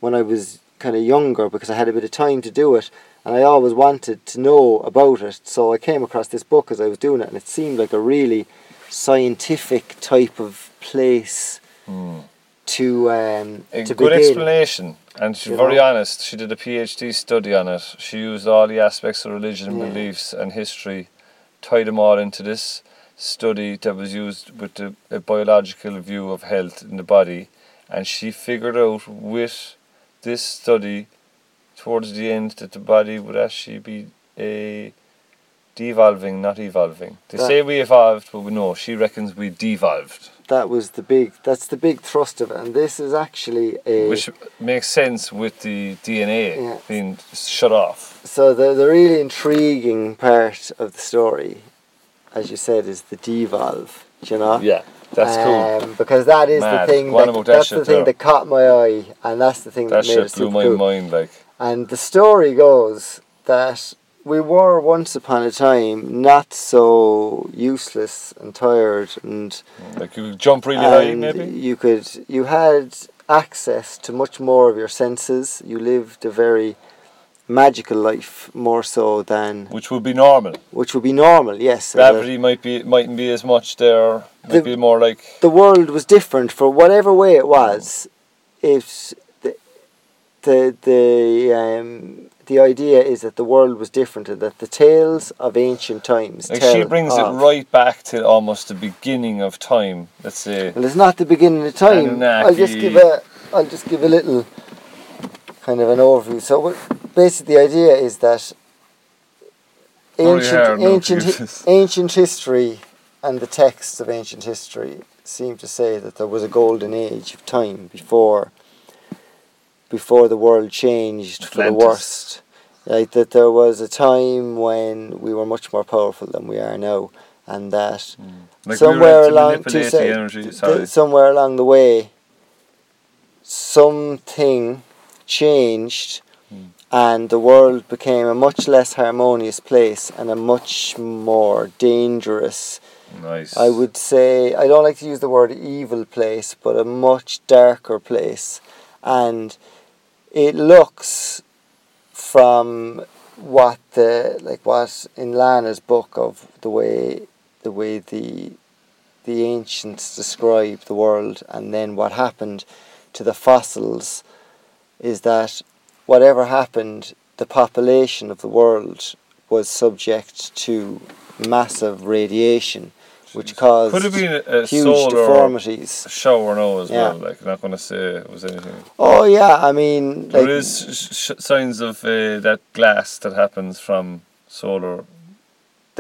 [SPEAKER 2] when I was kind of younger because I had a bit of time to do it, and I always wanted to know about it. So I came across this book as I was doing it, and it seemed like a really scientific type of place to um,
[SPEAKER 1] Hmm. a
[SPEAKER 2] to
[SPEAKER 1] good
[SPEAKER 2] begin.
[SPEAKER 1] explanation. And she's
[SPEAKER 2] You
[SPEAKER 1] very
[SPEAKER 2] know?
[SPEAKER 1] honest. She did a PhD study on it. She used all the aspects of religion,
[SPEAKER 2] Yeah.
[SPEAKER 1] beliefs, and history, tied them all into this study that was used with the a biological view of health in the body. And she figured out with this study towards the end that the body would actually be a devolving, not evolving. They
[SPEAKER 2] That-
[SPEAKER 1] say we evolved, but we know she reckons we devolved.
[SPEAKER 2] That was the big. That's the big thrust of it, and this is actually a.
[SPEAKER 1] Which makes sense with the DNA
[SPEAKER 2] Yeah.
[SPEAKER 1] being shut off.
[SPEAKER 2] so the the really intriguing part of the story, as you said, is the devolve. do You know.
[SPEAKER 1] Yeah, that's cool.
[SPEAKER 2] Um, because that is
[SPEAKER 1] Mad.
[SPEAKER 2] the thing.
[SPEAKER 1] What
[SPEAKER 2] That,
[SPEAKER 1] about that
[SPEAKER 2] that's the
[SPEAKER 1] shit
[SPEAKER 2] thing
[SPEAKER 1] there?
[SPEAKER 2] that caught my eye, and that's the thing
[SPEAKER 1] That
[SPEAKER 2] that, made
[SPEAKER 1] shit
[SPEAKER 2] it
[SPEAKER 1] blew
[SPEAKER 2] super
[SPEAKER 1] my
[SPEAKER 2] cool.
[SPEAKER 1] mind. Like,
[SPEAKER 2] And the story goes that we were once upon a time not so useless and tired and
[SPEAKER 1] like you jump really high,
[SPEAKER 2] and
[SPEAKER 1] maybe.
[SPEAKER 2] You could you had access to much more of your senses. You lived a very magical life more so than
[SPEAKER 1] Which would be normal.
[SPEAKER 2] which would be normal, yes. and the-
[SPEAKER 1] Gravity might be mightn't be as much there. Might
[SPEAKER 2] The-
[SPEAKER 1] be more like
[SPEAKER 2] the world was different for whatever way it was. It's the the the um, the idea is that the world was different and that the tales of ancient times.
[SPEAKER 1] like
[SPEAKER 2] tell
[SPEAKER 1] she brings it
[SPEAKER 2] of-
[SPEAKER 1] right back to almost the beginning of time. Let's say
[SPEAKER 2] Well, it's not the beginning of time. I'll just
[SPEAKER 1] Anunnaki.
[SPEAKER 2] give a I'll just give a little kind of an overview. So what, basically, the idea is that
[SPEAKER 1] Sorry,
[SPEAKER 2] ancient
[SPEAKER 1] Howard, no
[SPEAKER 2] ancient hi-
[SPEAKER 1] excuses.
[SPEAKER 2] ancient history and the texts of ancient history seem to say that there was a golden age of time before before the world changed for the
[SPEAKER 1] Atlantis.
[SPEAKER 2] worst. Like that there was a time when we were much more powerful than we are now and that
[SPEAKER 1] like we
[SPEAKER 2] somewhere
[SPEAKER 1] were able to
[SPEAKER 2] along two
[SPEAKER 1] manipulate
[SPEAKER 2] sec-
[SPEAKER 1] the energy.
[SPEAKER 2] th-
[SPEAKER 1] Sorry,
[SPEAKER 2] somewhere along the way something changed
[SPEAKER 1] Hmm.
[SPEAKER 2] and the world became a much less harmonious place and a much more dangerous
[SPEAKER 1] nice.
[SPEAKER 2] I would say I don't like to use the word evil place, but a much darker place, and it looks from what the like what in Lana's book of the way the way the the ancients describe the world, and then what happened to the fossils is that whatever happened, the population of the world was subject to massive radiation, which caused
[SPEAKER 1] Could have been a, a
[SPEAKER 2] huge
[SPEAKER 1] solar
[SPEAKER 2] deformities.
[SPEAKER 1] shower now as
[SPEAKER 2] Yeah.
[SPEAKER 1] well. Like, not gonna say it was anything.
[SPEAKER 2] Oh yeah, I mean, like,
[SPEAKER 1] there is sh- sh- signs of uh, that glass that happens from solar.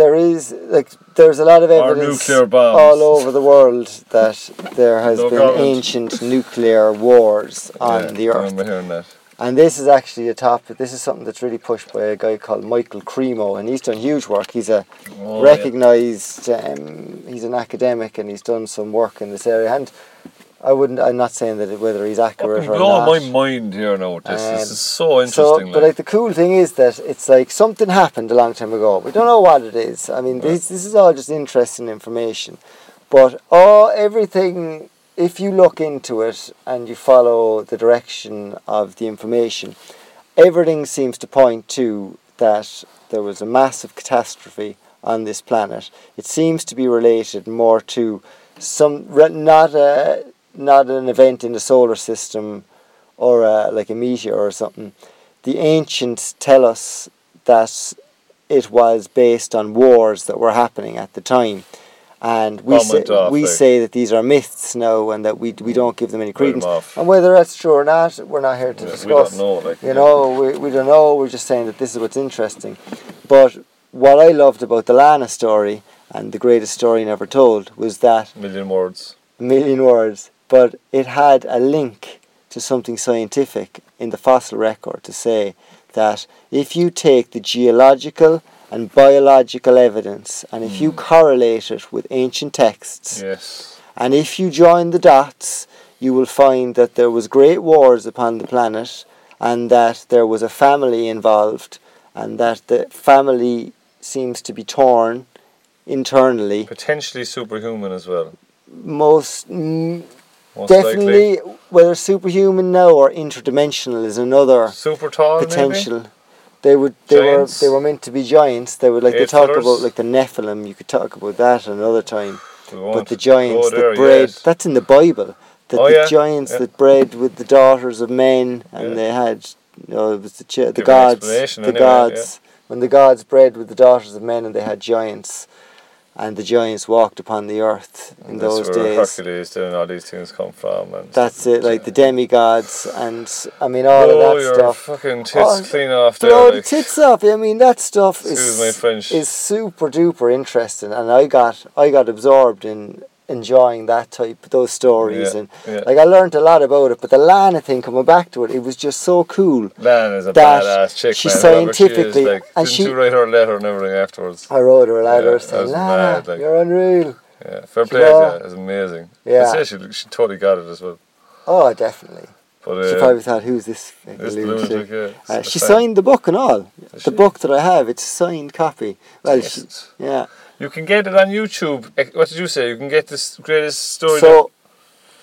[SPEAKER 2] there is like there's a lot of
[SPEAKER 1] Or
[SPEAKER 2] evidence
[SPEAKER 1] nuclear bombs.
[SPEAKER 2] all over the world that there has
[SPEAKER 1] No
[SPEAKER 2] been
[SPEAKER 1] comment.
[SPEAKER 2] ancient nuclear wars on
[SPEAKER 1] Yeah,
[SPEAKER 2] the
[SPEAKER 1] I
[SPEAKER 2] earth.
[SPEAKER 1] remember hearing uh, that.
[SPEAKER 2] And this is actually a topic. This is something that's really pushed by a guy called Michael Cremo, and he's done huge work. He's a
[SPEAKER 1] Oh, yeah.
[SPEAKER 2] recognized. Um, he's an academic, and he's done some work in this area. And I wouldn't. I'm not saying that it- whether he's accurate
[SPEAKER 1] Fucking
[SPEAKER 2] or
[SPEAKER 1] blowing
[SPEAKER 2] not.
[SPEAKER 1] my mind here now. with This, this
[SPEAKER 2] Um,
[SPEAKER 1] is so
[SPEAKER 2] So,
[SPEAKER 1] interesting.
[SPEAKER 2] but like
[SPEAKER 1] like.
[SPEAKER 2] the cool thing is that it's like something happened a long time ago. We don't know what it is. I mean, this this is all just interesting information. But all everything, if you look into it and you follow the direction of the information, everything seems to point to that there was a massive catastrophe on this planet. It seems to be related more to some re- not a not an event in the solar system or a, like a meteor or something. The ancients tell us that it was based on wars that were happening at the time. And we
[SPEAKER 1] Bomb
[SPEAKER 2] say,
[SPEAKER 1] went off,
[SPEAKER 2] we
[SPEAKER 1] like-
[SPEAKER 2] say that these are myths now and that we, we don't give them any
[SPEAKER 1] Write 'em
[SPEAKER 2] credence.
[SPEAKER 1] off.
[SPEAKER 2] And whether that's true or not, we're not here to
[SPEAKER 1] Yeah,
[SPEAKER 2] discuss.
[SPEAKER 1] we don't know. Like,
[SPEAKER 2] You know, we, we don't know, we're just saying that this is what's interesting. But what I loved about the Lana story and the greatest story never told was that
[SPEAKER 1] million words.
[SPEAKER 2] a million words, but it had a link to something scientific in the fossil record to say that if you take the geological and biological evidence and if you correlate it with ancient texts
[SPEAKER 1] Yes.
[SPEAKER 2] and if you join the dots, you will find that there was great wars upon the planet, and that there was a family involved, and that the family seems to be torn internally.
[SPEAKER 1] Potentially superhuman as well.
[SPEAKER 2] Most mm,
[SPEAKER 1] Most likely.
[SPEAKER 2] definitely, whether superhuman now or interdimensional is another
[SPEAKER 1] Super tall,
[SPEAKER 2] potential. They would. They
[SPEAKER 1] Giants?
[SPEAKER 2] were. They were meant to be giants. They would like they
[SPEAKER 1] Eight
[SPEAKER 2] talk
[SPEAKER 1] footers?
[SPEAKER 2] about like the Nephilim. You could talk about that another time.
[SPEAKER 1] maybe. We won't
[SPEAKER 2] But the
[SPEAKER 1] go
[SPEAKER 2] giants
[SPEAKER 1] there
[SPEAKER 2] that bred,
[SPEAKER 1] yet.
[SPEAKER 2] that's in the Bible, that
[SPEAKER 1] Oh,
[SPEAKER 2] the
[SPEAKER 1] yeah,
[SPEAKER 2] giants
[SPEAKER 1] yeah.
[SPEAKER 2] that bred with the daughters of men and
[SPEAKER 1] Yeah.
[SPEAKER 2] they had, you know, it was the, ch- the
[SPEAKER 1] Give an
[SPEAKER 2] gods,
[SPEAKER 1] explanation
[SPEAKER 2] the
[SPEAKER 1] anyway,
[SPEAKER 2] gods, when the gods bred with the daughters of men and they had giants, and the giants walked upon the earth in
[SPEAKER 1] And
[SPEAKER 2] those
[SPEAKER 1] that's where
[SPEAKER 2] days.
[SPEAKER 1] Hercules did and all these things come from. And
[SPEAKER 2] That's it, like the demigods, and I mean, all
[SPEAKER 1] Oh,
[SPEAKER 2] of that
[SPEAKER 1] your
[SPEAKER 2] stuff.
[SPEAKER 1] fucking tits
[SPEAKER 2] Oh,
[SPEAKER 1] clean off
[SPEAKER 2] Blow
[SPEAKER 1] there.
[SPEAKER 2] the
[SPEAKER 1] Like,
[SPEAKER 2] tits off! I mean, that stuff
[SPEAKER 1] excuse my
[SPEAKER 2] is
[SPEAKER 1] French.
[SPEAKER 2] is super duper interesting, and I got I got absorbed in enjoying that type those stories
[SPEAKER 1] Yeah,
[SPEAKER 2] and
[SPEAKER 1] yeah.
[SPEAKER 2] like I learned a lot about it. But the Lana thing coming back to it, it was just so cool.
[SPEAKER 1] Lan is a
[SPEAKER 2] that
[SPEAKER 1] badass chick,
[SPEAKER 2] she
[SPEAKER 1] man. whoever she
[SPEAKER 2] scientifically-
[SPEAKER 1] is, like,
[SPEAKER 2] and
[SPEAKER 1] didn't
[SPEAKER 2] she- Oh.
[SPEAKER 1] you write her a letter and everything afterwards?
[SPEAKER 2] I wrote her a
[SPEAKER 1] Yeah,
[SPEAKER 2] letter
[SPEAKER 1] that
[SPEAKER 2] saying,
[SPEAKER 1] was
[SPEAKER 2] "Lana,
[SPEAKER 1] mad, like-
[SPEAKER 2] you're unreal."
[SPEAKER 1] Yeah, fair
[SPEAKER 2] She
[SPEAKER 1] play to
[SPEAKER 2] got-
[SPEAKER 1] her. It's amazing.
[SPEAKER 2] Yeah.
[SPEAKER 1] I'd say she, she totally got it as well.
[SPEAKER 2] Oh, definitely.
[SPEAKER 1] But
[SPEAKER 2] She
[SPEAKER 1] uh,
[SPEAKER 2] probably thought, "Who's this?" fucking
[SPEAKER 1] this
[SPEAKER 2] lunatic?"
[SPEAKER 1] lunatic, yeah.
[SPEAKER 2] Uh, she signed the book and all. The
[SPEAKER 1] she?
[SPEAKER 2] book that I have, it's a signed copy. Well, she-
[SPEAKER 1] Jesus.
[SPEAKER 2] yeah.
[SPEAKER 1] You can get it on YouTube. Eh, What did you say? You can get this greatest story.
[SPEAKER 2] So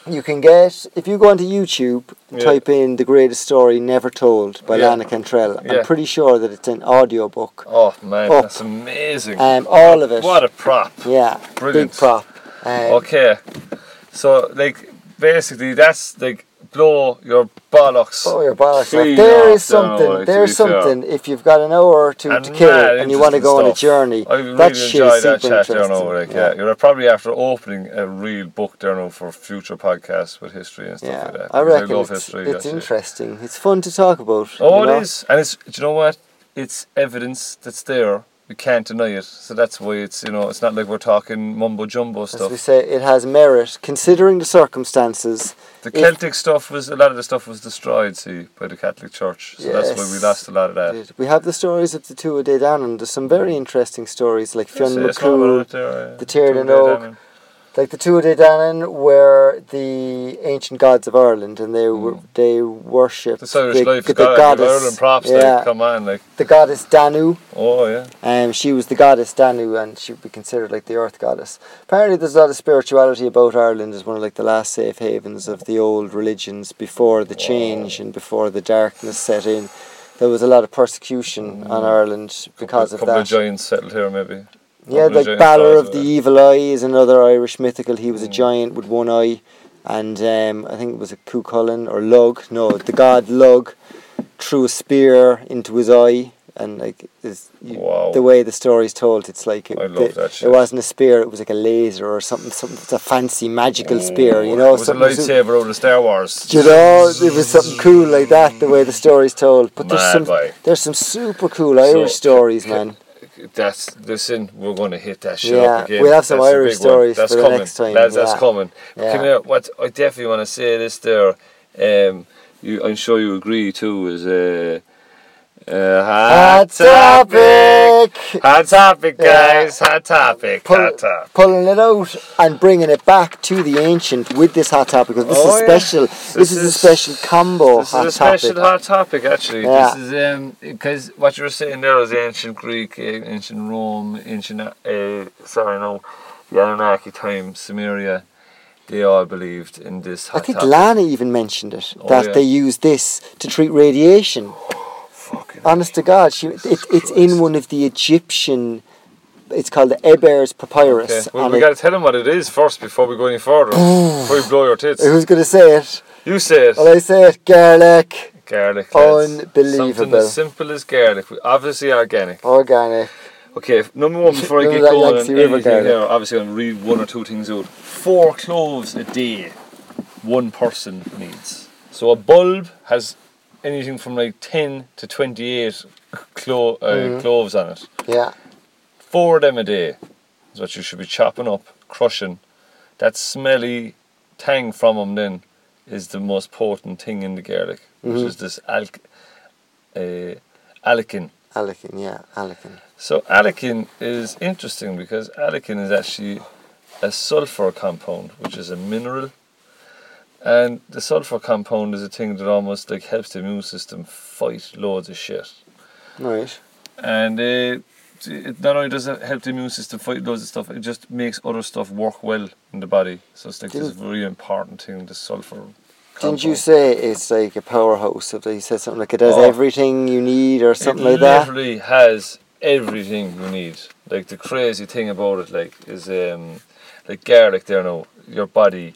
[SPEAKER 2] you can get if you go onto YouTube,
[SPEAKER 1] Yeah.
[SPEAKER 2] type in "The Greatest Story Never Told" by
[SPEAKER 1] Yeah.
[SPEAKER 2] Lana Cantrell.
[SPEAKER 1] Yeah.
[SPEAKER 2] I'm pretty sure that it's an audio book.
[SPEAKER 1] oh man,
[SPEAKER 2] Up.
[SPEAKER 1] that's amazing.
[SPEAKER 2] Um, all of it.
[SPEAKER 1] what a prop.
[SPEAKER 2] yeah,
[SPEAKER 1] Brilliant.
[SPEAKER 2] big prop. Um,
[SPEAKER 1] Okay, so like basically that's like blow your bollocks.
[SPEAKER 2] Oh, your bollocks!
[SPEAKER 1] Clean
[SPEAKER 2] off. There
[SPEAKER 1] off
[SPEAKER 2] is
[SPEAKER 1] the
[SPEAKER 2] something.
[SPEAKER 1] highway, to be
[SPEAKER 2] there's
[SPEAKER 1] fair.
[SPEAKER 2] something. If you've got an hour or two
[SPEAKER 1] And
[SPEAKER 2] to kill
[SPEAKER 1] mad
[SPEAKER 2] and you want to
[SPEAKER 1] interesting
[SPEAKER 2] go on a
[SPEAKER 1] stuff.
[SPEAKER 2] journey,
[SPEAKER 1] I really
[SPEAKER 2] that shit
[SPEAKER 1] enjoyed
[SPEAKER 2] is
[SPEAKER 1] that
[SPEAKER 2] super
[SPEAKER 1] chat there
[SPEAKER 2] interesting.
[SPEAKER 1] now. Like, yeah. you're probably after opening a real book there now for future podcasts with history and stuff
[SPEAKER 2] Yeah.
[SPEAKER 1] like that.
[SPEAKER 2] I
[SPEAKER 1] because
[SPEAKER 2] reckon
[SPEAKER 1] love
[SPEAKER 2] it's,
[SPEAKER 1] history.
[SPEAKER 2] it's
[SPEAKER 1] that shit.
[SPEAKER 2] interesting. It's fun to talk about.
[SPEAKER 1] Oh,
[SPEAKER 2] you know?
[SPEAKER 1] it is, and it's. Do you know what? It's evidence that's there. We can't deny it. So that's why it's. You know, it's not like we're talking mumbo jumbo
[SPEAKER 2] As we
[SPEAKER 1] stuff.
[SPEAKER 2] say, it has merit considering the circumstances.
[SPEAKER 1] The
[SPEAKER 2] if-
[SPEAKER 1] Celtic stuff was a lot of the stuff was destroyed, see, by the Catholic Church. So that's why we
[SPEAKER 2] Yes.
[SPEAKER 1] lost a lot of that.
[SPEAKER 2] did. We have the stories of the two a day down, and there's some very interesting stories like Fionn
[SPEAKER 1] Yes, yes, no, we're
[SPEAKER 2] McCool,
[SPEAKER 1] out there, uh,
[SPEAKER 2] the Tear and
[SPEAKER 1] two-day
[SPEAKER 2] Oak.
[SPEAKER 1] down
[SPEAKER 2] like the two a day down were the ancient gods of Ireland, and they were they worshipped
[SPEAKER 1] This Hmm. Irish
[SPEAKER 2] the,
[SPEAKER 1] life
[SPEAKER 2] the
[SPEAKER 1] is God,
[SPEAKER 2] goddess,
[SPEAKER 1] Ireland props,
[SPEAKER 2] yeah,
[SPEAKER 1] like, come on, like,
[SPEAKER 2] the goddess Danu.
[SPEAKER 1] oh yeah.
[SPEAKER 2] Um, she was the goddess Danu, and she would be considered like the earth goddess. Apparently, there's a lot of spirituality about Ireland as one of like the last safe havens of the old religions before the change and before the darkness set in. There was a lot of persecution
[SPEAKER 1] Hmm.
[SPEAKER 2] on Ireland because
[SPEAKER 1] couple,
[SPEAKER 2] of
[SPEAKER 1] couple
[SPEAKER 2] that.
[SPEAKER 1] of giants settled here, maybe.
[SPEAKER 2] Yeah,
[SPEAKER 1] Couple of
[SPEAKER 2] like
[SPEAKER 1] giant
[SPEAKER 2] Balor
[SPEAKER 1] stars
[SPEAKER 2] of
[SPEAKER 1] out
[SPEAKER 2] the
[SPEAKER 1] there.
[SPEAKER 2] Evil Eye is another Irish mythical. He was
[SPEAKER 1] Mm.
[SPEAKER 2] a giant with one eye, and um, I think it was a Cuchulainn or Lug. No, the god Lug threw a spear into his eye, and like is you-
[SPEAKER 1] Wow.
[SPEAKER 2] the way the story's told, it's like it,
[SPEAKER 1] I love
[SPEAKER 2] it-
[SPEAKER 1] that
[SPEAKER 2] it
[SPEAKER 1] shit.
[SPEAKER 2] wasn't a spear; it was like a laser or something. Something it's a fancy magical spear, you
[SPEAKER 1] Ooh,
[SPEAKER 2] know.
[SPEAKER 1] It was a
[SPEAKER 2] something su-
[SPEAKER 1] lightsaber out of Star Wars.
[SPEAKER 2] do you know, it was something cool like that. The way the story's told, but
[SPEAKER 1] Mad
[SPEAKER 2] there's some
[SPEAKER 1] boy.
[SPEAKER 2] there's some super cool
[SPEAKER 1] So,
[SPEAKER 2] Irish stories, man.
[SPEAKER 1] That's listen. We're going to hit that shit
[SPEAKER 2] Yeah,
[SPEAKER 1] up again.
[SPEAKER 2] we'll have some
[SPEAKER 1] That's the
[SPEAKER 2] Irish
[SPEAKER 1] big one.
[SPEAKER 2] stories
[SPEAKER 1] that's
[SPEAKER 2] for the
[SPEAKER 1] coming.
[SPEAKER 2] next time,
[SPEAKER 1] Lads,
[SPEAKER 2] yeah.
[SPEAKER 1] That's coming.
[SPEAKER 2] Yeah.
[SPEAKER 1] Come here. What I definitely want to say this there. Um, you, I'm sure you agree too. Is uh, uh, hot, topic. Hot topic,
[SPEAKER 2] Yeah.
[SPEAKER 1] guys. Hot topic.
[SPEAKER 2] Pull-
[SPEAKER 1] hot topic.
[SPEAKER 2] pulling it out and bringing it back to the ancient with this hot topic because this
[SPEAKER 1] Oh,
[SPEAKER 2] is
[SPEAKER 1] yeah.
[SPEAKER 2] special. This,
[SPEAKER 1] This
[SPEAKER 2] is, a
[SPEAKER 1] is-
[SPEAKER 2] special combo
[SPEAKER 1] This
[SPEAKER 2] hot
[SPEAKER 1] is a
[SPEAKER 2] topic.
[SPEAKER 1] special hot topic, actually.
[SPEAKER 2] Yeah.
[SPEAKER 1] This is um because what you were saying there was ancient Greek, eh, ancient Rome, ancient uh, sorry no, the Anunnaki time, Sumeria, they all believed in this.
[SPEAKER 2] I
[SPEAKER 1] hot
[SPEAKER 2] think
[SPEAKER 1] topic.
[SPEAKER 2] Lana even mentioned it
[SPEAKER 1] Oh,
[SPEAKER 2] that
[SPEAKER 1] yeah.
[SPEAKER 2] they use this to treat radiation.
[SPEAKER 1] Fucking
[SPEAKER 2] Honest to God, she, it, it's in one of the Egyptian. It's called the Ebers
[SPEAKER 1] Okay.
[SPEAKER 2] Papyrus.
[SPEAKER 1] Well,
[SPEAKER 2] and
[SPEAKER 1] we
[SPEAKER 2] it-
[SPEAKER 1] got to tell him what it is first before we go any further. before you blow your tits.
[SPEAKER 2] who's going to say it?
[SPEAKER 1] You say it.
[SPEAKER 2] Well, I say it, garlic,
[SPEAKER 1] garlic. lads. Something
[SPEAKER 2] Unbelievable.
[SPEAKER 1] as simple as garlic. We- Obviously organic.
[SPEAKER 2] organic.
[SPEAKER 1] Okay, f- number one before I
[SPEAKER 2] Remember
[SPEAKER 1] get
[SPEAKER 2] that
[SPEAKER 1] going on
[SPEAKER 2] Yangtze River
[SPEAKER 1] anything
[SPEAKER 2] garlic?
[SPEAKER 1] here, obviously I'll read one or two things out. Four cloves a day one person needs. So a bulb has anything from like 10 to 28 clo- uh, cloves on it.
[SPEAKER 2] Yeah,
[SPEAKER 1] Four of them a day is what you should be chopping up, crushing. That smelly tang from them then is the most potent thing in the garlic, which is this alc- uh, alechin.
[SPEAKER 2] alechin. Yeah, alechin.
[SPEAKER 1] So alechin is interesting because alechin is actually a sulfur compound, which is a mineral. And the sulfur compound is a thing that almost like helps the immune system fight loads of shit.
[SPEAKER 2] Right.
[SPEAKER 1] And uh, it not only does it help the immune system fight loads of stuff, it just makes other stuff work well in the body. So it's like this very important thing, the sulfur.
[SPEAKER 2] Didn't you
[SPEAKER 1] compound.
[SPEAKER 2] say it's like a powerhouse? If they said something like it does
[SPEAKER 1] Oh.
[SPEAKER 2] everything you need or something
[SPEAKER 1] it
[SPEAKER 2] like that.
[SPEAKER 1] literally has everything you need. Like the crazy thing about it, like is um, like garlic. There now, your body.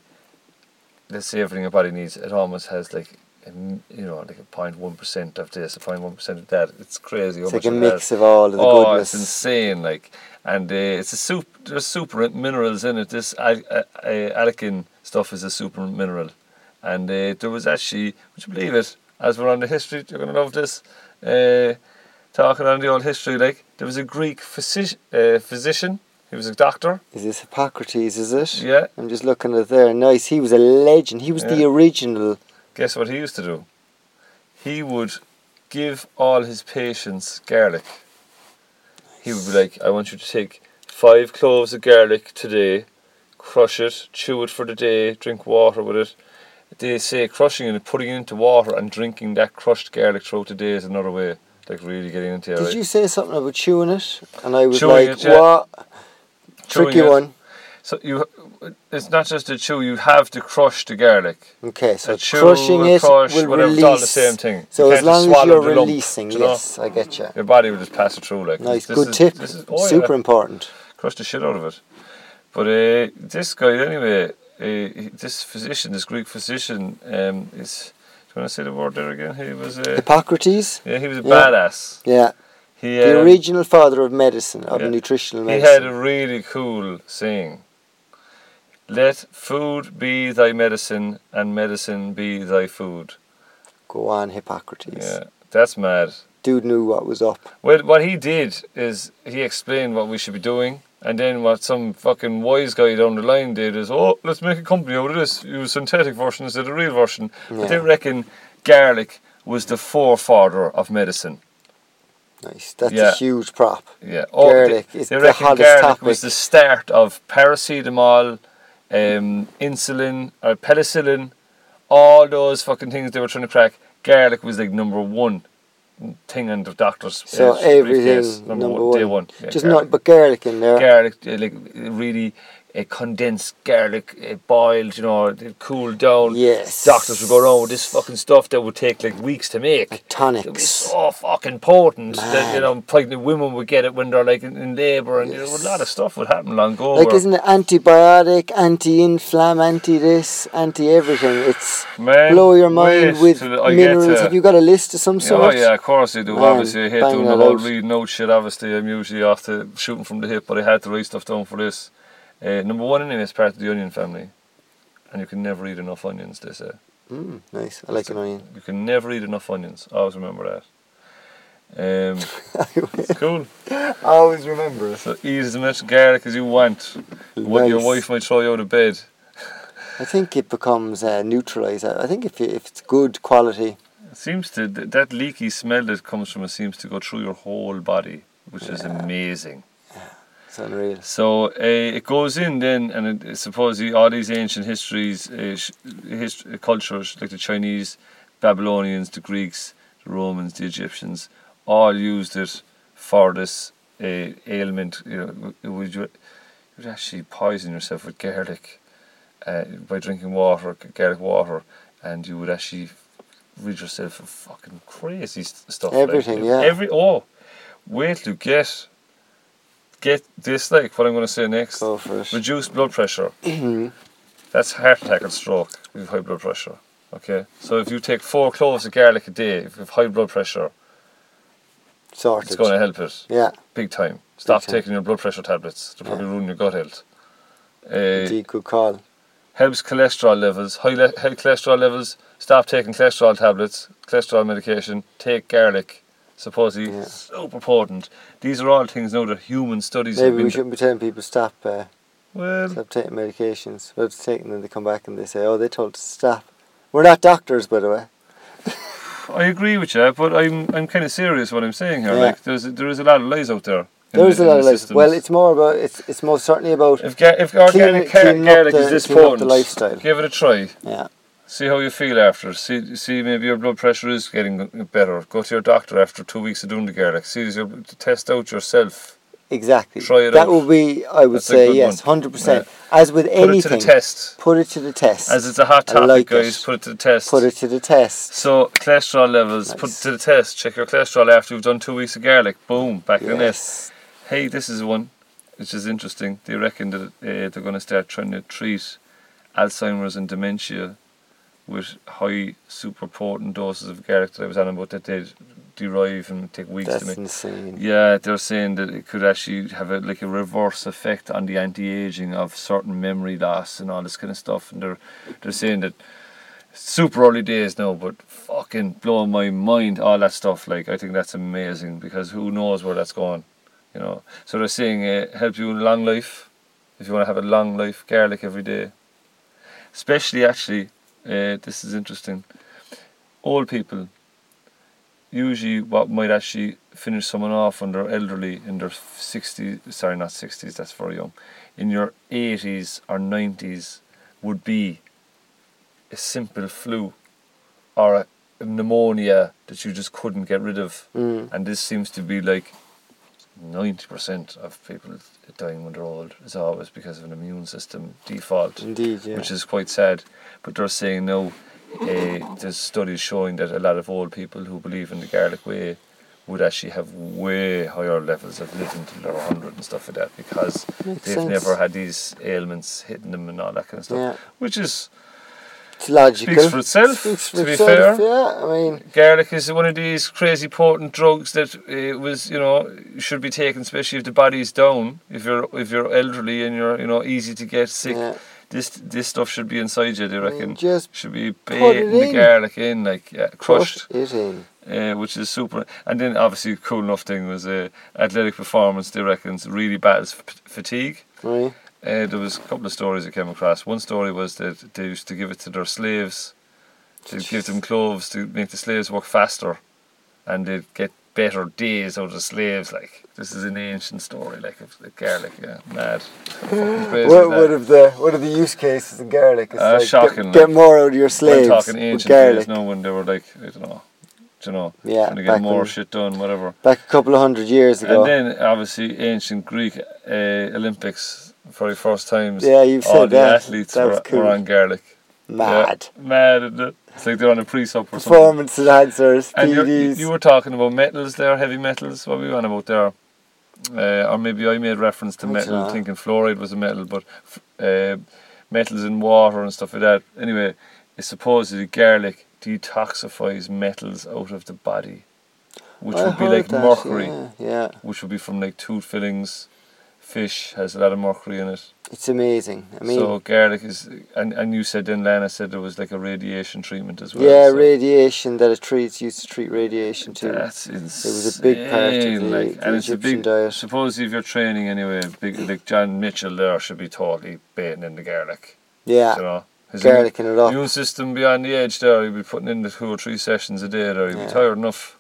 [SPEAKER 1] Let's say everything your body needs. It almost has like. a m- You know, like a point one percent of this, a point one percent of that. It's crazy.
[SPEAKER 2] It's like a mix of all of the
[SPEAKER 1] oh,
[SPEAKER 2] goodness.
[SPEAKER 1] it's insane! Like, and uh, it's a soup. There's super minerals in it. This al- uh, uh, alechin stuff is a super mineral, and uh, there was actually, would you believe it? As we're on the history, you're gonna love this. Uh, talking on the old history, like there was a Greek physic- uh, physician. He was a doctor.
[SPEAKER 2] Is this Hippocrates? Is it?
[SPEAKER 1] Yeah.
[SPEAKER 2] I'm just looking at there. Nice. He was a legend. He was the
[SPEAKER 1] Yeah.
[SPEAKER 2] original.
[SPEAKER 1] Guess what he used to do? He would give all his patients garlic. He would be like, I want you to take five cloves of garlic today, crush it, chew it for the day, drink water with it. They say crushing it and putting it into water and drinking that crushed garlic throughout the day is another way, like really getting into it.
[SPEAKER 2] Did
[SPEAKER 1] right?
[SPEAKER 2] you say something about chewing it? And I was
[SPEAKER 1] Chewing
[SPEAKER 2] like,
[SPEAKER 1] it, yeah.
[SPEAKER 2] what?
[SPEAKER 1] Chewing
[SPEAKER 2] Tricky
[SPEAKER 1] it.
[SPEAKER 2] one.
[SPEAKER 1] So you, it's not just to chew. You have to crush the garlic.
[SPEAKER 2] Okay, so
[SPEAKER 1] A chew,
[SPEAKER 2] crushing
[SPEAKER 1] a
[SPEAKER 2] it
[SPEAKER 1] crush,
[SPEAKER 2] will
[SPEAKER 1] whatever,
[SPEAKER 2] release.
[SPEAKER 1] it's all the same thing.
[SPEAKER 2] So
[SPEAKER 1] You
[SPEAKER 2] as
[SPEAKER 1] can't just
[SPEAKER 2] long as
[SPEAKER 1] swallow
[SPEAKER 2] you're
[SPEAKER 1] the lump,
[SPEAKER 2] releasing,
[SPEAKER 1] you know?
[SPEAKER 2] yes, I get you.
[SPEAKER 1] Your body will just pass it through. Like
[SPEAKER 2] Nice,
[SPEAKER 1] this
[SPEAKER 2] good
[SPEAKER 1] is-
[SPEAKER 2] tip.
[SPEAKER 1] This is oh,
[SPEAKER 2] Super
[SPEAKER 1] yeah.
[SPEAKER 2] important.
[SPEAKER 1] crush the shit out of it. But uh, this guy, anyway, uh, he- this physician, this Greek physician, um, is. Do you want to say the word there again? He was a.
[SPEAKER 2] Hippocrates.
[SPEAKER 1] Yeah, he was a
[SPEAKER 2] Yeah.
[SPEAKER 1] badass.
[SPEAKER 2] Yeah,
[SPEAKER 1] He,
[SPEAKER 2] the
[SPEAKER 1] um,
[SPEAKER 2] original father of medicine, of
[SPEAKER 1] yeah.
[SPEAKER 2] nutritional
[SPEAKER 1] he had
[SPEAKER 2] medicine.
[SPEAKER 1] a really cool saying. Let food be thy medicine, and medicine be thy food.
[SPEAKER 2] Go on, Hippocrates.
[SPEAKER 1] Yeah, that's mad.
[SPEAKER 2] Dude knew what was up.
[SPEAKER 1] Well, what he did is he explained what we should be doing, and then what some fucking wise guy down the line did is, oh, let's make a company out of this. Use synthetic version instead of the real version. But they
[SPEAKER 2] Yeah.
[SPEAKER 1] reckon garlic was the forefather of medicine.
[SPEAKER 2] Nice. That's
[SPEAKER 1] Yeah.
[SPEAKER 2] a huge prop.
[SPEAKER 1] Yeah, oh, they-
[SPEAKER 2] Garlic is
[SPEAKER 1] they
[SPEAKER 2] the
[SPEAKER 1] reckon
[SPEAKER 2] hottest
[SPEAKER 1] garlic
[SPEAKER 2] topic.
[SPEAKER 1] was the start of paracetamol, um, insulin, or penicillin, all those fucking things they were trying to crack. Garlic was like number one thing in the doctor's uh,
[SPEAKER 2] So
[SPEAKER 1] briefcase,
[SPEAKER 2] everything number, one.
[SPEAKER 1] day one. Yeah,
[SPEAKER 2] Just
[SPEAKER 1] garlic.
[SPEAKER 2] not but garlic in there.
[SPEAKER 1] garlic, uh, like uh, really uh, condensed garlic, uh, boiled, you know, uh, cooled down.
[SPEAKER 2] Yes.
[SPEAKER 1] Doctors would go around with this fucking stuff that would take like weeks to make. It was
[SPEAKER 2] Tonics.
[SPEAKER 1] so fucking potent that
[SPEAKER 2] Man.
[SPEAKER 1] you know pregnant women would get it when they're like in, in labour, and you know, a lot of
[SPEAKER 2] Yes.
[SPEAKER 1] stuff would happen long ago.
[SPEAKER 2] Like
[SPEAKER 1] where-
[SPEAKER 2] isn't it antibiotic, anti-inflam, anti-this, anti-everything? It's
[SPEAKER 1] Man,
[SPEAKER 2] blow your mind
[SPEAKER 1] wait
[SPEAKER 2] with
[SPEAKER 1] till I get
[SPEAKER 2] minerals.
[SPEAKER 1] to-
[SPEAKER 2] Have you got a list of some
[SPEAKER 1] Yeah, Oh
[SPEAKER 2] sort?
[SPEAKER 1] yeah, of course I do.
[SPEAKER 2] Man,
[SPEAKER 1] obviously, I hate
[SPEAKER 2] bang
[SPEAKER 1] doing the
[SPEAKER 2] that
[SPEAKER 1] whole
[SPEAKER 2] out.
[SPEAKER 1] reading out shit. Obviously, I'm usually after shooting from the hip, but I had to write stuff down for this. Uh, number one, anyway, is part of the onion family, and you can never eat enough onions. They say.
[SPEAKER 2] Mm, nice. I like an onion.
[SPEAKER 1] You can never eat enough onions. Always remember that. Um, it's cool.
[SPEAKER 2] I always remember it.
[SPEAKER 1] So eat as much garlic as you want. What your
[SPEAKER 2] Nice.
[SPEAKER 1] wife might throw you out of bed.
[SPEAKER 2] I think it becomes uh, neutralized. I I think if, you, if it's good quality,
[SPEAKER 1] It seems to th- that leaky smell that comes from it seems to go through your whole body, which is amazing.
[SPEAKER 2] it's unreal.
[SPEAKER 1] So uh, it goes in then, and it, suppose the- all these ancient histories, uh, sh- hist- uh, cultures like the Chinese, Babylonians, the Greeks, the Romans, the Egyptians, eh, all used it for this uh, ailment. You know, w- would you would actually poison yourself with garlic uh, by drinking water, g- garlic water, and you would actually rid yourself of fucking crazy st- stuff. like,
[SPEAKER 2] Everything, yeah.
[SPEAKER 1] Every oh, wait till you get get this like what I'm going to say next.
[SPEAKER 2] Go for it.
[SPEAKER 1] Reduced blood pressure. That's heart attack and stroke with high blood pressure. Okay, so if you take four cloves of garlic a day, if you have high blood pressure,
[SPEAKER 2] Sorted.
[SPEAKER 1] it's going to help it
[SPEAKER 2] yeah,
[SPEAKER 1] big time. Stop
[SPEAKER 2] time.
[SPEAKER 1] taking your blood pressure tablets; they'll probably ruin your gut health. Uh,
[SPEAKER 2] indeed, good call.
[SPEAKER 1] helps cholesterol levels, high, le- high cholesterol levels. Stop taking cholesterol tablets, cholesterol medication. Take garlic. Supposedly
[SPEAKER 2] Yeah.
[SPEAKER 1] super potent. These are all things now that human studies have
[SPEAKER 2] Maybe
[SPEAKER 1] been.
[SPEAKER 2] we shouldn't be telling people stop uh,
[SPEAKER 1] well,
[SPEAKER 2] stop taking medications. We're taking them, they come back and they say, "Oh, they told us to stop." We're not doctors, by the way.
[SPEAKER 1] I agree with you, but I'm I'm kind of serious what I'm saying here.
[SPEAKER 2] Yeah.
[SPEAKER 1] Like there's there is a lot of lies out there. in
[SPEAKER 2] There is
[SPEAKER 1] the-
[SPEAKER 2] a
[SPEAKER 1] in
[SPEAKER 2] lot
[SPEAKER 1] the
[SPEAKER 2] of lies.
[SPEAKER 1] systems.
[SPEAKER 2] Well, it's more about it's it's most certainly about
[SPEAKER 1] if ga- if organic
[SPEAKER 2] clean- cleaning up
[SPEAKER 1] garlic
[SPEAKER 2] the-
[SPEAKER 1] is this
[SPEAKER 2] cleaning up the
[SPEAKER 1] potent,
[SPEAKER 2] lifestyle.
[SPEAKER 1] give it a try.
[SPEAKER 2] yeah,
[SPEAKER 1] See how you feel after. See, see, maybe your blood pressure is getting better. Go to your doctor after two weeks of doing the garlic. See, is your, test out yourself.
[SPEAKER 2] exactly.
[SPEAKER 1] Try it
[SPEAKER 2] that
[SPEAKER 1] out.
[SPEAKER 2] would be I would
[SPEAKER 1] That's a
[SPEAKER 2] say
[SPEAKER 1] good
[SPEAKER 2] yes,
[SPEAKER 1] one.
[SPEAKER 2] hundred percent. As with
[SPEAKER 1] Put
[SPEAKER 2] anything,
[SPEAKER 1] it to the test.
[SPEAKER 2] put it to the test.
[SPEAKER 1] As it's a hot
[SPEAKER 2] I
[SPEAKER 1] topic,
[SPEAKER 2] like
[SPEAKER 1] guys,
[SPEAKER 2] it.
[SPEAKER 1] put it to the test.
[SPEAKER 2] put it to the test.
[SPEAKER 1] so cholesterol levels, put it
[SPEAKER 2] Nice.
[SPEAKER 1] to the test. Check your cholesterol after you've done two weeks of garlic. Boom, back in it.
[SPEAKER 2] Yes.
[SPEAKER 1] Hey, this is one which is interesting. They reckon that uh, they're going to start trying to treat Alzheimer's and dementia with high, super potent doses of garlic that I was on about that they derive and take weeks to
[SPEAKER 2] That's
[SPEAKER 1] make.
[SPEAKER 2] insane.
[SPEAKER 1] Yeah, they're saying that it could actually have a, like a reverse effect on the anti-aging of certain memory loss and all this kind of stuff. And they're they're saying that super early days now, but fucking blowing my mind all that stuff. Like I think that's amazing because who knows where that's going, you know. So they're saying it helps you in long life if you want to have a long life. Garlic every day, especially actually. Uh, this is interesting. Old people usually what might actually finish someone off when they're elderly in their 60s sorry not 60s that's very young in your 80s or 90s would be a simple flu or a pneumonia that you just couldn't get rid of
[SPEAKER 2] Mm.
[SPEAKER 1] and this seems to be like 90% of people dying when they're old is always because of an immune system default
[SPEAKER 2] Indeed, yeah.
[SPEAKER 1] which is quite sad. But they're saying now, uh, there's studies showing that a lot of old people who believe in the Gaelic way would actually have way higher levels of living till they're 100 and stuff like that because
[SPEAKER 2] Makes
[SPEAKER 1] they've
[SPEAKER 2] sense.
[SPEAKER 1] never had these ailments hitting them and all that kind of stuff.
[SPEAKER 2] Yeah.
[SPEAKER 1] Which is,
[SPEAKER 2] it's logical.
[SPEAKER 1] speaks for itself,
[SPEAKER 2] Speaks for
[SPEAKER 1] to be
[SPEAKER 2] itself,
[SPEAKER 1] fair.
[SPEAKER 2] yeah. I mean,
[SPEAKER 1] garlic is one of these crazy potent drugs that uh, was, you know, should be taken, especially if the body's down, if you're if you're elderly and you're, you know, easy to get sick.
[SPEAKER 2] yeah. Mm,
[SPEAKER 1] This this stuff should be inside you, they reckon.
[SPEAKER 2] just
[SPEAKER 1] Should be
[SPEAKER 2] Put it
[SPEAKER 1] baiting the
[SPEAKER 2] in.
[SPEAKER 1] garlic in, like yeah, crushed,
[SPEAKER 2] put it in.
[SPEAKER 1] uh, which is super. And then obviously, a cool enough thing was uh, athletic performance. They reckons really battles f- fatigue.
[SPEAKER 2] Right?
[SPEAKER 1] Uh, there was a couple of stories I came across. One story was that they used to give it to their slaves, to give them cloves to make the slaves work faster, and they'd get better days out of the slaves. Like this is an ancient story, like of the garlic. Yeah, mad. Fucking crazy
[SPEAKER 2] What,
[SPEAKER 1] that.
[SPEAKER 2] what of the what are the use cases in garlic? It's
[SPEAKER 1] Uh,
[SPEAKER 2] like,
[SPEAKER 1] shocking,
[SPEAKER 2] Get,
[SPEAKER 1] like,
[SPEAKER 2] get more out of your slaves
[SPEAKER 1] I'm talking
[SPEAKER 2] with
[SPEAKER 1] ancient
[SPEAKER 2] garlic.
[SPEAKER 1] days now when they were like, I don't know, do you know,
[SPEAKER 2] Yeah,
[SPEAKER 1] trying to
[SPEAKER 2] back
[SPEAKER 1] get more
[SPEAKER 2] when-
[SPEAKER 1] shit done, whatever.
[SPEAKER 2] Back a couple of hundred years ago.
[SPEAKER 1] And then obviously ancient Greek uh, Olympics, very first times.
[SPEAKER 2] Yeah, you've
[SPEAKER 1] all
[SPEAKER 2] said
[SPEAKER 1] the
[SPEAKER 2] that.
[SPEAKER 1] athletes
[SPEAKER 2] That
[SPEAKER 1] were,
[SPEAKER 2] was cool.
[SPEAKER 1] were on garlic. Yeah,
[SPEAKER 2] Mad
[SPEAKER 1] mad. isn't it? It's like they're on a pre-sup or something.
[SPEAKER 2] performance enhancers,
[SPEAKER 1] And you're, you-
[SPEAKER 2] PDs.
[SPEAKER 1] you were talking about metals there, heavy metals. What were you on about there? Uh, or maybe I made reference to
[SPEAKER 2] I
[SPEAKER 1] metal,
[SPEAKER 2] dunno.
[SPEAKER 1] thinking fluoride was a metal, but f- uh, metals in water and stuff like that. Anyway, it's supposedly garlic detoxifies metals out of the body, which
[SPEAKER 2] I
[SPEAKER 1] would be
[SPEAKER 2] heard
[SPEAKER 1] like
[SPEAKER 2] that,
[SPEAKER 1] mercury,
[SPEAKER 2] Yeah, yeah.
[SPEAKER 1] which would be from like tooth fillings. Fish has a lot of mercury in it.
[SPEAKER 2] it's amazing. I mean,
[SPEAKER 1] so garlic is, and, and you said then Lana said there was like a radiation treatment as well.
[SPEAKER 2] yeah,
[SPEAKER 1] so
[SPEAKER 2] radiation that it treats used to treat radiation too.
[SPEAKER 1] That's
[SPEAKER 2] It
[SPEAKER 1] insane.
[SPEAKER 2] was a big part of the-
[SPEAKER 1] like,
[SPEAKER 2] the
[SPEAKER 1] and it's a
[SPEAKER 2] Egyptian
[SPEAKER 1] big.
[SPEAKER 2] diet.
[SPEAKER 1] Suppose if you're training anyway, big like John Mitchell there should be totally baiting in the garlic. You
[SPEAKER 2] yeah,
[SPEAKER 1] know, his
[SPEAKER 2] garlic in it
[SPEAKER 1] immune,
[SPEAKER 2] up.
[SPEAKER 1] immune system beyond the edge there. You'd be putting in the two or three sessions a day there. You'd
[SPEAKER 2] Yeah.
[SPEAKER 1] be tired enough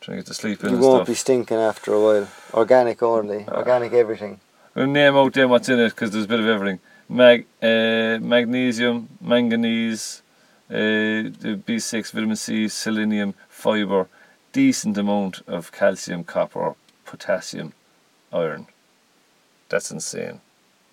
[SPEAKER 1] trying to get to sleep in
[SPEAKER 2] You
[SPEAKER 1] and
[SPEAKER 2] won't
[SPEAKER 1] stuff. Uh,
[SPEAKER 2] be stinking after a while. Organic only. Organic everything.
[SPEAKER 1] We'll name out then what's in it because e, there's a bit of everything. Mag, uh, magnesium, manganese, uh, the B6, vitamin C, selenium, fibre, decent amount of calcium, copper, potassium, iron. That's insane.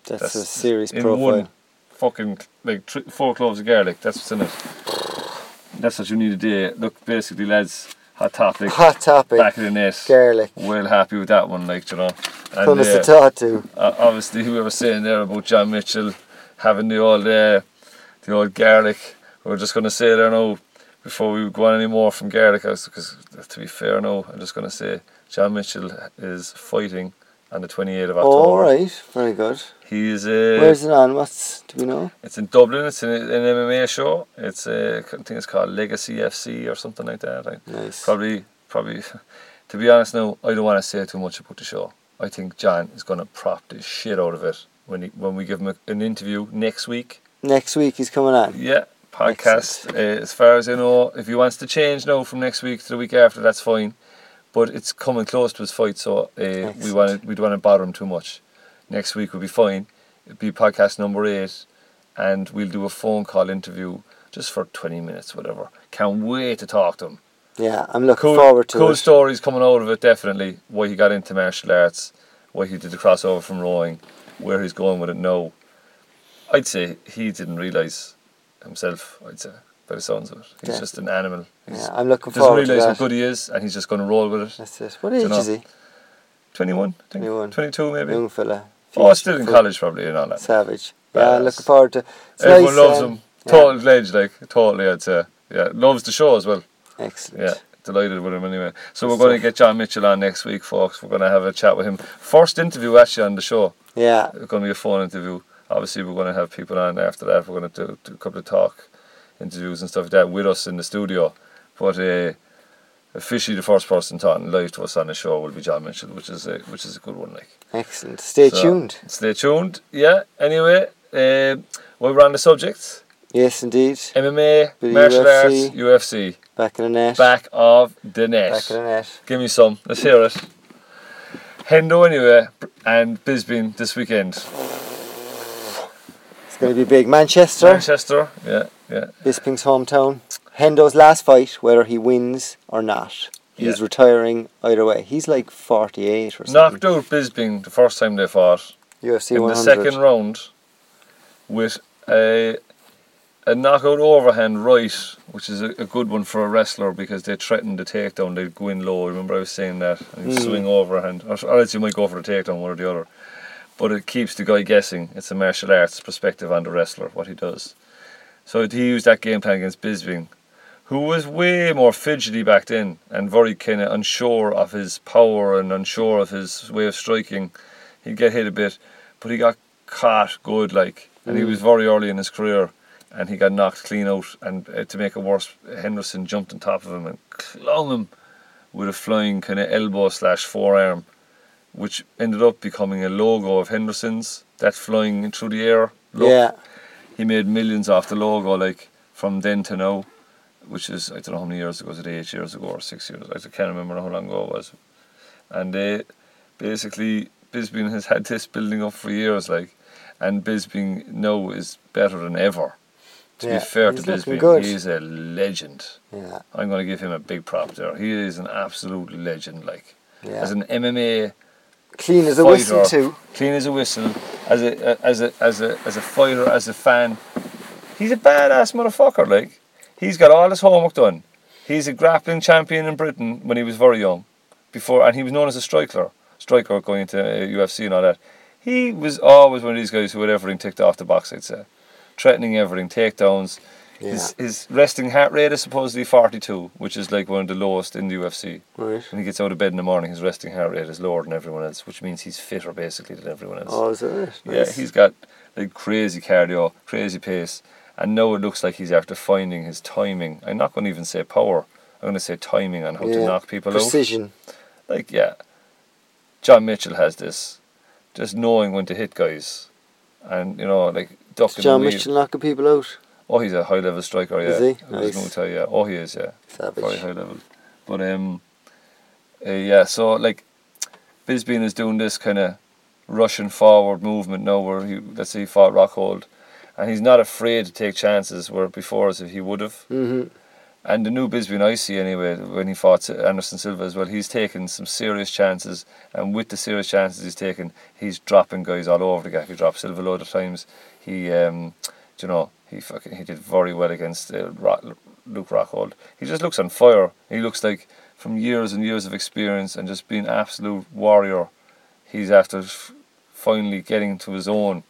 [SPEAKER 2] That's,
[SPEAKER 1] That's
[SPEAKER 2] a serious
[SPEAKER 1] in
[SPEAKER 2] profile.
[SPEAKER 1] one fucking like thr four cloves of garlic. That's what's in it. That's what you need a day. Look, basically, lads, hot topic.
[SPEAKER 2] Hot topic.
[SPEAKER 1] Back of the net.
[SPEAKER 2] Garlic.
[SPEAKER 1] Well happy with that one, like you know. And
[SPEAKER 2] Promise to
[SPEAKER 1] uh,
[SPEAKER 2] talk to.
[SPEAKER 1] uh, obviously, whoever was saying there about John Mitchell having the old uh, the old garlic. We're just gonna say there now before we go on any more from garlic, because to be fair, now I'm just gonna say John Mitchell is fighting on the 28th of October.
[SPEAKER 2] All right, very good.
[SPEAKER 1] He is. Uh,
[SPEAKER 2] Where's it on? What's do we know?
[SPEAKER 1] It's in Dublin. It's an, an MMA show. It's uh, I think it's called Legacy FC or something like that. Like,
[SPEAKER 2] Nice.
[SPEAKER 1] probably, probably. To be honest, now I don't want to say too much about the show. I think John is going to prop the shit out of it when he, when we give him a, an interview next week.
[SPEAKER 2] Next week he's coming on.
[SPEAKER 1] Yeah, podcast. Uh, as far as I know, if he wants to change now from next week to the week after, that's fine. But it's coming close to his fight, so uh, we
[SPEAKER 2] Excellent.
[SPEAKER 1] want we don't want to bother him too much. Next week will be fine. It'll be podcast number eight, and we'll do a phone call interview just for twenty minutes, whatever. Can't wait to talk to him.
[SPEAKER 2] Yeah, I'm looking
[SPEAKER 1] Cool,
[SPEAKER 2] forward to
[SPEAKER 1] cool
[SPEAKER 2] it.
[SPEAKER 1] stories coming out of it. Definitely, why he got into martial arts, why he did the crossover from rowing, where he's going with it now. I'd say he didn't realise himself. I'd say by the sounds of it, he's
[SPEAKER 2] Yeah.
[SPEAKER 1] just an animal. He's,
[SPEAKER 2] Yeah, I'm looking
[SPEAKER 1] doesn't
[SPEAKER 2] forward to
[SPEAKER 1] realise how
[SPEAKER 2] that.
[SPEAKER 1] good he is, and he's just going to roll with it.
[SPEAKER 2] That's it. What age
[SPEAKER 1] Dunno.
[SPEAKER 2] is he?
[SPEAKER 1] 21, I think.
[SPEAKER 2] 21.
[SPEAKER 1] 22 maybe.
[SPEAKER 2] Young fella.
[SPEAKER 1] Oh,
[SPEAKER 2] Future-
[SPEAKER 1] still in
[SPEAKER 2] full-
[SPEAKER 1] college probably and all that.
[SPEAKER 2] Savage. Yeah,
[SPEAKER 1] Badass.
[SPEAKER 2] looking forward to. It's
[SPEAKER 1] Everyone
[SPEAKER 2] nice,
[SPEAKER 1] loves
[SPEAKER 2] um,
[SPEAKER 1] him.
[SPEAKER 2] yeah.
[SPEAKER 1] Total ledge, like totally. I'd say. Yeah, loves the show as well.
[SPEAKER 2] Excellent.
[SPEAKER 1] Yeah, delighted with him anyway. So we're going to get John Mitchell on next week, folks. We're going to have a chat with him. First interview actually on the show.
[SPEAKER 2] Yeah.
[SPEAKER 1] It's going to be a phone interview. Obviously, we're going to have people on after that. We're going to do, do a couple of talk interviews and stuff like that with us in the studio. But uh, officially, the first person talking live to us on the show will be John Mitchell, which is a, which is a good one. Like.
[SPEAKER 2] Excellent. Stay
[SPEAKER 1] So,
[SPEAKER 2] tuned.
[SPEAKER 1] Stay tuned. Yeah. Anyway, uh, while we're on the subject,
[SPEAKER 2] Yes, indeed.
[SPEAKER 1] MMA,
[SPEAKER 2] The
[SPEAKER 1] martial
[SPEAKER 2] UFC.
[SPEAKER 1] arts, UFC,
[SPEAKER 2] Back in the net.
[SPEAKER 1] back of the net.
[SPEAKER 2] Back in the net.
[SPEAKER 1] Give me some. Let's hear it. Hendo anyway, and Bisbeen this weekend.
[SPEAKER 2] It's going to be big. Manchester,
[SPEAKER 1] Manchester. Yeah, yeah.
[SPEAKER 2] Bisping's hometown. Hendo's last fight, whether he wins or not. He's
[SPEAKER 1] Yeah.
[SPEAKER 2] retiring either way. He's like 48 or something.
[SPEAKER 1] Knocked out Bisbeen the first time they fought
[SPEAKER 2] UFC
[SPEAKER 1] in
[SPEAKER 2] 100.
[SPEAKER 1] the second round with a a knockout overhand right, which is a, a good one for a wrestler because they threaten the takedown. They'd go in low. Remember I was saying that and he'd
[SPEAKER 2] Mm.
[SPEAKER 1] swing overhand, or, or else you might go for the takedown, one or the other. But it keeps the guy guessing. It's a martial arts perspective on the wrestler, what he does. So he used that game plan against Bisbing, who was way more fidgety back then and very kind of unsure of his power and unsure of his way of striking. He'd get hit a bit, but he got caught good, like, and he
[SPEAKER 2] Mm.
[SPEAKER 1] was very early in his career. And he got knocked clean out, and uh, to make it worse, Henderson jumped on top of him and clung him with a flying kind of elbow slash forearm, which ended up becoming a logo of Henderson's. That flying through the air look
[SPEAKER 2] Yeah.
[SPEAKER 1] he made millions off the logo like from then to now which is I don't know how many years ago was it eight years ago or six years I can't remember how long ago it was and they basically Bisbing has had this building up for years like and Bisbing now is better than ever to
[SPEAKER 2] Yeah,
[SPEAKER 1] be fair
[SPEAKER 2] he's
[SPEAKER 1] to
[SPEAKER 2] looking
[SPEAKER 1] Bisbing
[SPEAKER 2] good.
[SPEAKER 1] he's a legend
[SPEAKER 2] Yeah.
[SPEAKER 1] I'm going to give him a big prop there he is an absolute legend like
[SPEAKER 2] Yeah.
[SPEAKER 1] as an MMA
[SPEAKER 2] Clean as a
[SPEAKER 1] fighter,
[SPEAKER 2] whistle, too.
[SPEAKER 1] Clean as a whistle, as a as a as a as a fighter, as a fan. He's a badass motherfucker. Like he's got all his homework done. He's a grappling champion in Britain when he was very young, before, and he was known as a striker. Striker going into uh, UFC and all that. He was always one of these guys who had everything ticked off the box. I'd say, threatening everything, takedowns. His, his resting heart rate is supposedly 42, which is like one of the lowest in the UFC.
[SPEAKER 2] Right.
[SPEAKER 1] When he gets out of bed in the morning, his resting heart rate is lower than everyone else, which means he's fitter basically than everyone else.
[SPEAKER 2] Oh, is that it?
[SPEAKER 1] yeah,
[SPEAKER 2] Nice.
[SPEAKER 1] he's got like crazy cardio, crazy pace, and now it looks like he's after finding his timing. I'm not going to even say power. I'm going to say timing on how to
[SPEAKER 2] Yeah.
[SPEAKER 1] knock people out.
[SPEAKER 2] Precision.
[SPEAKER 1] Like yeah, John Mitchell has this, just knowing when to hit guys, and you know like ducking
[SPEAKER 2] John
[SPEAKER 1] the weave.
[SPEAKER 2] Mitchell knocking people out.
[SPEAKER 1] Oh, he's a high level striker. Yeah,
[SPEAKER 2] Is he?
[SPEAKER 1] With his
[SPEAKER 2] Nice.
[SPEAKER 1] Muay Thai, yeah. Oh, he is. Yeah very
[SPEAKER 2] Savage.
[SPEAKER 1] high level. But um, uh, yeah, so like Bisbeen is doing this kind of rushing forward movement now, where he let's say he fought Rockhold, and he's not afraid to take chances where before as if he would have.
[SPEAKER 2] Mm-hmm.
[SPEAKER 1] And the new Bisbee and Icy, anyway, when he fought Anderson Silva as well, he's taken some serious chances. And with the serious chances he's taken, he's dropping guys all over the gap. He dropped Silva a load of times. He, um, do you know, he fucking he did very well against uh, Ro- Luke Rockhold. He just looks on fire. He looks like from years and years of experience and just being an absolute warrior. He's after f- finally getting to his own.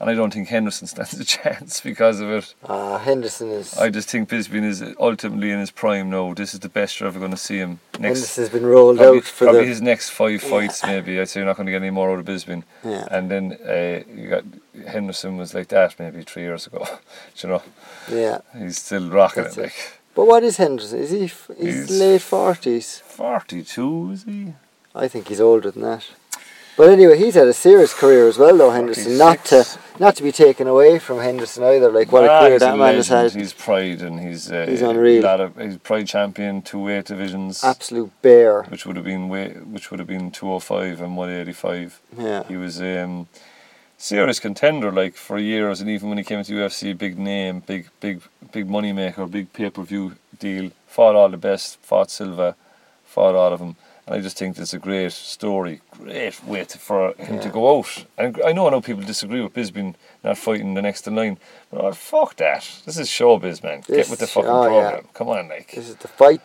[SPEAKER 1] And I don't think Henderson stands a chance because of it.
[SPEAKER 2] Uh, Henderson is.
[SPEAKER 1] I just think Bisbee is ultimately in his prime now. This is the best you're ever going to see him. Next,
[SPEAKER 2] Henderson's been rolled
[SPEAKER 1] probably,
[SPEAKER 2] out for
[SPEAKER 1] probably
[SPEAKER 2] the.
[SPEAKER 1] his next five fights, maybe. I'd say you're not going to get any more out of Bisbee.
[SPEAKER 2] Yeah.
[SPEAKER 1] And then uh, you got Henderson was like that maybe three years ago. Do you know,
[SPEAKER 2] yeah.
[SPEAKER 1] he's still rocking
[SPEAKER 2] That's
[SPEAKER 1] it.
[SPEAKER 2] it.
[SPEAKER 1] Like
[SPEAKER 2] But what is Henderson? Is he? F- he's,
[SPEAKER 1] He's-
[SPEAKER 2] late forties.
[SPEAKER 1] 42, is he?
[SPEAKER 2] I think he's older than that. But anyway, he's had a serious career as well, though Henderson. Not to
[SPEAKER 1] 46.
[SPEAKER 2] not to be taken away from Henderson either. Like what
[SPEAKER 1] Ah,
[SPEAKER 2] a career
[SPEAKER 1] he's
[SPEAKER 2] that man has
[SPEAKER 1] legend.
[SPEAKER 2] had.
[SPEAKER 1] He's pride and he's uh,
[SPEAKER 2] He's unreal.
[SPEAKER 1] lot of- he's pride champion, two weight divisions,
[SPEAKER 2] Absolute bear.
[SPEAKER 1] which would have been weight, which would have been 205 and 185.
[SPEAKER 2] Yeah.
[SPEAKER 1] He was um, serious contender like for years, and even when he came to UFC, big name, big big big money maker, big pay per view deal. Fought all the best, fought Silva, fought all of them. And I just think it's a great story, great way to, for him to
[SPEAKER 2] Yeah.
[SPEAKER 1] go out. And I know I know people disagree with Bisbee not fighting the next in line, but oh, fuck that. This is showbiz, man.
[SPEAKER 2] This-
[SPEAKER 1] get with the fucking
[SPEAKER 2] oh, yeah.
[SPEAKER 1] program. Come on, like.
[SPEAKER 2] This is the fight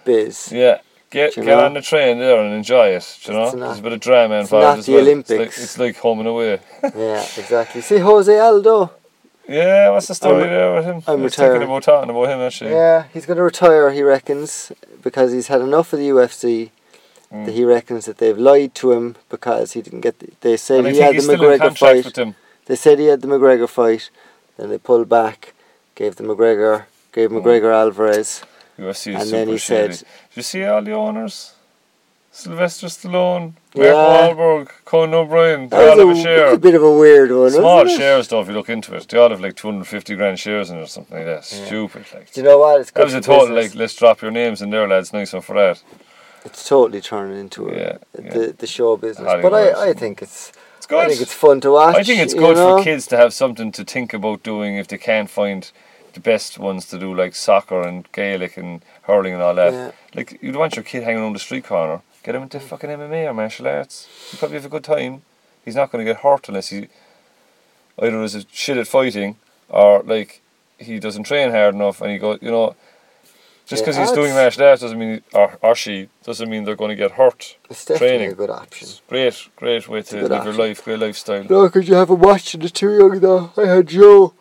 [SPEAKER 2] biz.
[SPEAKER 1] Yeah. Get
[SPEAKER 2] Do
[SPEAKER 1] get
[SPEAKER 2] you know?
[SPEAKER 1] on the train there and enjoy it. Do you know,
[SPEAKER 2] It's not-
[SPEAKER 1] there's a bit of drama
[SPEAKER 2] it's
[SPEAKER 1] involved
[SPEAKER 2] not
[SPEAKER 1] as
[SPEAKER 2] the
[SPEAKER 1] well. It's like,
[SPEAKER 2] Olympics.
[SPEAKER 1] it's like home and away.
[SPEAKER 2] yeah, exactly. See Jose Aldo.
[SPEAKER 1] Yeah, what's the story
[SPEAKER 2] I'm-
[SPEAKER 1] there with him?
[SPEAKER 2] I'm
[SPEAKER 1] I was thinking
[SPEAKER 2] retired.
[SPEAKER 1] about talking about him actually.
[SPEAKER 2] Yeah, he's going to retire, he reckons, because he's had enough of the UFC.
[SPEAKER 1] Mm.
[SPEAKER 2] That he reckons that they've lied to him because he didn't get. The, they said
[SPEAKER 1] and I
[SPEAKER 2] he
[SPEAKER 1] think
[SPEAKER 2] had the
[SPEAKER 1] he's still in
[SPEAKER 2] McGregor
[SPEAKER 1] contract
[SPEAKER 2] fight.
[SPEAKER 1] with them.
[SPEAKER 2] They said he had the McGregor fight, then they pulled back, gave the McGregor, gave
[SPEAKER 1] Hmm.
[SPEAKER 2] McGregor Alvarez.
[SPEAKER 1] UFC is
[SPEAKER 2] And
[SPEAKER 1] super
[SPEAKER 2] then he
[SPEAKER 1] shady.
[SPEAKER 2] said-
[SPEAKER 1] Did you see all the owners? Sylvester Stallone, Mark
[SPEAKER 2] Yeah.
[SPEAKER 1] Wahlberg, Conan O'Brien, they
[SPEAKER 2] That
[SPEAKER 1] all have a
[SPEAKER 2] was a, that was a
[SPEAKER 1] share.
[SPEAKER 2] bit of a weird one,
[SPEAKER 1] Small
[SPEAKER 2] wasn't it?
[SPEAKER 1] shares though if you look into it. They all have like two hundred and fifty grand shares in it or something like that. Stupid like
[SPEAKER 2] Do you know what? It's
[SPEAKER 1] that
[SPEAKER 2] good
[SPEAKER 1] was a
[SPEAKER 2] for
[SPEAKER 1] total
[SPEAKER 2] business.
[SPEAKER 1] like let's drop your names in there lads, nice one for that.
[SPEAKER 2] It's totally turning into a,
[SPEAKER 1] Yeah, yeah.
[SPEAKER 2] The, the show business.
[SPEAKER 1] Hollywood.
[SPEAKER 2] But I, I think it's
[SPEAKER 1] It's good.
[SPEAKER 2] I think it's fun to watch.
[SPEAKER 1] I think it's
[SPEAKER 2] you
[SPEAKER 1] good
[SPEAKER 2] know?
[SPEAKER 1] for kids to have something to think about doing if they can't find the best ones to do, like soccer and Gaelic and hurling and all that.
[SPEAKER 2] Yeah. Mm.
[SPEAKER 1] Like, you'd want your kid hanging on the street corner, get him into fucking MMA or martial arts. He'll probably have a good time. He's not going to get hurt unless he either is a shit at fighting or like he doesn't train hard enough and he go, you know. Just
[SPEAKER 2] Yeah,
[SPEAKER 1] because he's
[SPEAKER 2] that's-
[SPEAKER 1] doing martial arts doesn't mean, or, or she, doesn't mean they're going to get hurt.
[SPEAKER 2] It's definitely
[SPEAKER 1] training.
[SPEAKER 2] a good option.
[SPEAKER 1] Great, great way to live
[SPEAKER 2] good option.
[SPEAKER 1] your life, great lifestyle.
[SPEAKER 2] No, 'cause you haven't watched it. It's too young though. I had Joe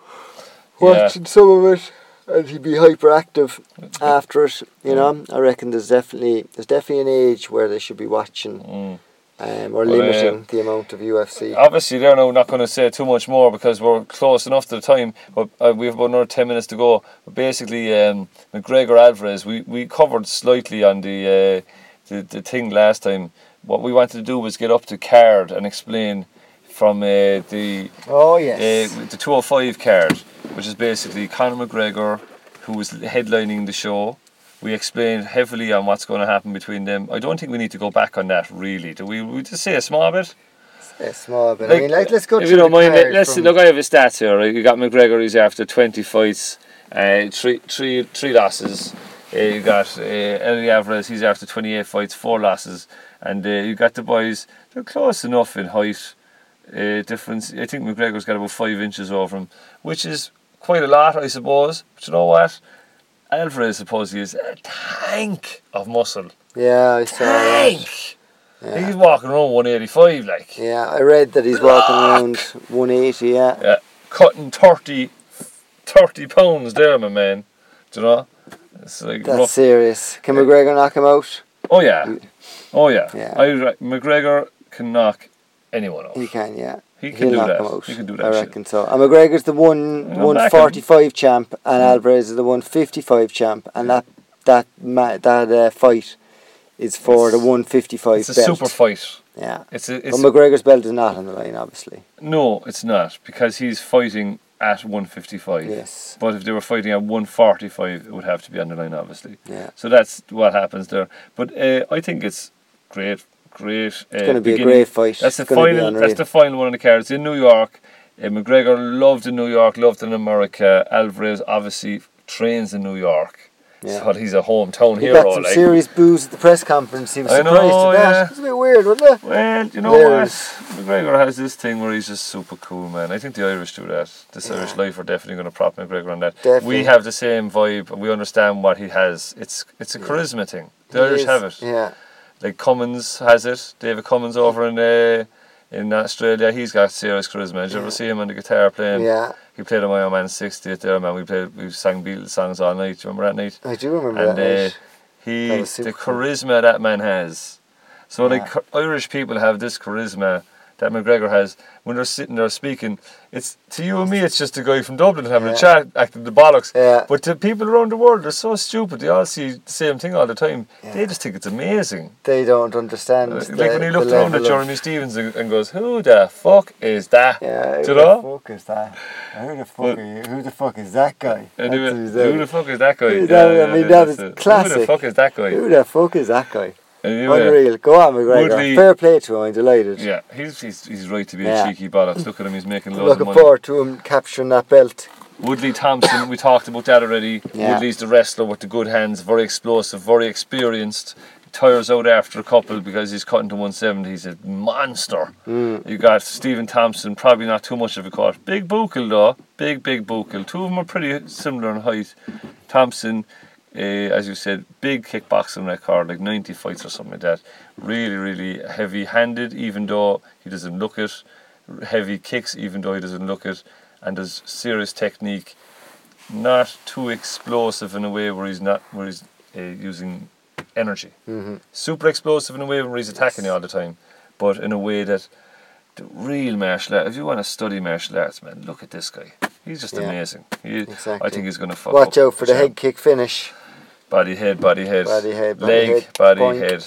[SPEAKER 2] watching some of it, and he'd be hyperactive after it. You know, I reckon there's definitely there's definitely an age where they should be watching
[SPEAKER 1] Mm.
[SPEAKER 2] um, or
[SPEAKER 1] Well, Oh.
[SPEAKER 2] limiting the amount of UFC.
[SPEAKER 1] Obviously, they're now not going to say too much more because we're close enough to the time. But uh, we have about another ten minutes to go. But basically, um, McGregor Alvarez, we, we covered slightly on the, uh, the the thing last time. What we wanted to do was get up to card and explain from uh, the
[SPEAKER 2] oh
[SPEAKER 1] uh,
[SPEAKER 2] yes,
[SPEAKER 1] the 205 card, which is basically Conor McGregor, who was headlining the show. We explained heavily on what's going to happen between them. I don't think we need to go back on that really. Do we? We just say a small bit.
[SPEAKER 2] a small bit. I mean, like, let's go.
[SPEAKER 1] If
[SPEAKER 2] through
[SPEAKER 1] you don't
[SPEAKER 2] the
[SPEAKER 1] mind,
[SPEAKER 2] card
[SPEAKER 1] let, let's
[SPEAKER 2] from-
[SPEAKER 1] look. I have his stats here. Right? You got McGregor. He's after twenty fights, uh, three, three, three losses. Uh, you got uh, Eddie Alvarez. He's after twenty-eight fights, four losses, and uh, you got the boys. They're close enough in height uh, difference. I think McGregor's got about five inches over him, which is quite a lot, I suppose. But you know what? Alvarez supposedly is a tank of muscle.
[SPEAKER 2] Yeah, I saw that.
[SPEAKER 1] Tank.
[SPEAKER 2] Yeah.
[SPEAKER 1] He's walking around one eighty-five, like.
[SPEAKER 2] Yeah, I read that he's walking around 180. Yeah,
[SPEAKER 1] Yeah, Uh, cutting 30, 30 pounds there, my man. Do you know? It's like
[SPEAKER 2] that's
[SPEAKER 1] rough.
[SPEAKER 2] serious. Can McGregor knock him out?
[SPEAKER 1] Oh yeah, oh yeah.
[SPEAKER 2] Yeah.
[SPEAKER 1] I re- McGregor can knock anyone out.
[SPEAKER 2] He can. Yeah.
[SPEAKER 1] He can
[SPEAKER 2] He'll
[SPEAKER 1] do
[SPEAKER 2] knock
[SPEAKER 1] that.
[SPEAKER 2] him out.
[SPEAKER 1] He can do
[SPEAKER 2] I
[SPEAKER 1] that. shit.
[SPEAKER 2] reckon so. And McGregor's the one
[SPEAKER 1] I'm
[SPEAKER 2] one
[SPEAKER 1] back him. Hmm.
[SPEAKER 2] forty five champ, and Alvarez is the one fifty five champ, and that that ma- that uh, fight is for the one fifty five
[SPEAKER 1] It's a
[SPEAKER 2] belt.
[SPEAKER 1] super fight.
[SPEAKER 2] yeah,
[SPEAKER 1] It's a,
[SPEAKER 2] but
[SPEAKER 1] it's
[SPEAKER 2] McGregor's belt is not on the line, obviously.
[SPEAKER 1] no, it's not because he's fighting at one fifty five.
[SPEAKER 2] Yes.
[SPEAKER 1] But if they were fighting at one forty five, it would have to be on the line, obviously.
[SPEAKER 2] Yeah.
[SPEAKER 1] So that's what happens there. But uh, I think it's great, great. Uh,
[SPEAKER 2] It's going to be a
[SPEAKER 1] beginning.
[SPEAKER 2] great fight.
[SPEAKER 1] That's the
[SPEAKER 2] It's gonna be
[SPEAKER 1] final.
[SPEAKER 2] unreal.
[SPEAKER 1] That's the final one on the card. It's in New York. Uh, McGregor loved in New York, loved in America. Alvarez obviously trains in New York.
[SPEAKER 2] Yeah.
[SPEAKER 1] God, he's a hometown
[SPEAKER 2] He
[SPEAKER 1] hero.
[SPEAKER 2] got some
[SPEAKER 1] like.
[SPEAKER 2] serious booze at the press conference. He was
[SPEAKER 1] I
[SPEAKER 2] surprised
[SPEAKER 1] know,
[SPEAKER 2] at that.
[SPEAKER 1] yeah.
[SPEAKER 2] It was a bit weird, wasn't it?
[SPEAKER 1] Well, you know
[SPEAKER 2] Hilarious.
[SPEAKER 1] what? McGregor has this thing where he's just super cool, man. I think the Irish do that. This
[SPEAKER 2] Yeah.
[SPEAKER 1] Irish life are definitely going to prop McGregor on that.
[SPEAKER 2] Definitely.
[SPEAKER 1] We have the same vibe. and We understand what he has. It's it's a charisma thing. The Irish
[SPEAKER 2] He
[SPEAKER 1] have
[SPEAKER 2] is-
[SPEAKER 1] it.
[SPEAKER 2] Yeah.
[SPEAKER 1] Like Cummins has it. David Cummins over in uh, in Australia, he's got serious charisma. Did you
[SPEAKER 2] Yeah.
[SPEAKER 1] ever see him on the guitar playing?
[SPEAKER 2] Yeah.
[SPEAKER 1] He played on my own man's 60th there, man. We played, we sang Beatles songs all night. Do you remember that night?
[SPEAKER 2] I do remember
[SPEAKER 1] and
[SPEAKER 2] that.
[SPEAKER 1] uh,
[SPEAKER 2] night.
[SPEAKER 1] he
[SPEAKER 2] That was super
[SPEAKER 1] the
[SPEAKER 2] cool.
[SPEAKER 1] charisma that man has. So
[SPEAKER 2] Yeah.
[SPEAKER 1] like char- Irish people have this charisma that McGregor has when they're sitting there speaking. It's to you and me, it's just a guy from Dublin having
[SPEAKER 2] Yeah.
[SPEAKER 1] a chat, acting the bollocks.
[SPEAKER 2] Yeah.
[SPEAKER 1] But to people around the world, they're so stupid. They all see the same thing all the time.
[SPEAKER 2] Yeah.
[SPEAKER 1] They just think it's amazing.
[SPEAKER 2] They don't understand.
[SPEAKER 1] uh, Like
[SPEAKER 2] the,
[SPEAKER 1] when he looked
[SPEAKER 2] the
[SPEAKER 1] around at
[SPEAKER 2] level of-
[SPEAKER 1] Jeremy Stevens and, and goes, "Who the fuck is that?"
[SPEAKER 2] Yeah,
[SPEAKER 1] Do
[SPEAKER 2] who
[SPEAKER 1] you
[SPEAKER 2] the
[SPEAKER 1] know?
[SPEAKER 2] fuck is that? Who the fuck
[SPEAKER 1] But-
[SPEAKER 2] are you? Who the fuck is that guy?
[SPEAKER 1] And he went,
[SPEAKER 2] That's who
[SPEAKER 1] who
[SPEAKER 2] he
[SPEAKER 1] the
[SPEAKER 2] said.
[SPEAKER 1] fuck is that guy?
[SPEAKER 2] That-
[SPEAKER 1] Yeah, yeah,
[SPEAKER 2] I mean,
[SPEAKER 1] yeah,
[SPEAKER 2] that
[SPEAKER 1] that's
[SPEAKER 2] was
[SPEAKER 1] it. Who
[SPEAKER 2] classic.
[SPEAKER 1] the fuck is that guy?
[SPEAKER 2] Who the fuck is that guy?
[SPEAKER 1] And he went,
[SPEAKER 2] Unreal. Go on, McGregor.
[SPEAKER 1] Woodley-
[SPEAKER 2] Fair play to him. I'm delighted.
[SPEAKER 1] Yeah, he's, he's, he's right to be
[SPEAKER 2] Yeah.
[SPEAKER 1] a cheeky bollocks. Look at him, he's making loads
[SPEAKER 2] Looking
[SPEAKER 1] of money.
[SPEAKER 2] forward to him capturing that belt.
[SPEAKER 1] Woodley Thompson, we talked about that already.
[SPEAKER 2] Yeah.
[SPEAKER 1] Woodley's the wrestler with the good hands, very explosive, very experienced. Tires out after a couple because he's cutting to 170. He's a monster. You got Stephen Thompson, probably not too much of a cut. Big Buchel though, big big Buchel. Two of them are pretty similar in height. Thompson, uh, as you said, big kickboxing record, like 90 fights or something like that. Really, really heavy-handed, even though he doesn't look it. Heavy kicks, even though he doesn't look it. And there's serious technique. Not too explosive in a way where he's not where he's uh, using energy.
[SPEAKER 2] Mhm.
[SPEAKER 1] Super explosive in a way where he's attacking you all the time, but in a way that the real martial art. If you want to study martial arts, man, look at this guy. He's just
[SPEAKER 2] Yeah.
[SPEAKER 1] amazing. He,
[SPEAKER 2] Exactly.
[SPEAKER 1] I think he's going to fuck
[SPEAKER 2] Watch
[SPEAKER 1] up
[SPEAKER 2] out for the head kick finish.
[SPEAKER 1] Body head, body head,
[SPEAKER 2] Body head, body
[SPEAKER 1] leg,
[SPEAKER 2] head,
[SPEAKER 1] body
[SPEAKER 2] boink,
[SPEAKER 1] head.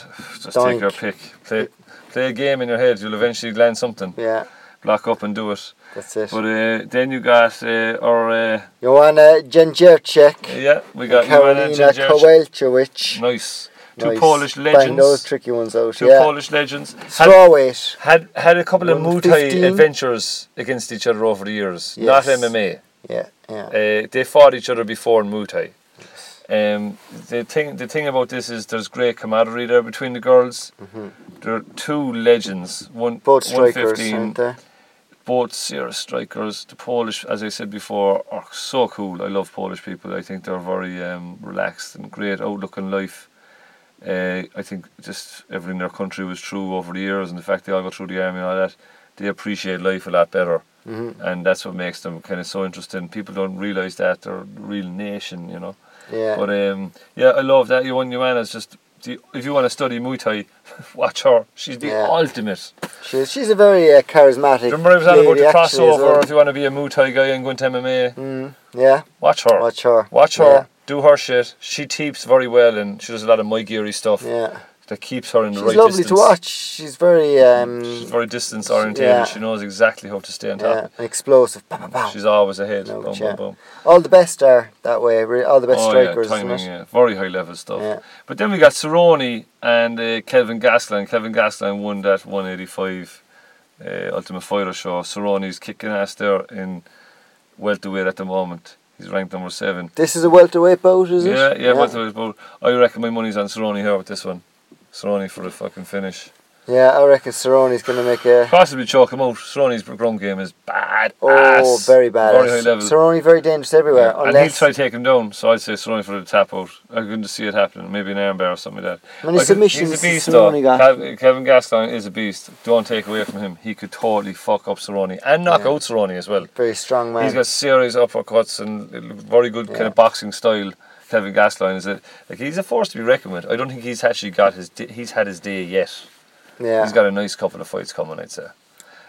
[SPEAKER 1] Just
[SPEAKER 2] doink.
[SPEAKER 1] take your pick. Play, play a game in your head. You'll eventually land something.
[SPEAKER 2] Yeah,
[SPEAKER 1] Block up and do it.
[SPEAKER 2] that's it.
[SPEAKER 1] But uh, then you got uh, our uh,
[SPEAKER 2] Joanna Jędrzejczyk.
[SPEAKER 1] yeah, we got Joanna
[SPEAKER 2] Karolina
[SPEAKER 1] Jędrzejczyk.
[SPEAKER 2] Kowalkiewicz.
[SPEAKER 1] Nice. Two
[SPEAKER 2] Nice.
[SPEAKER 1] Polish
[SPEAKER 2] Bang those
[SPEAKER 1] legends.
[SPEAKER 2] tricky ones out.
[SPEAKER 1] Two
[SPEAKER 2] yeah.
[SPEAKER 1] Polish legends. Had
[SPEAKER 2] Strawweight.
[SPEAKER 1] had had a couple of Muay Thai
[SPEAKER 2] 115.
[SPEAKER 1] adventures against each other over the years.
[SPEAKER 2] Yes.
[SPEAKER 1] Not MMA.
[SPEAKER 2] Yeah, yeah.
[SPEAKER 1] Uh, they fought each other before in Muay Thai. Um, the thing, the thing about this is there's great camaraderie there between the girls. There are two legends, one
[SPEAKER 2] Mm-hmm. Both
[SPEAKER 1] one
[SPEAKER 2] strikers,
[SPEAKER 1] fifteen,
[SPEAKER 2] aren't they?
[SPEAKER 1] both serious strikers. The Polish, as I said before, are so cool. I love Polish people. I think they're very um, relaxed and great outlook on life. Uh, I think just everything their country was true over the years, and the fact they all got through the army and all that, they appreciate life a lot better
[SPEAKER 2] hmm
[SPEAKER 1] and that's what makes them kind of so interesting. People don't realize that they're a real nation, you know.
[SPEAKER 2] Yeah.
[SPEAKER 1] But um, yeah, I love that. Yuan Yuan is just the, if you want to study Muay Thai, watch her. She's the
[SPEAKER 2] Yeah.
[SPEAKER 1] ultimate.
[SPEAKER 2] she's, she's a very uh, charismatic.
[SPEAKER 1] Remember I was on about
[SPEAKER 2] lady
[SPEAKER 1] the
[SPEAKER 2] actually as
[SPEAKER 1] crossover.
[SPEAKER 2] well.
[SPEAKER 1] If you want to be a Muay Thai guy and go into MMA,
[SPEAKER 2] Mm, yeah,
[SPEAKER 1] watch her. Watch,
[SPEAKER 2] watch her.
[SPEAKER 1] her.
[SPEAKER 2] Yeah.
[SPEAKER 1] Do her shit. She teeps very well, and she does a lot of my geary stuff
[SPEAKER 2] Yeah,
[SPEAKER 1] that keeps her in the
[SPEAKER 2] she's
[SPEAKER 1] right
[SPEAKER 2] lovely
[SPEAKER 1] distance.
[SPEAKER 2] to watch. She's very, um,
[SPEAKER 1] She's very distance oriented.
[SPEAKER 2] Yeah.
[SPEAKER 1] She knows exactly how to stay on
[SPEAKER 2] yeah,
[SPEAKER 1] top.
[SPEAKER 2] explosive. Pow, pow, pow.
[SPEAKER 1] She's always ahead.
[SPEAKER 2] No
[SPEAKER 1] boom, boom,
[SPEAKER 2] chat.
[SPEAKER 1] boom. Oh,
[SPEAKER 2] All the best are that way. Re- all the best strikers,
[SPEAKER 1] Yeah, timing,
[SPEAKER 2] isn't it?
[SPEAKER 1] yeah. Very high level stuff.
[SPEAKER 2] Yeah.
[SPEAKER 1] But then we got Cerrone and uh, Kelvin Gastelum. Kelvin Gastelum won that 185 uh, Ultimate Fighter show. Cerrone's kicking ass there in welterweight at the moment. He's ranked number seven.
[SPEAKER 2] This is a welterweight bout, is
[SPEAKER 1] yeah,
[SPEAKER 2] it?
[SPEAKER 1] yeah, welterweight. But I reckon my money's on Cerrone here with this one. Cerrone for the fucking finish.
[SPEAKER 2] Yeah, I reckon Cerrone's going to make a.
[SPEAKER 1] Possibly choke him out. Cerrone's ground game is bad.
[SPEAKER 2] Oh, very bad.
[SPEAKER 1] Very high level.
[SPEAKER 2] Cerrone very dangerous everywhere.
[SPEAKER 1] Yeah, And he'll
[SPEAKER 2] Unless
[SPEAKER 1] try to take him down, so I'd say Cerrone for the tap out. I couldn't see it happening. Maybe an armbar or something like that.
[SPEAKER 2] Many
[SPEAKER 1] Like,
[SPEAKER 2] submissions
[SPEAKER 1] He's a beast,
[SPEAKER 2] Cerrone
[SPEAKER 1] though.
[SPEAKER 2] got.
[SPEAKER 1] Kev- Kevin Gaston is a beast. Don't take away from him. He could totally fuck up Cerrone and knock
[SPEAKER 2] Yeah.
[SPEAKER 1] out Cerrone as well.
[SPEAKER 2] very strong man.
[SPEAKER 1] He's got serious uppercuts and it looked very good kind
[SPEAKER 2] Yeah.
[SPEAKER 1] of boxing style. Kevin Gaston is a like he's a force to be reckoned with. I don't think he's actually got his d he's had his day yet.
[SPEAKER 2] yeah,
[SPEAKER 1] He's got a nice couple of fights coming. I'd say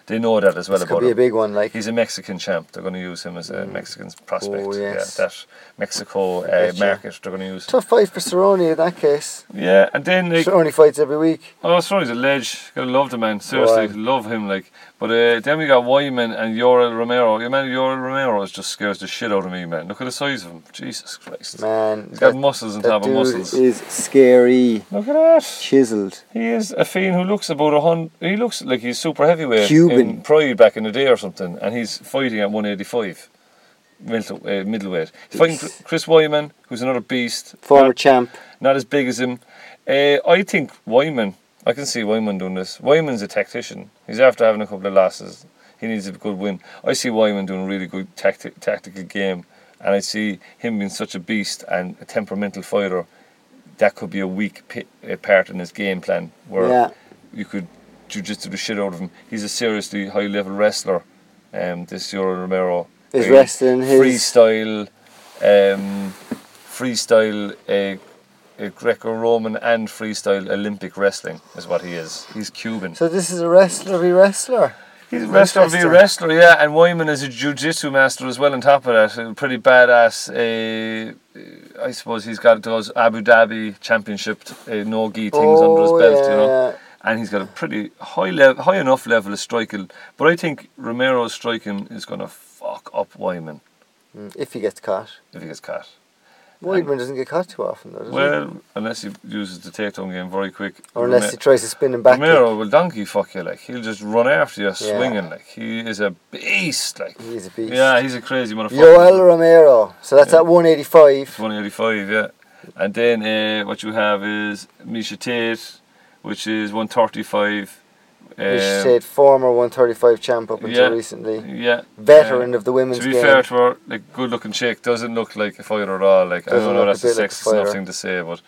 [SPEAKER 1] they know that as well
[SPEAKER 2] this
[SPEAKER 1] about
[SPEAKER 2] could be
[SPEAKER 1] him.
[SPEAKER 2] a big one. Like
[SPEAKER 1] He's a Mexican champ. They're going to use him as a Mexican prospect.
[SPEAKER 2] Mm. Oh, yes.
[SPEAKER 1] Yeah, that Mexico uh,
[SPEAKER 2] Gotcha.
[SPEAKER 1] market they're going to use.
[SPEAKER 2] tough fight for Cerrone in that case.
[SPEAKER 1] Yeah, and then like,
[SPEAKER 2] Cerrone fights every week.
[SPEAKER 1] oh, sorry, the ledge. Gotta love the man. Seriously,
[SPEAKER 2] Right.
[SPEAKER 1] love him. Like, but uh, then we got Wyman and Yoel Romero. Your man Yoel Romero is just scares the shit out of me, man. Look at the size of him. Jesus Christ.
[SPEAKER 2] Man,
[SPEAKER 1] He's got
[SPEAKER 2] that-
[SPEAKER 1] muscles on
[SPEAKER 2] that
[SPEAKER 1] top of
[SPEAKER 2] dude
[SPEAKER 1] muscles.
[SPEAKER 2] is scary,
[SPEAKER 1] Look at that.
[SPEAKER 2] chiseled.
[SPEAKER 1] He is a fiend who looks about a hundred. He looks like he's super heavyweight
[SPEAKER 2] Cuban.
[SPEAKER 1] in Pride back in the day or something, and he's fighting at 185. middle, uh, middleweight. He's fighting Chr- Chris Wyman, who's another beast.
[SPEAKER 2] Former
[SPEAKER 1] Not-
[SPEAKER 2] champ.
[SPEAKER 1] not as big as him. Uh, I think Wyman. I can see Wyman doing this. Wyman's a tactician. He's after having a couple of losses. He needs a good win. I see Wyman doing a really good tacti- tactical game, and I see him being such a beast and a temperamental fighter. That could be a weak pi uh, part in his game plan where
[SPEAKER 2] Yeah.
[SPEAKER 1] you could jujitsu the shit out of him. He's a seriously high level wrestler. Um, this Euro Romero
[SPEAKER 2] His
[SPEAKER 1] Very
[SPEAKER 2] wrestling, his-
[SPEAKER 1] freestyle, um, freestyle uh, uh, Greco-Roman and freestyle Olympic wrestling is what he is. He's Cuban.
[SPEAKER 2] So this is a wrestler v wrestler.
[SPEAKER 1] He's a wrestler v wrestler, yeah. And Wyman is a jiu-jitsu master as well. On top of that, a pretty badass. Uh, uh, I suppose he's got those Abu Dhabi Championship uh, no-gi things
[SPEAKER 2] Oh,
[SPEAKER 1] under his belt, you
[SPEAKER 2] yeah.
[SPEAKER 1] know. And he's got a pretty high level, high enough level of striking. But I think Romero's striking is going to fuck up Wyman
[SPEAKER 2] Mm, If he gets caught.
[SPEAKER 1] if he gets caught.
[SPEAKER 2] Weidman doesn't get caught too often though, does he?
[SPEAKER 1] Well, unless he uses the takedown game very quick.
[SPEAKER 2] Or unless
[SPEAKER 1] Rome-
[SPEAKER 2] he tries to spin him back.
[SPEAKER 1] Romero will donkey fuck you, like he'll just run after you, swinging like he is a beast, like
[SPEAKER 2] He is a beast.
[SPEAKER 1] yeah, he's a crazy motherfucker.
[SPEAKER 2] Yoel Romero. So that's at 185.
[SPEAKER 1] 185, yeah. And then uh, what you have is Misha Tate, which is 135. Um,
[SPEAKER 2] We should say it, former 135 champ up until
[SPEAKER 1] yeah.
[SPEAKER 2] recently.
[SPEAKER 1] yeah,
[SPEAKER 2] Veteran
[SPEAKER 1] Uh,
[SPEAKER 2] of the women's
[SPEAKER 1] to be
[SPEAKER 2] game.
[SPEAKER 1] fair to her, like good-looking chick doesn't look like a fighter at all. Like I
[SPEAKER 2] Doesn't
[SPEAKER 1] don't know,
[SPEAKER 2] look a
[SPEAKER 1] that's a
[SPEAKER 2] bit like a
[SPEAKER 1] sexist enough
[SPEAKER 2] fighter.
[SPEAKER 1] thing to say, but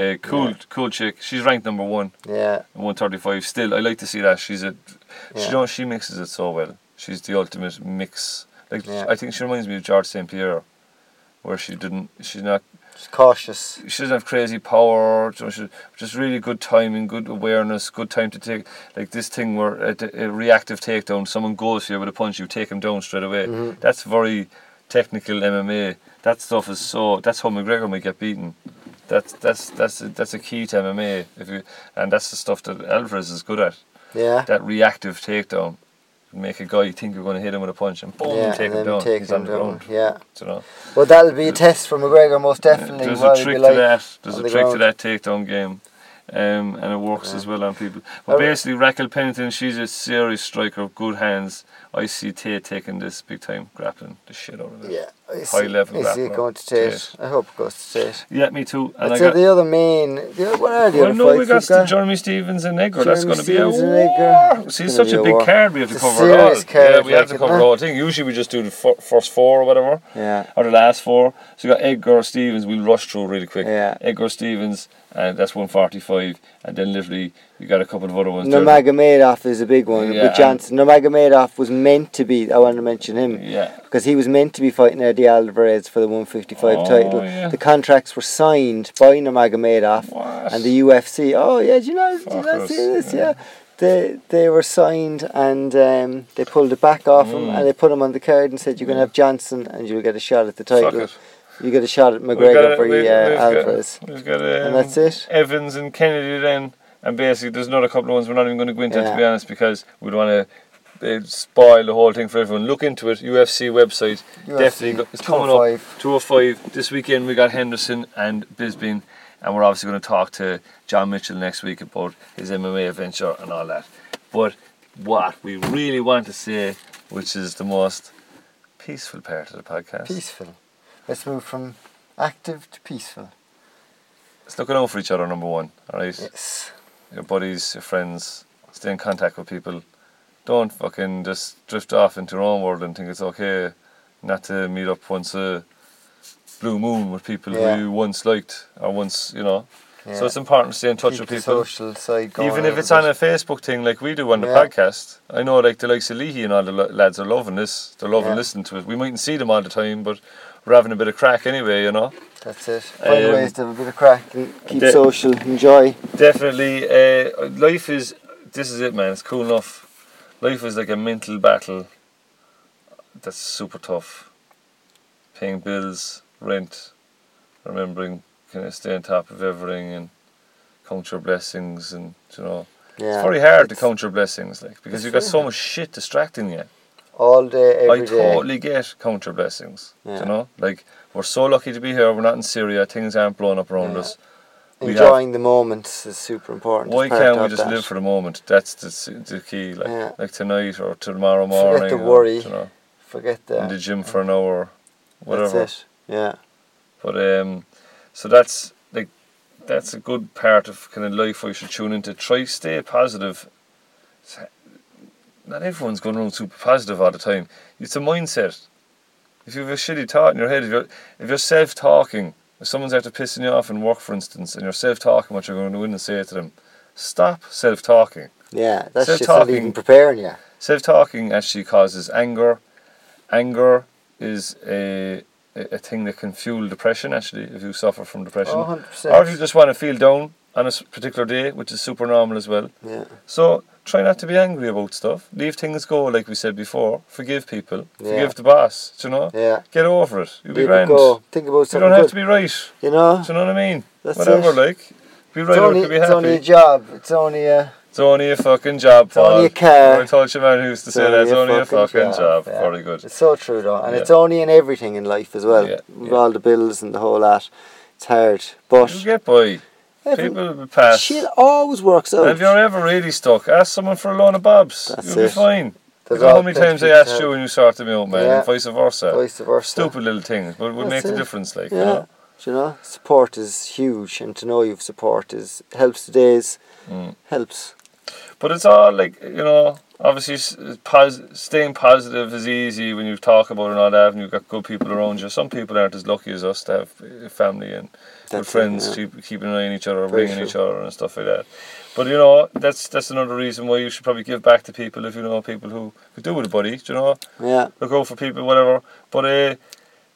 [SPEAKER 1] uh, cool,
[SPEAKER 2] Yeah.
[SPEAKER 1] cool chick. She's ranked number one.
[SPEAKER 2] yeah.
[SPEAKER 1] 135 still I like to see that she's a she
[SPEAKER 2] Yeah.
[SPEAKER 1] you know, she mixes it so well she's the ultimate mix like
[SPEAKER 2] Yeah.
[SPEAKER 1] I think she reminds me of George St Pierre where she didn't she's not
[SPEAKER 2] Just cautious.
[SPEAKER 1] she doesn't have crazy power you know, she, just really good timing good awareness good time to take like this thing where a, t- a reactive takedown someone goes here with a punch you take him down straight away
[SPEAKER 2] Mm-hmm.
[SPEAKER 1] that's very technical MMA that stuff is so that's how McGregor might get beaten that's that's that's a, that's a key to MMA if you and that's the stuff that Alvarez is good at
[SPEAKER 2] Yeah.
[SPEAKER 1] that reactive takedown make a guy think you're going to hit him with a punch and boom
[SPEAKER 2] yeah.
[SPEAKER 1] take
[SPEAKER 2] and
[SPEAKER 1] him
[SPEAKER 2] then
[SPEAKER 1] down
[SPEAKER 2] take
[SPEAKER 1] he's
[SPEAKER 2] him
[SPEAKER 1] on the
[SPEAKER 2] down.
[SPEAKER 1] ground
[SPEAKER 2] Yeah.
[SPEAKER 1] you know
[SPEAKER 2] Well, that'll be a test for McGregor, most definitely.
[SPEAKER 1] there's
[SPEAKER 2] while
[SPEAKER 1] a
[SPEAKER 2] he'll be
[SPEAKER 1] trick to
[SPEAKER 2] like
[SPEAKER 1] that. There's
[SPEAKER 2] on
[SPEAKER 1] a
[SPEAKER 2] the
[SPEAKER 1] trick to
[SPEAKER 2] ground.
[SPEAKER 1] that takedown game, um, and it works as well on people. But
[SPEAKER 2] I re-
[SPEAKER 1] basically, Raquel Pennington, she's a serious striker of good hands. I see Tate taking this big time, grappling the shit out of it.
[SPEAKER 2] Yeah. I
[SPEAKER 1] High
[SPEAKER 2] see-
[SPEAKER 1] level
[SPEAKER 2] I see it
[SPEAKER 1] grappler.
[SPEAKER 2] going to Tate.
[SPEAKER 1] Tate.
[SPEAKER 2] I hope it goes to Tate.
[SPEAKER 1] Yeah, me too. And
[SPEAKER 2] I'd
[SPEAKER 1] I
[SPEAKER 2] say
[SPEAKER 1] got.
[SPEAKER 2] the other main. The other, what are the
[SPEAKER 1] Well,
[SPEAKER 2] other
[SPEAKER 1] no,
[SPEAKER 2] fights
[SPEAKER 1] we
[SPEAKER 2] we've
[SPEAKER 1] got
[SPEAKER 2] got?
[SPEAKER 1] Jeremy Stevens and Edgar. That's
[SPEAKER 2] Jeremy
[SPEAKER 1] going to be a
[SPEAKER 2] Stevens and Edgar.
[SPEAKER 1] war.
[SPEAKER 2] It's
[SPEAKER 1] See,
[SPEAKER 2] gonna
[SPEAKER 1] it's such
[SPEAKER 2] be
[SPEAKER 1] a
[SPEAKER 2] a
[SPEAKER 1] big
[SPEAKER 2] war.
[SPEAKER 1] card. We have
[SPEAKER 2] It's
[SPEAKER 1] to
[SPEAKER 2] a
[SPEAKER 1] cover it all.
[SPEAKER 2] serious
[SPEAKER 1] yeah,
[SPEAKER 2] card,
[SPEAKER 1] we have
[SPEAKER 2] like,
[SPEAKER 1] to
[SPEAKER 2] isn't
[SPEAKER 1] cover
[SPEAKER 2] it?
[SPEAKER 1] the whole thing. Usually, we just do the fir- first four or whatever.
[SPEAKER 2] Yeah.
[SPEAKER 1] or the last four. So you got Edgar Stevens. We'll rush through really quick.
[SPEAKER 2] Yeah.
[SPEAKER 1] Edgar Stevens, and that's one forty-five, and then literally you got a couple of other ones. there.
[SPEAKER 2] Nurmagomedov is a big one,
[SPEAKER 1] Yeah,
[SPEAKER 2] but Johnson. Nurmagomedov was meant to be. I want to mention him.
[SPEAKER 1] Yeah.
[SPEAKER 2] because he was meant to be fighting Eddie Alvarez for the 155
[SPEAKER 1] Oh,
[SPEAKER 2] title.
[SPEAKER 1] yeah.
[SPEAKER 2] The contracts were signed by Nurmagomedov
[SPEAKER 1] What?
[SPEAKER 2] and the UFC. Oh yeah, do you know? Do you
[SPEAKER 1] Fuck
[SPEAKER 2] not
[SPEAKER 1] us,
[SPEAKER 2] see this?
[SPEAKER 1] yeah.
[SPEAKER 2] Yeah. They, they were signed and um, they pulled it back off
[SPEAKER 1] Mm.
[SPEAKER 2] him and they put him on the card and said you can have Johnson and you'll get a shot at the
[SPEAKER 1] Fuck
[SPEAKER 2] title.
[SPEAKER 1] it.
[SPEAKER 2] You get a shot at
[SPEAKER 1] We've got
[SPEAKER 2] McGregor
[SPEAKER 1] a-
[SPEAKER 2] for
[SPEAKER 1] we-
[SPEAKER 2] uh, Alvarez.
[SPEAKER 1] Got, we've got um,
[SPEAKER 2] And that's it.
[SPEAKER 1] Evans and Kennedy then, and basically there's another couple of ones we're not even going to go into to
[SPEAKER 2] Yeah.
[SPEAKER 1] be honest because we'd want to uh, spoil the whole thing for everyone. Look into it. UFC website
[SPEAKER 2] UFC
[SPEAKER 1] definitely go- it's coming up.
[SPEAKER 2] 205.
[SPEAKER 1] 205 this weekend. We got Henderson and Bisbeen, and we're obviously going to talk to John Mitchell next week about his MMA adventure and all that. But what we really want to say, which is the most peaceful part of the podcast,
[SPEAKER 2] Peaceful. Let's move from active to peaceful.
[SPEAKER 1] It's looking out for each other, number one. All right,
[SPEAKER 2] Yes.
[SPEAKER 1] your buddies, your friends, stay in contact with people. Don't fucking just drift off into your own world and think it's okay not to meet up once a blue moon with people
[SPEAKER 2] Yeah.
[SPEAKER 1] who you once liked or once, you know.
[SPEAKER 2] Yeah.
[SPEAKER 1] So it's important to stay in touch
[SPEAKER 2] Keep
[SPEAKER 1] with
[SPEAKER 2] the
[SPEAKER 1] people.
[SPEAKER 2] social side going
[SPEAKER 1] Even if
[SPEAKER 2] little
[SPEAKER 1] it's on
[SPEAKER 2] bit.
[SPEAKER 1] a Facebook thing like we do on the
[SPEAKER 2] Yeah.
[SPEAKER 1] podcast, I know like the likes of Leahy and all the lo- lads are loving this. They're loving
[SPEAKER 2] Yeah.
[SPEAKER 1] listening to it. We mightn't see them all the time, but we're having a bit of crack anyway, you know.
[SPEAKER 2] That's it. Find
[SPEAKER 1] Um,
[SPEAKER 2] ways to have a bit of crack and keep
[SPEAKER 1] the-
[SPEAKER 2] social, enjoy.
[SPEAKER 1] Definitely, uh, life is. This is it, man. It's cool enough. Life is like a mental battle. That's super tough. Paying bills, rent, remembering kind of stay on top of everything and count your blessings and you know.
[SPEAKER 2] Yeah.
[SPEAKER 1] it's very hard
[SPEAKER 2] it's
[SPEAKER 1] to count your blessings, like because you've got
[SPEAKER 2] very
[SPEAKER 1] so
[SPEAKER 2] hard.
[SPEAKER 1] much shit distracting you.
[SPEAKER 2] All day,
[SPEAKER 1] I
[SPEAKER 2] every day.
[SPEAKER 1] totally get count your blessings. do
[SPEAKER 2] Yeah.
[SPEAKER 1] You know, like we're so lucky to be here. We're not in Syria. Things aren't blowing up around
[SPEAKER 2] Yeah.
[SPEAKER 1] us. we have-
[SPEAKER 2] Enjoying the moments is super important.
[SPEAKER 1] Why
[SPEAKER 2] It's part
[SPEAKER 1] can't we
[SPEAKER 2] of
[SPEAKER 1] just
[SPEAKER 2] that.
[SPEAKER 1] live for the moment? That's the, s- the key. Like
[SPEAKER 2] Yeah.
[SPEAKER 1] like tonight or tomorrow
[SPEAKER 2] Forget
[SPEAKER 1] morning.
[SPEAKER 2] the
[SPEAKER 1] or,
[SPEAKER 2] worry.
[SPEAKER 1] you know,
[SPEAKER 2] Forget
[SPEAKER 1] in the
[SPEAKER 2] that.
[SPEAKER 1] gym for an hour. whatever.
[SPEAKER 2] That's it. Yeah.
[SPEAKER 1] But um, so that's like that's a good part of kind of life. I should tune into. Try stay positive. S- Not everyone's going around super positive all the time. It's a mindset. If you have a shitty thought in your head, if you're if you're self talking, if someone's after pissing you off in work, for instance, and you're self talking what you're going to do and say to them, stop self talking.
[SPEAKER 2] Yeah. That's
[SPEAKER 1] Still
[SPEAKER 2] just not
[SPEAKER 1] talking.
[SPEAKER 2] even preparing you.
[SPEAKER 1] Self talking actually causes anger. Anger is a, a a thing that can fuel depression actually if you suffer from depression.
[SPEAKER 2] Oh, 100%.
[SPEAKER 1] Or if you just want to feel down on a s- particular day, which is super normal as well.
[SPEAKER 2] Yeah.
[SPEAKER 1] So try not to be angry about stuff. Leave things go, like we said before. Forgive people.
[SPEAKER 2] Yeah.
[SPEAKER 1] Forgive the boss. Do you know?
[SPEAKER 2] Yeah.
[SPEAKER 1] Get over it. You'll be
[SPEAKER 2] Leave it
[SPEAKER 1] grand.
[SPEAKER 2] go. Think about
[SPEAKER 1] You
[SPEAKER 2] something
[SPEAKER 1] don't have
[SPEAKER 2] good.
[SPEAKER 1] to be right.
[SPEAKER 2] you know?
[SPEAKER 1] Do you know what I mean?
[SPEAKER 2] That's
[SPEAKER 1] Whatever,
[SPEAKER 2] it.
[SPEAKER 1] like. Be right
[SPEAKER 2] it's,
[SPEAKER 1] or
[SPEAKER 2] only,
[SPEAKER 1] could be
[SPEAKER 2] it's only a
[SPEAKER 1] happy.
[SPEAKER 2] job. It's only a.
[SPEAKER 1] It's only a fucking job,
[SPEAKER 2] It's only
[SPEAKER 1] Paul.
[SPEAKER 2] a car.
[SPEAKER 1] I told you, man, who used to say that. It's only a fucking, job.
[SPEAKER 2] yeah.
[SPEAKER 1] Very good.
[SPEAKER 2] It's so true though, and
[SPEAKER 1] Yeah.
[SPEAKER 2] it's only in everything in life as well.
[SPEAKER 1] Yeah,
[SPEAKER 2] With
[SPEAKER 1] yeah.
[SPEAKER 2] all the bills and the whole lot, it's hard. But
[SPEAKER 1] You get by.
[SPEAKER 2] every-
[SPEAKER 1] People will pass.
[SPEAKER 2] shit always works out.
[SPEAKER 1] And if you're ever really stuck, ask someone for a loan of bobs.
[SPEAKER 2] That's
[SPEAKER 1] You'll be
[SPEAKER 2] it.
[SPEAKER 1] fine.
[SPEAKER 2] There's
[SPEAKER 1] Look at how
[SPEAKER 2] all
[SPEAKER 1] many
[SPEAKER 2] plenty
[SPEAKER 1] times I
[SPEAKER 2] of
[SPEAKER 1] asked
[SPEAKER 2] help.
[SPEAKER 1] you and you sorted me out, man,
[SPEAKER 2] Yeah.
[SPEAKER 1] and vice versa.
[SPEAKER 2] Vice versa.
[SPEAKER 1] Stupid little things, but it would
[SPEAKER 2] That's
[SPEAKER 1] make
[SPEAKER 2] it.
[SPEAKER 1] the difference, like,
[SPEAKER 2] Yeah.
[SPEAKER 1] you know?
[SPEAKER 2] Do you know, support is huge, and to know you've support is helps today's
[SPEAKER 1] Mm.
[SPEAKER 2] helps.
[SPEAKER 1] But it's all like, you know, obviously s- it's pos- staying positive is easy when you talk about it and all that, and you've got good people around you. Some people aren't as lucky as us to have uh, family and good
[SPEAKER 2] That's it,
[SPEAKER 1] friends,
[SPEAKER 2] yeah.
[SPEAKER 1] keep, keeping an eye on each other,
[SPEAKER 2] Very
[SPEAKER 1] ringing
[SPEAKER 2] true.
[SPEAKER 1] each other, and stuff like that. But you know, that's that's another reason why you should probably give back to people if you know people who could do with a buddy. do You know,
[SPEAKER 2] Yeah,
[SPEAKER 1] look out for people, whatever. But uh,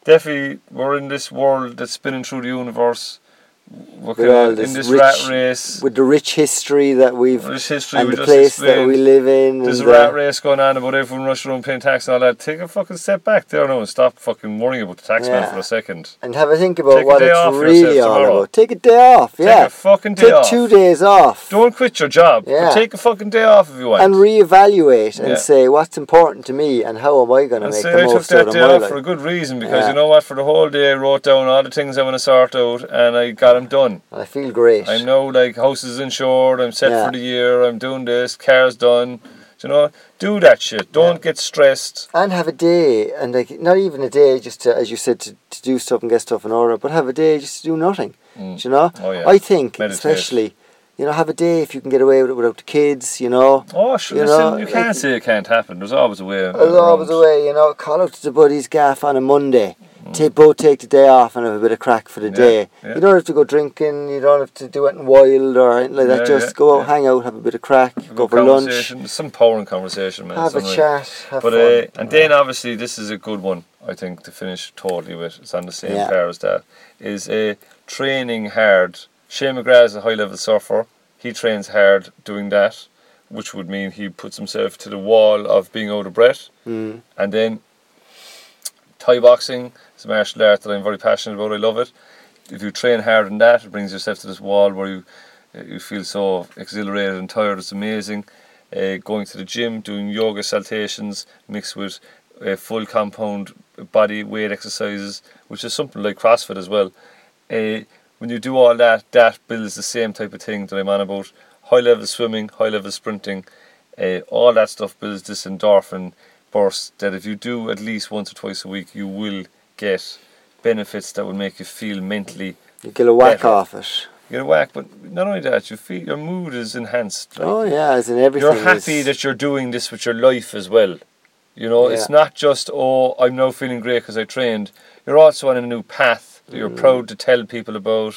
[SPEAKER 1] definitely, we're in this world that's spinning through the universe. We're
[SPEAKER 2] all
[SPEAKER 1] kind of
[SPEAKER 2] this
[SPEAKER 1] in this
[SPEAKER 2] rich-
[SPEAKER 1] rat race.
[SPEAKER 2] with the rich history that we've
[SPEAKER 1] This history
[SPEAKER 2] and
[SPEAKER 1] we
[SPEAKER 2] the
[SPEAKER 1] just
[SPEAKER 2] place that
[SPEAKER 1] explained.
[SPEAKER 2] we live in,
[SPEAKER 1] There's a
[SPEAKER 2] and uh, the-
[SPEAKER 1] rat race going on about everyone rushing around paying tax and all that. Take a fucking step back there now and stop fucking worrying about the tax man
[SPEAKER 2] Yeah.
[SPEAKER 1] for a second.
[SPEAKER 2] and have a think about
[SPEAKER 1] Take a
[SPEAKER 2] what
[SPEAKER 1] day
[SPEAKER 2] it's
[SPEAKER 1] off yourself
[SPEAKER 2] really all
[SPEAKER 1] tomorrow.
[SPEAKER 2] about. Take a day off.
[SPEAKER 1] Take
[SPEAKER 2] yeah,
[SPEAKER 1] a fucking day
[SPEAKER 2] Take
[SPEAKER 1] off.
[SPEAKER 2] two days off.
[SPEAKER 1] Don't quit your job. but
[SPEAKER 2] Yeah.
[SPEAKER 1] take a fucking day off if you want.
[SPEAKER 2] and reevaluate and
[SPEAKER 1] Yeah.
[SPEAKER 2] say what's important to me and how am I going to
[SPEAKER 1] And
[SPEAKER 2] make
[SPEAKER 1] say
[SPEAKER 2] the
[SPEAKER 1] I took
[SPEAKER 2] most out
[SPEAKER 1] that
[SPEAKER 2] of
[SPEAKER 1] day
[SPEAKER 2] my
[SPEAKER 1] off
[SPEAKER 2] life.
[SPEAKER 1] for a good reason because
[SPEAKER 2] Yeah.
[SPEAKER 1] you know what? For the whole day, I wrote down all the things I want to sort out and I got them done.
[SPEAKER 2] And I feel great.
[SPEAKER 1] I know like house is insured, I'm set
[SPEAKER 2] Yeah.
[SPEAKER 1] for the year, I'm doing this, car's done. Do You know, do that shit. Don't get stressed.
[SPEAKER 2] and have a day, and like not even a day, just to, as you said, to, to do stuff and get stuff in order, but have a day just to do nothing.
[SPEAKER 1] Mm.
[SPEAKER 2] Do you know?
[SPEAKER 1] Oh, yeah.
[SPEAKER 2] I think,
[SPEAKER 1] Meditate.
[SPEAKER 2] especially, you know, have a day if you can get away with it without the kids, you know.
[SPEAKER 1] Oh, sure.
[SPEAKER 2] You
[SPEAKER 1] listen,
[SPEAKER 2] know,
[SPEAKER 1] you can't
[SPEAKER 2] like-
[SPEAKER 1] say it can't happen. There's always a way.
[SPEAKER 2] There's always
[SPEAKER 1] around.
[SPEAKER 2] a way, you know. Call out to the buddies' gaff on a Monday. Take, both take the day off and have a bit of crack for the
[SPEAKER 1] Mm. Yeah,
[SPEAKER 2] day.
[SPEAKER 1] yeah.
[SPEAKER 2] You don't have to go drinking, you don't have to do anything wild or anything like that.
[SPEAKER 1] Yeah,
[SPEAKER 2] Just
[SPEAKER 1] yeah,
[SPEAKER 2] go out,
[SPEAKER 1] yeah.
[SPEAKER 2] hang out, have a bit of crack,
[SPEAKER 1] Good
[SPEAKER 2] go for lunch.
[SPEAKER 1] conversation. Some powering conversation, man.
[SPEAKER 2] Have a
[SPEAKER 1] something.
[SPEAKER 2] chat. Have
[SPEAKER 1] But
[SPEAKER 2] fun.
[SPEAKER 1] uh, and then obviously this is a good one I think to finish totally with. It's on the same
[SPEAKER 2] Yeah.
[SPEAKER 1] pair as that. Is uh, training hard. Shane McGrath is a high level surfer. He trains hard doing that, which would mean he puts himself to the wall of being out of breath.
[SPEAKER 2] Mm.
[SPEAKER 1] And then Thai boxing is a martial art that I'm very passionate about. I love it. If you train hard in that, it brings yourself to this wall where you you feel so exhilarated and tired. It's amazing. Uh, going to the gym, doing yoga saltations mixed with uh, full compound body weight exercises, which is something like CrossFit as well. Uh, when you do all that, that builds the same type of thing that I'm on about. High level swimming, high level sprinting, uh, all that stuff builds this endorphin burst that if you do at least once or twice a week, you will get benefits that will make you feel mentally.
[SPEAKER 2] You get a whack
[SPEAKER 1] better.
[SPEAKER 2] off it.
[SPEAKER 1] You get a whack, but not only that, you feel your mood is enhanced. like,
[SPEAKER 2] Oh yeah, as in everything.
[SPEAKER 1] you're happy
[SPEAKER 2] is-
[SPEAKER 1] that you're doing this with your life as well. You know, it's
[SPEAKER 2] Yeah.
[SPEAKER 1] not just oh, I'm now feeling great because I trained. You're also on a new path that you're
[SPEAKER 2] Mm.
[SPEAKER 1] proud to tell people about.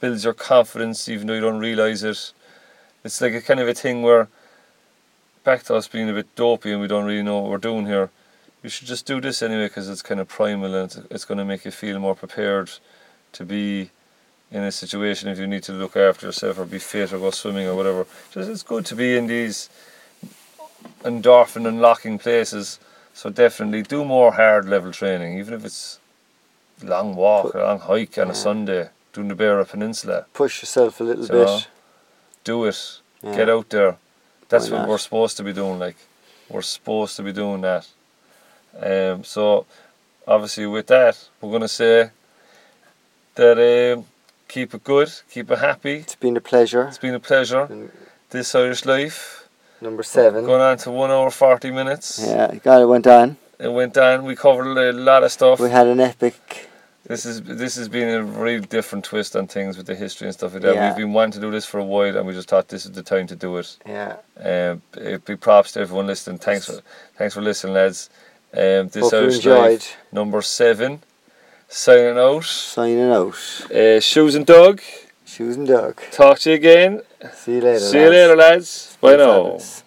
[SPEAKER 1] Builds your confidence, even though you don't realize it. It's like a kind of a thing where, back to us being a bit dopey and we don't really know what we're doing here. You should just do this anyway because it's kind of primal and it's, it's going to make you feel more prepared to be in a situation if you need to look after yourself or be fit or go swimming or whatever. Just it's good to be in these endorphin unlocking places. So definitely do more hard level training, even if it's long walk, a long hike on
[SPEAKER 2] Yeah.
[SPEAKER 1] a Sunday, doing the Bearer Peninsula.
[SPEAKER 2] push yourself a little
[SPEAKER 1] So,
[SPEAKER 2] bit.
[SPEAKER 1] Do it.
[SPEAKER 2] Yeah.
[SPEAKER 1] Get out there. That's
[SPEAKER 2] Why
[SPEAKER 1] what
[SPEAKER 2] not?
[SPEAKER 1] we're supposed to be doing. Like we're supposed to be doing that. Um, so obviously with that, we're gonna say that um, keep it good, keep it happy.
[SPEAKER 2] It's been a pleasure.
[SPEAKER 1] It's been a pleasure.
[SPEAKER 2] And
[SPEAKER 1] This Irish life
[SPEAKER 2] Number seven.
[SPEAKER 1] going on to one hour forty minutes.
[SPEAKER 2] Yeah, got it went on.
[SPEAKER 1] It went on. We covered a lot of stuff.
[SPEAKER 2] We had an epic.
[SPEAKER 1] This is this has been a real different twist on things with the history and stuff like that.
[SPEAKER 2] Yeah.
[SPEAKER 1] We've been wanting to do this for a while, and we just thought this is the time to do it.
[SPEAKER 2] Yeah.
[SPEAKER 1] Um, it big props to everyone listening. Thanks for thanks for listening, lads. Um, this
[SPEAKER 2] Hope you
[SPEAKER 1] Irish
[SPEAKER 2] enjoyed.
[SPEAKER 1] Life number seven. Signing out.
[SPEAKER 2] Signing out.
[SPEAKER 1] Uh, Shoes and Doug.
[SPEAKER 2] Shoes and dog.
[SPEAKER 1] Talk to you again.
[SPEAKER 2] See you later.
[SPEAKER 1] See you later, lads. Bye now.
[SPEAKER 2] fellas.